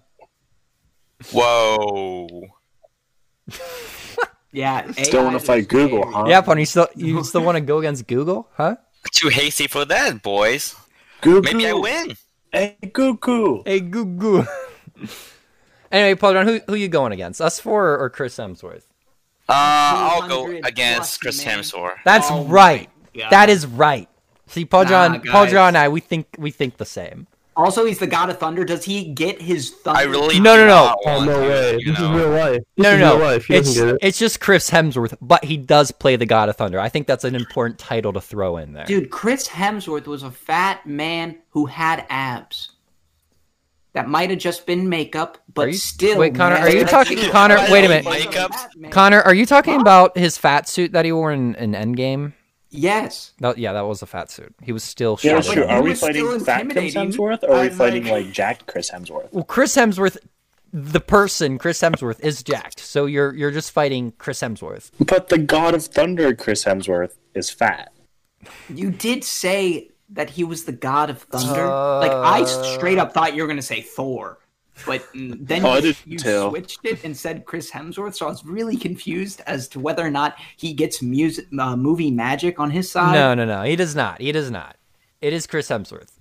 G: Whoa.
E: Yeah,
H: Still
E: want to
H: fight Google, huh?
B: Yeah, Pun, you still
E: [LAUGHS]
B: you still want to go against Google, huh?
G: Too hasty for that, boys.
H: Goo
G: Maybe I
H: goo.
G: win.
H: Hey, goo goo.
B: Hey, Google. [LAUGHS] anyway, Paul John, who who you going against? Us four or, or Chris Hemsworth?
G: Uh, I'll go
E: 200
G: against
E: plus,
G: Chris
E: man.
G: Hemsworth.
B: That's
E: Oh my
B: right.
E: God.
B: That is right. See, Paul
E: Nah,
B: John, Paul
E: guys.
B: John, and I we think we think the same.
E: Also, he's the god of thunder. Does he get his thunder?
G: I really.
B: No,
G: do
B: no, no.
G: not
I: Oh,
G: want
I: no
G: to,
I: way.
G: you
I: This is
G: know.
I: real life. This
B: No,
I: is
B: no,
I: real
B: no.
I: life. He
B: It's,
I: doesn't get it.
B: it's just Chris Hemsworth, but he does play the God of Thunder. I think that's an important title to throw in there.
E: Dude, Chris Hemsworth was a fat man who had abs. That might have just been makeup, but
B: Are you-
E: still.
B: wait, Connor,
E: Oh, man,
B: are you
E: that
B: talking-
E: dude-
B: Connor,
E: that
B: wait a minute.
E: dude was a
G: Makeup?
E: fat man.
B: Connor, are you talking about his fat suit that he wore in, in Endgame?
E: Yes.
B: That, yeah, that was a fat suit. He was still
H: Yeah,
B: shredded.
H: that's true. Are
E: He
H: we
E: was still
H: fighting fat Chris
E: intimidating.
H: Hemsworth or are we
E: I'm
H: fighting
E: like-
H: like jacked Chris Hemsworth?
B: Well, Chris Hemsworth, the person Chris Hemsworth is jacked, so you're you're just fighting Chris Hemsworth.
H: But the God of Thunder, Chris Hemsworth, is fat.
E: You did say that he was the god of thunder. like, I
B: Uh.
E: straight up thought you were going to say Thor. But
H: [LAUGHS]
E: mm, then
H: Oh, I
E: you,
H: didn't
E: you
H: tell.
E: switched it and said Chris Hemsworth, so I was really confused as to whether or not he gets music, uh, movie magic on his side.
B: No, no, no. He does not. He does not. It is Chris Hemsworth.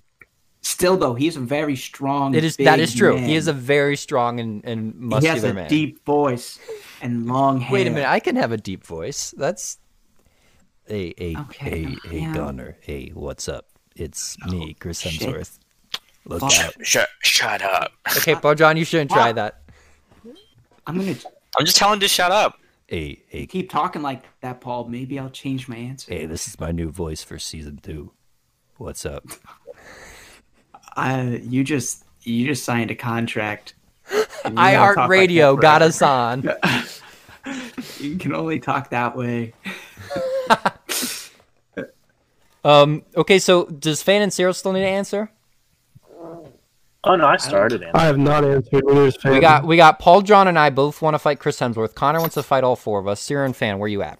E: Still, though, he's a very strong.
B: It is that
E: big
B: is true.
E: man.
B: He is a very strong and, and
E: He
B: muscular
E: has a
B: man.
E: deep voice and uh, long hair.
B: Wait a minute, I can have a deep voice. That's a a
E: Okay,
B: a a
E: yeah. Oh,
B: gunner. Hey, what's up? It's me, Chris
E: shit.
B: Hemsworth. Look
E: Fuck.
B: out.
G: Shut, shut up.
B: Okay, Paul John, you shouldn't try that.
E: I'm gonna
G: I'm just telling you to shut up.
B: Hey, hey,
E: keep talking like that, Paul. Maybe I'll change my answer.
B: hey, this is my new voice for season two. What's up?
E: I, you just, you just signed
B: [GASPS]
E: a contract.
B: iHeartRadio got us on.
E: [LAUGHS] You can only talk that way.
B: [LAUGHS] Um, okay, so does Fan and Cyril still need an answer?
H: Oh no, I started it.
I: I have not answered. Winners fan.
B: We got we got Paul John and I both want to fight Chris Hemsworth. Connor wants to fight all four of us. Cyril and Fan, where you at?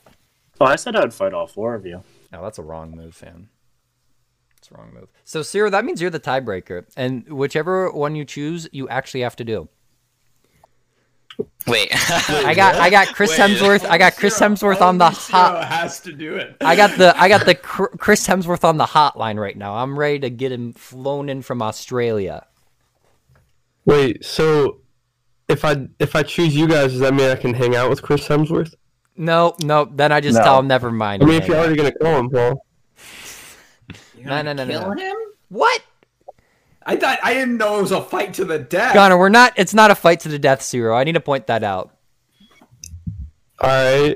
H: Oh, I said I'd fight all four of you.
B: No, Oh, that's a wrong move, fan. It's a wrong move. So, Cyril, that means you're the tiebreaker, and whichever one you choose, you actually have to do.
G: Wait. [LAUGHS]
B: I got, I got Chris
G: Wait.
B: Hemsworth. I [LAUGHS] got Chris Hemsworth on the hot.
A: has to do it.
B: I got the, I got the Cr- Chris Hemsworth on the hotline right now. I'm ready to get him flown in from Australia.
I: Wait. So, if I if I choose you guys, does that mean I can hang out with Chris Hemsworth?
B: No, no. Then I just
H: No.
B: tell him never mind.
I: I mean, if
B: Okay.
I: you're already gonna call him, Paul.
B: no, no, no, no,
E: Kill
B: no.
E: him?
B: What?
E: I thought I didn't know it was a fight to the death.
B: Connor, we're not. It's not a fight to the death, Cyril. I need to point that out.
I: All right.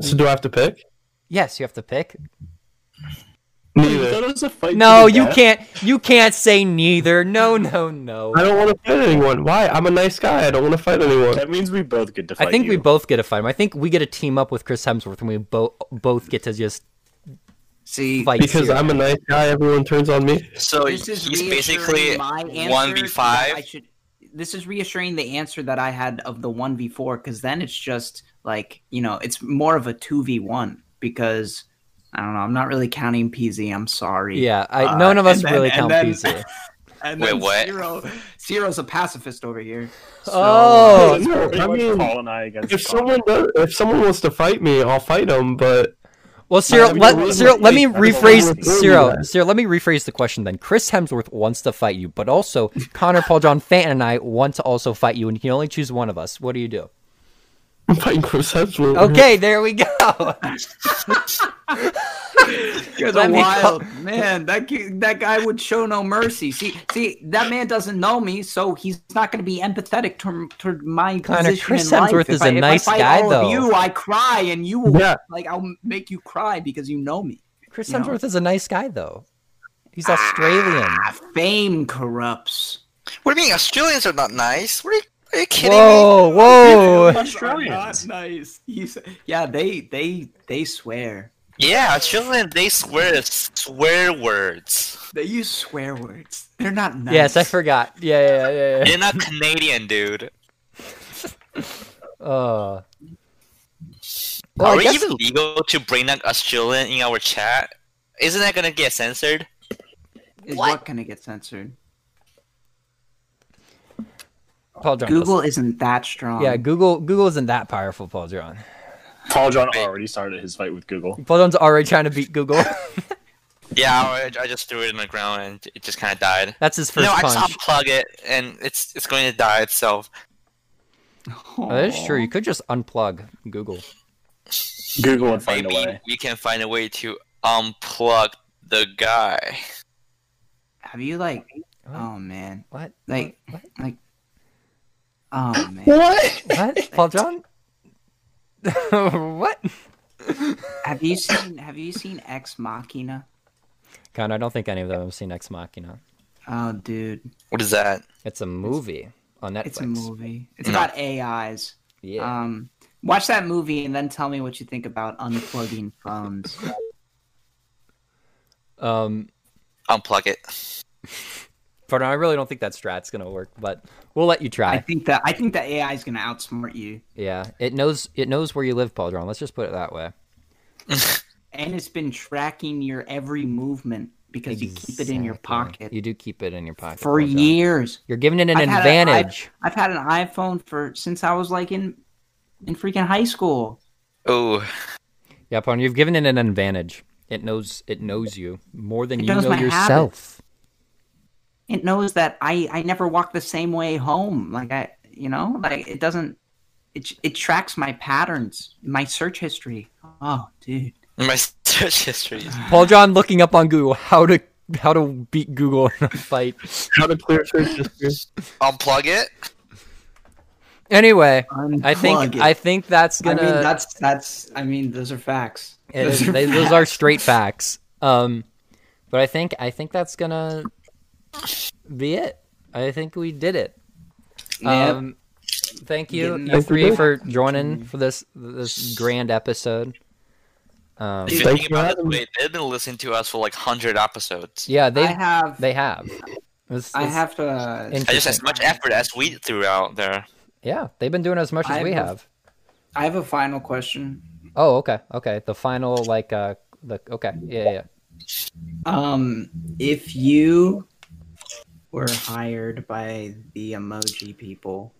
I: So do I have to pick?
B: Yes, you have to pick.
I: Neither either.
H: Minnesota's
E: [LAUGHS]
H: a fight. to
B: No,
H: the
B: you
H: death.
B: can't. You can't say neither. No, no, no.
I: I don't want to fight anyone. Why? I'm a nice guy. I don't want to fight anyone.
H: That means we both get to fight.
B: I think we
H: you.
B: both get to fight him. I think we get to team up with Chris Hemsworth, and we both both get to just
E: See,
B: fight.
I: Because
B: Siri.
I: I'm a nice guy, everyone turns on me.
G: So
E: this is
G: he's basically
E: reassuring my answer
G: one v
E: that I
G: five.
E: should- This is reassuring the answer that I had of the one v four because then it's just like you know it's more of a two v one because I don't know I'm not really counting PZ. I'm sorry.
B: yeah. I,
E: Uh,
B: none of us
E: and then-
B: really
E: and
B: count
E: then- [LAUGHS]
B: PZ.
E: And
G: Wait,
E: then
G: what?
E: Zero, Zero's a pacifist over here. So,
B: Oh,
I: no,
H: Pretty
I: I
H: much
I: mean,
H: Paul and I against
I: if
H: Paul.
I: someone does, if someone wants to fight me, I'll fight them. But
B: Well, Cyril,
I: mean,
B: let,
I: we're-
B: Cyril, let me
H: we're- we're-
B: rephrase.
I: we're-
B: Cyril, Cyril, let me rephrase the question then. Chris Hemsworth wants to fight you, but also Connor, Paul, John, Fant, and I want to also fight you, and you can only choose one of us. What do you do?
I: I'm fighting Chris Hemsworth.
B: Okay, there we go.
E: [LAUGHS] You're
B: Let
E: the
B: me
E: wild man. That ki- that guy would show no mercy. See, see, that man doesn't know me, so he's not going to be empathetic to, to my
B: Connor,
E: position
B: Chris
E: in life.
B: Hemsworth
E: If
B: is
E: I-
B: a
E: if I
B: nice
E: fight
B: guy,
E: all
B: though.
E: Of you, I cry, and you will
I: Yeah.
E: like I'll make you cry because you know me.
B: Chris
E: You know.
B: Hemsworth is a nice guy, though. He's Australian.
E: Ah, fame corrupts.
G: What do you mean Australians are not nice? What are you, are you kidding
B: Whoa, whoa.
H: Australians.
E: nice. You s- yeah, they they they swear.
G: me? Yeah, Australians they swear swear words.
E: They use swear words. They're not nice.
B: Yes, I forgot. Yeah, yeah, yeah. yeah.
G: They're not Canadian, dude.
B: Uh, well,
G: Are
B: I
G: we
B: guess-
G: even legal to bring up Australian in our chat? Isn't that gonna get censored?
E: Is what going to get censored?
B: Paul John.
E: Google isn't that strong.
B: Yeah, Google. Google isn't that powerful, Paul John.
H: Paul John already started his fight with Google.
B: Paul John's already trying to beat Google. [LAUGHS]
G: Yeah, I, I just threw it in the ground and it just kind of died.
B: That's his
G: No,
B: first
G: I
B: punch.
G: just unplug it and it's it's going to die itself.
B: Oh, that is true. You could just unplug Google.
H: Google would find
G: Maybe
H: a way.
G: we can find a way to unplug the guy.
E: Have you like?
B: What?
E: Oh man.
B: What?
E: Like,
B: What?
E: like, oh man,
H: What?
B: What? Paul John? [LAUGHS] what?
E: have you seen have you seen Ex Machina?
B: Connor, I don't think any of them have seen Ex Machina.
E: Oh, dude,
G: What is that?
B: It's a movie on Netflix.
E: it's a movie. It's
G: No.
E: about AIs.
B: Yeah.
E: Um, watch that movie and then tell me what you think about unplugging phones.
B: Um,
G: Unplug it.
B: Paul John, I really don't think that strat's gonna work, but we'll let you try.
E: I think that I think that AI is gonna outsmart you,
B: Yeah, it knows it knows where you live, Paul John. Let's just put it that way.
E: and it's been tracking your every movement because you keep it in your
B: Exactly.
E: pocket
B: You do keep it in your pocket
E: for
B: Paul John.
E: years.
B: You're giving it an
E: I've had a- I've-
B: advantage.
E: I've had an iPhone for since I was like in in freaking high school.
G: Oh,
B: Yeah, Paul, John, you've given it an advantage. It knows it knows you more than
E: It
B: you
E: knows
B: know
E: my
B: yourself.
E: it knows that I I never walk the same way home. Like I, you know, like it doesn't. It it tracks my patterns, my search history. Oh, dude.
G: [LAUGHS] my search history.
B: Paul John looking up on Google how to how to beat Google in a fight.
I: How to clear search history.
G: Unplug it.
B: Anyway, I
E: Unplug
B: think
E: it.
B: I think that's
E: I
B: gonna.
E: mean that's that's I mean those are facts.
B: it is- they- those are straight facts. Um, but I think I think that's gonna be it. I think we did it.
E: Yep.
B: Um, thank you,
E: Getting
B: you
E: that
B: three,
I: feedback.
B: for joining for this this grand episode. Um,
G: If you
I: Thank
G: think
I: you,
G: about it,
I: Adam.
G: wait, they've been listening to us for like hundred episodes.
B: yeah, they
E: I have
B: they have. This-
E: I
B: this-
E: have to
G: I just as
B: interesting.
G: much effort as we threw out there.
B: Yeah, they've been doing as much as
E: I
B: we
E: have-
B: have.
E: I have a final question.
B: Oh, okay, okay. The final like uh, the okay, yeah, yeah, yeah.
E: Um if you were hired by the emoji people,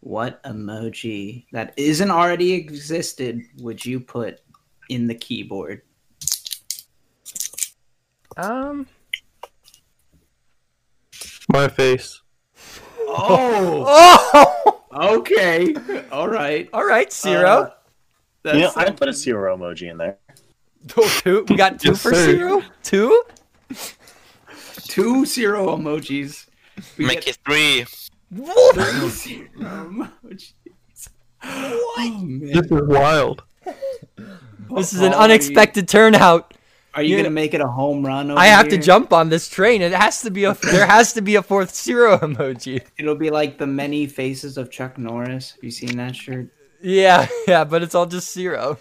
E: what emoji that isn't already existed would you put in the keyboard?
B: Um.
I: My face.
E: Oh,
B: Oh,
E: okay. All right. Uh,
B: all right, Zero.
H: You know, I put a zero emoji in there.
B: two, we got two
I: Yes,
B: for
I: sir.
B: Zero. Two.
E: Two zero emojis. We
G: Make it three.
E: three zero emojis. What?
B: Oh,
I: This is wild.
B: This is an unexpected turnout.
E: Are you gonna make it a home run? Over
B: I have to
E: here?
B: jump on this train. It has to be
E: [LAUGHS]
B: a there has to be a fourth zero emoji.
E: It'll be like the many faces of Chuck Norris. Have you seen that shirt?
B: Yeah, yeah, but it's all just zero.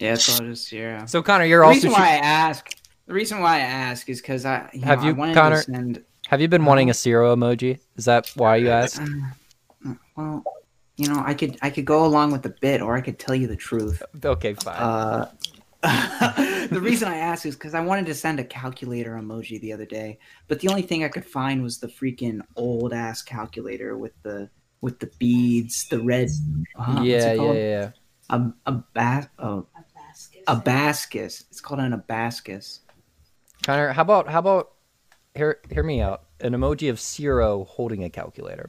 E: Yeah, it's all just zero.
B: So Connor, you're
E: the
B: also
E: reason why I
B: shooting-
E: ask, the reason why I ask is because I you
B: Have
E: know, I
B: you,
E: wanted
B: Connor-
E: to send.
B: have you been wanting a zero emoji? Is that why
E: Uh,
B: you asked?
E: Well, you know, I could I could go along with the bit, or I could tell you the truth.
B: Okay, fine.
E: Uh, [LAUGHS] the reason I ask is because I wanted to send a calculator emoji the other day, but the only thing I could find was the freaking old ass calculator with the with the beads, the red. uh, what's it
B: yeah, yeah,
E: called?
B: yeah.
E: A a bas- oh, abascus. It's called an abascus.
B: Connor, how about how about hear hear me out? An emoji of zero holding a calculator.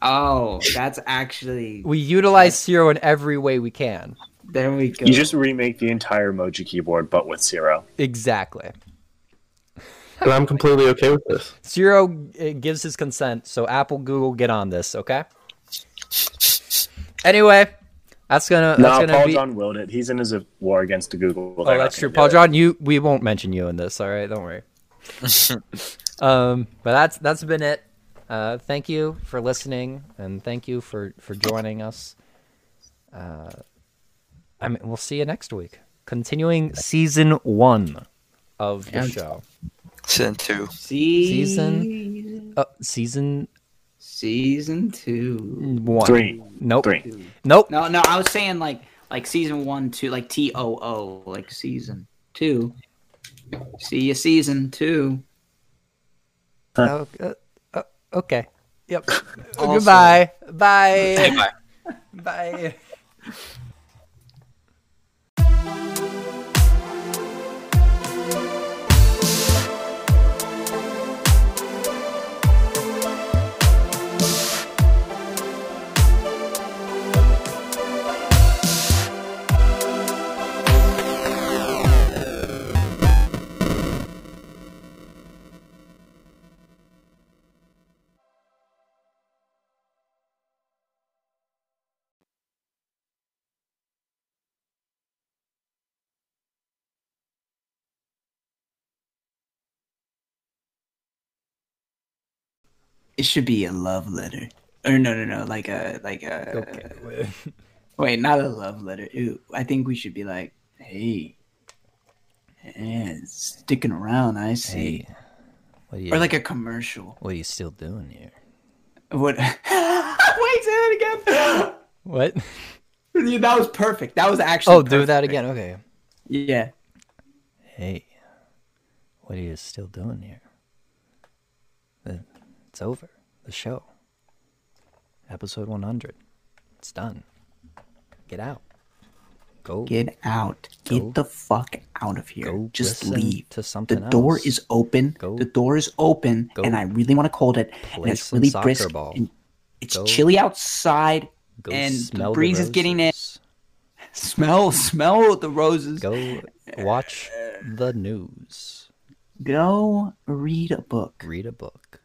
E: Oh, that's actually
B: We utilize zero in every way we can.
E: there we go.
H: You just remake the entire emoji keyboard, but with zero.
B: Exactly.
I: and I'm completely okay with this.
B: Zero uh, gives his consent, so Apple, Google, get on this, okay? Anyway, that's gonna that's
H: No,
B: gonna
H: Paul
B: be.
H: John willed it. He's in his war against Google.
B: oh, that's true, Paul John. You we won't mention you in this, all right? Don't worry. um, but that's that's been it. Uh, thank you for listening, and thank you for for joining us. Uh, I mean, we'll see you next week. Continuing season one of the show.
G: Season two.
E: See
B: Season, uh, season
E: season two.
B: one.
H: Three.
B: Nope.
H: Three.
B: Nope.
E: No, no, I was saying like like season one, two, like T O O, like season two. See you season two.
B: Oh, uh, uh, okay. Yep. Goodbye.
G: [LAUGHS]
B: Bye.
G: Bye.
B: Bye.
E: It should be a love letter. Or no, no, no, like a like a.
B: Okay.
E: Wait, not a love letter. Ew, I think we should be like, hey, yeah, sticking around. I see.
B: What are you,
E: Or like a commercial.
B: what are you still doing here?
E: What? [LAUGHS] Wait, say that again.
B: [LAUGHS] What?
E: Yeah, [LAUGHS] that was perfect. That was actually.
B: Oh, do
E: perfect.
B: that again. Okay.
E: Yeah.
B: Hey, what are you still doing here? The- It's over. The show. Episode 100. It's done. Get out. Go.
E: Get out.
B: Go-
E: Get the fuck out of here.
B: go
E: Just
B: listen
E: leave.
B: to something
E: the door
B: else.
E: is open.
B: Go-
E: the door is open,
B: go
E: and I really want to cold it. And
B: play
E: it's
B: some
E: really
B: soccer
E: brisk.
B: ball.
E: And it's
B: Go-
E: chilly outside,
B: Go
E: and
B: smell
E: the
B: the
E: breeze is getting in.
B: roses.
E: Smell, smell the roses. Go.
B: Go watch the news.
E: read a book.
B: Read a book.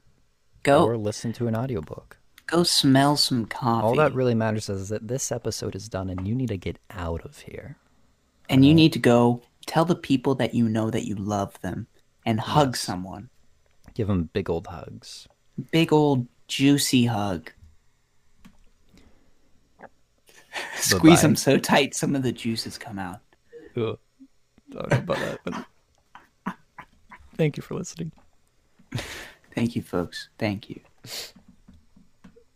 E: Go,
B: or listen to an audiobook.
E: go smell some coffee.
B: All that really matters is that this episode is done and you need to get out of here.
E: and you need to go tell the people that you know that you love them, and hug someone.
B: Give them big old hugs.
E: Big old juicy hug. Squeeze them so tight, some of the juices come out.
B: Ugh. Don't know about that, but- Thank you for listening.
E: Thank you, folks. Thank you.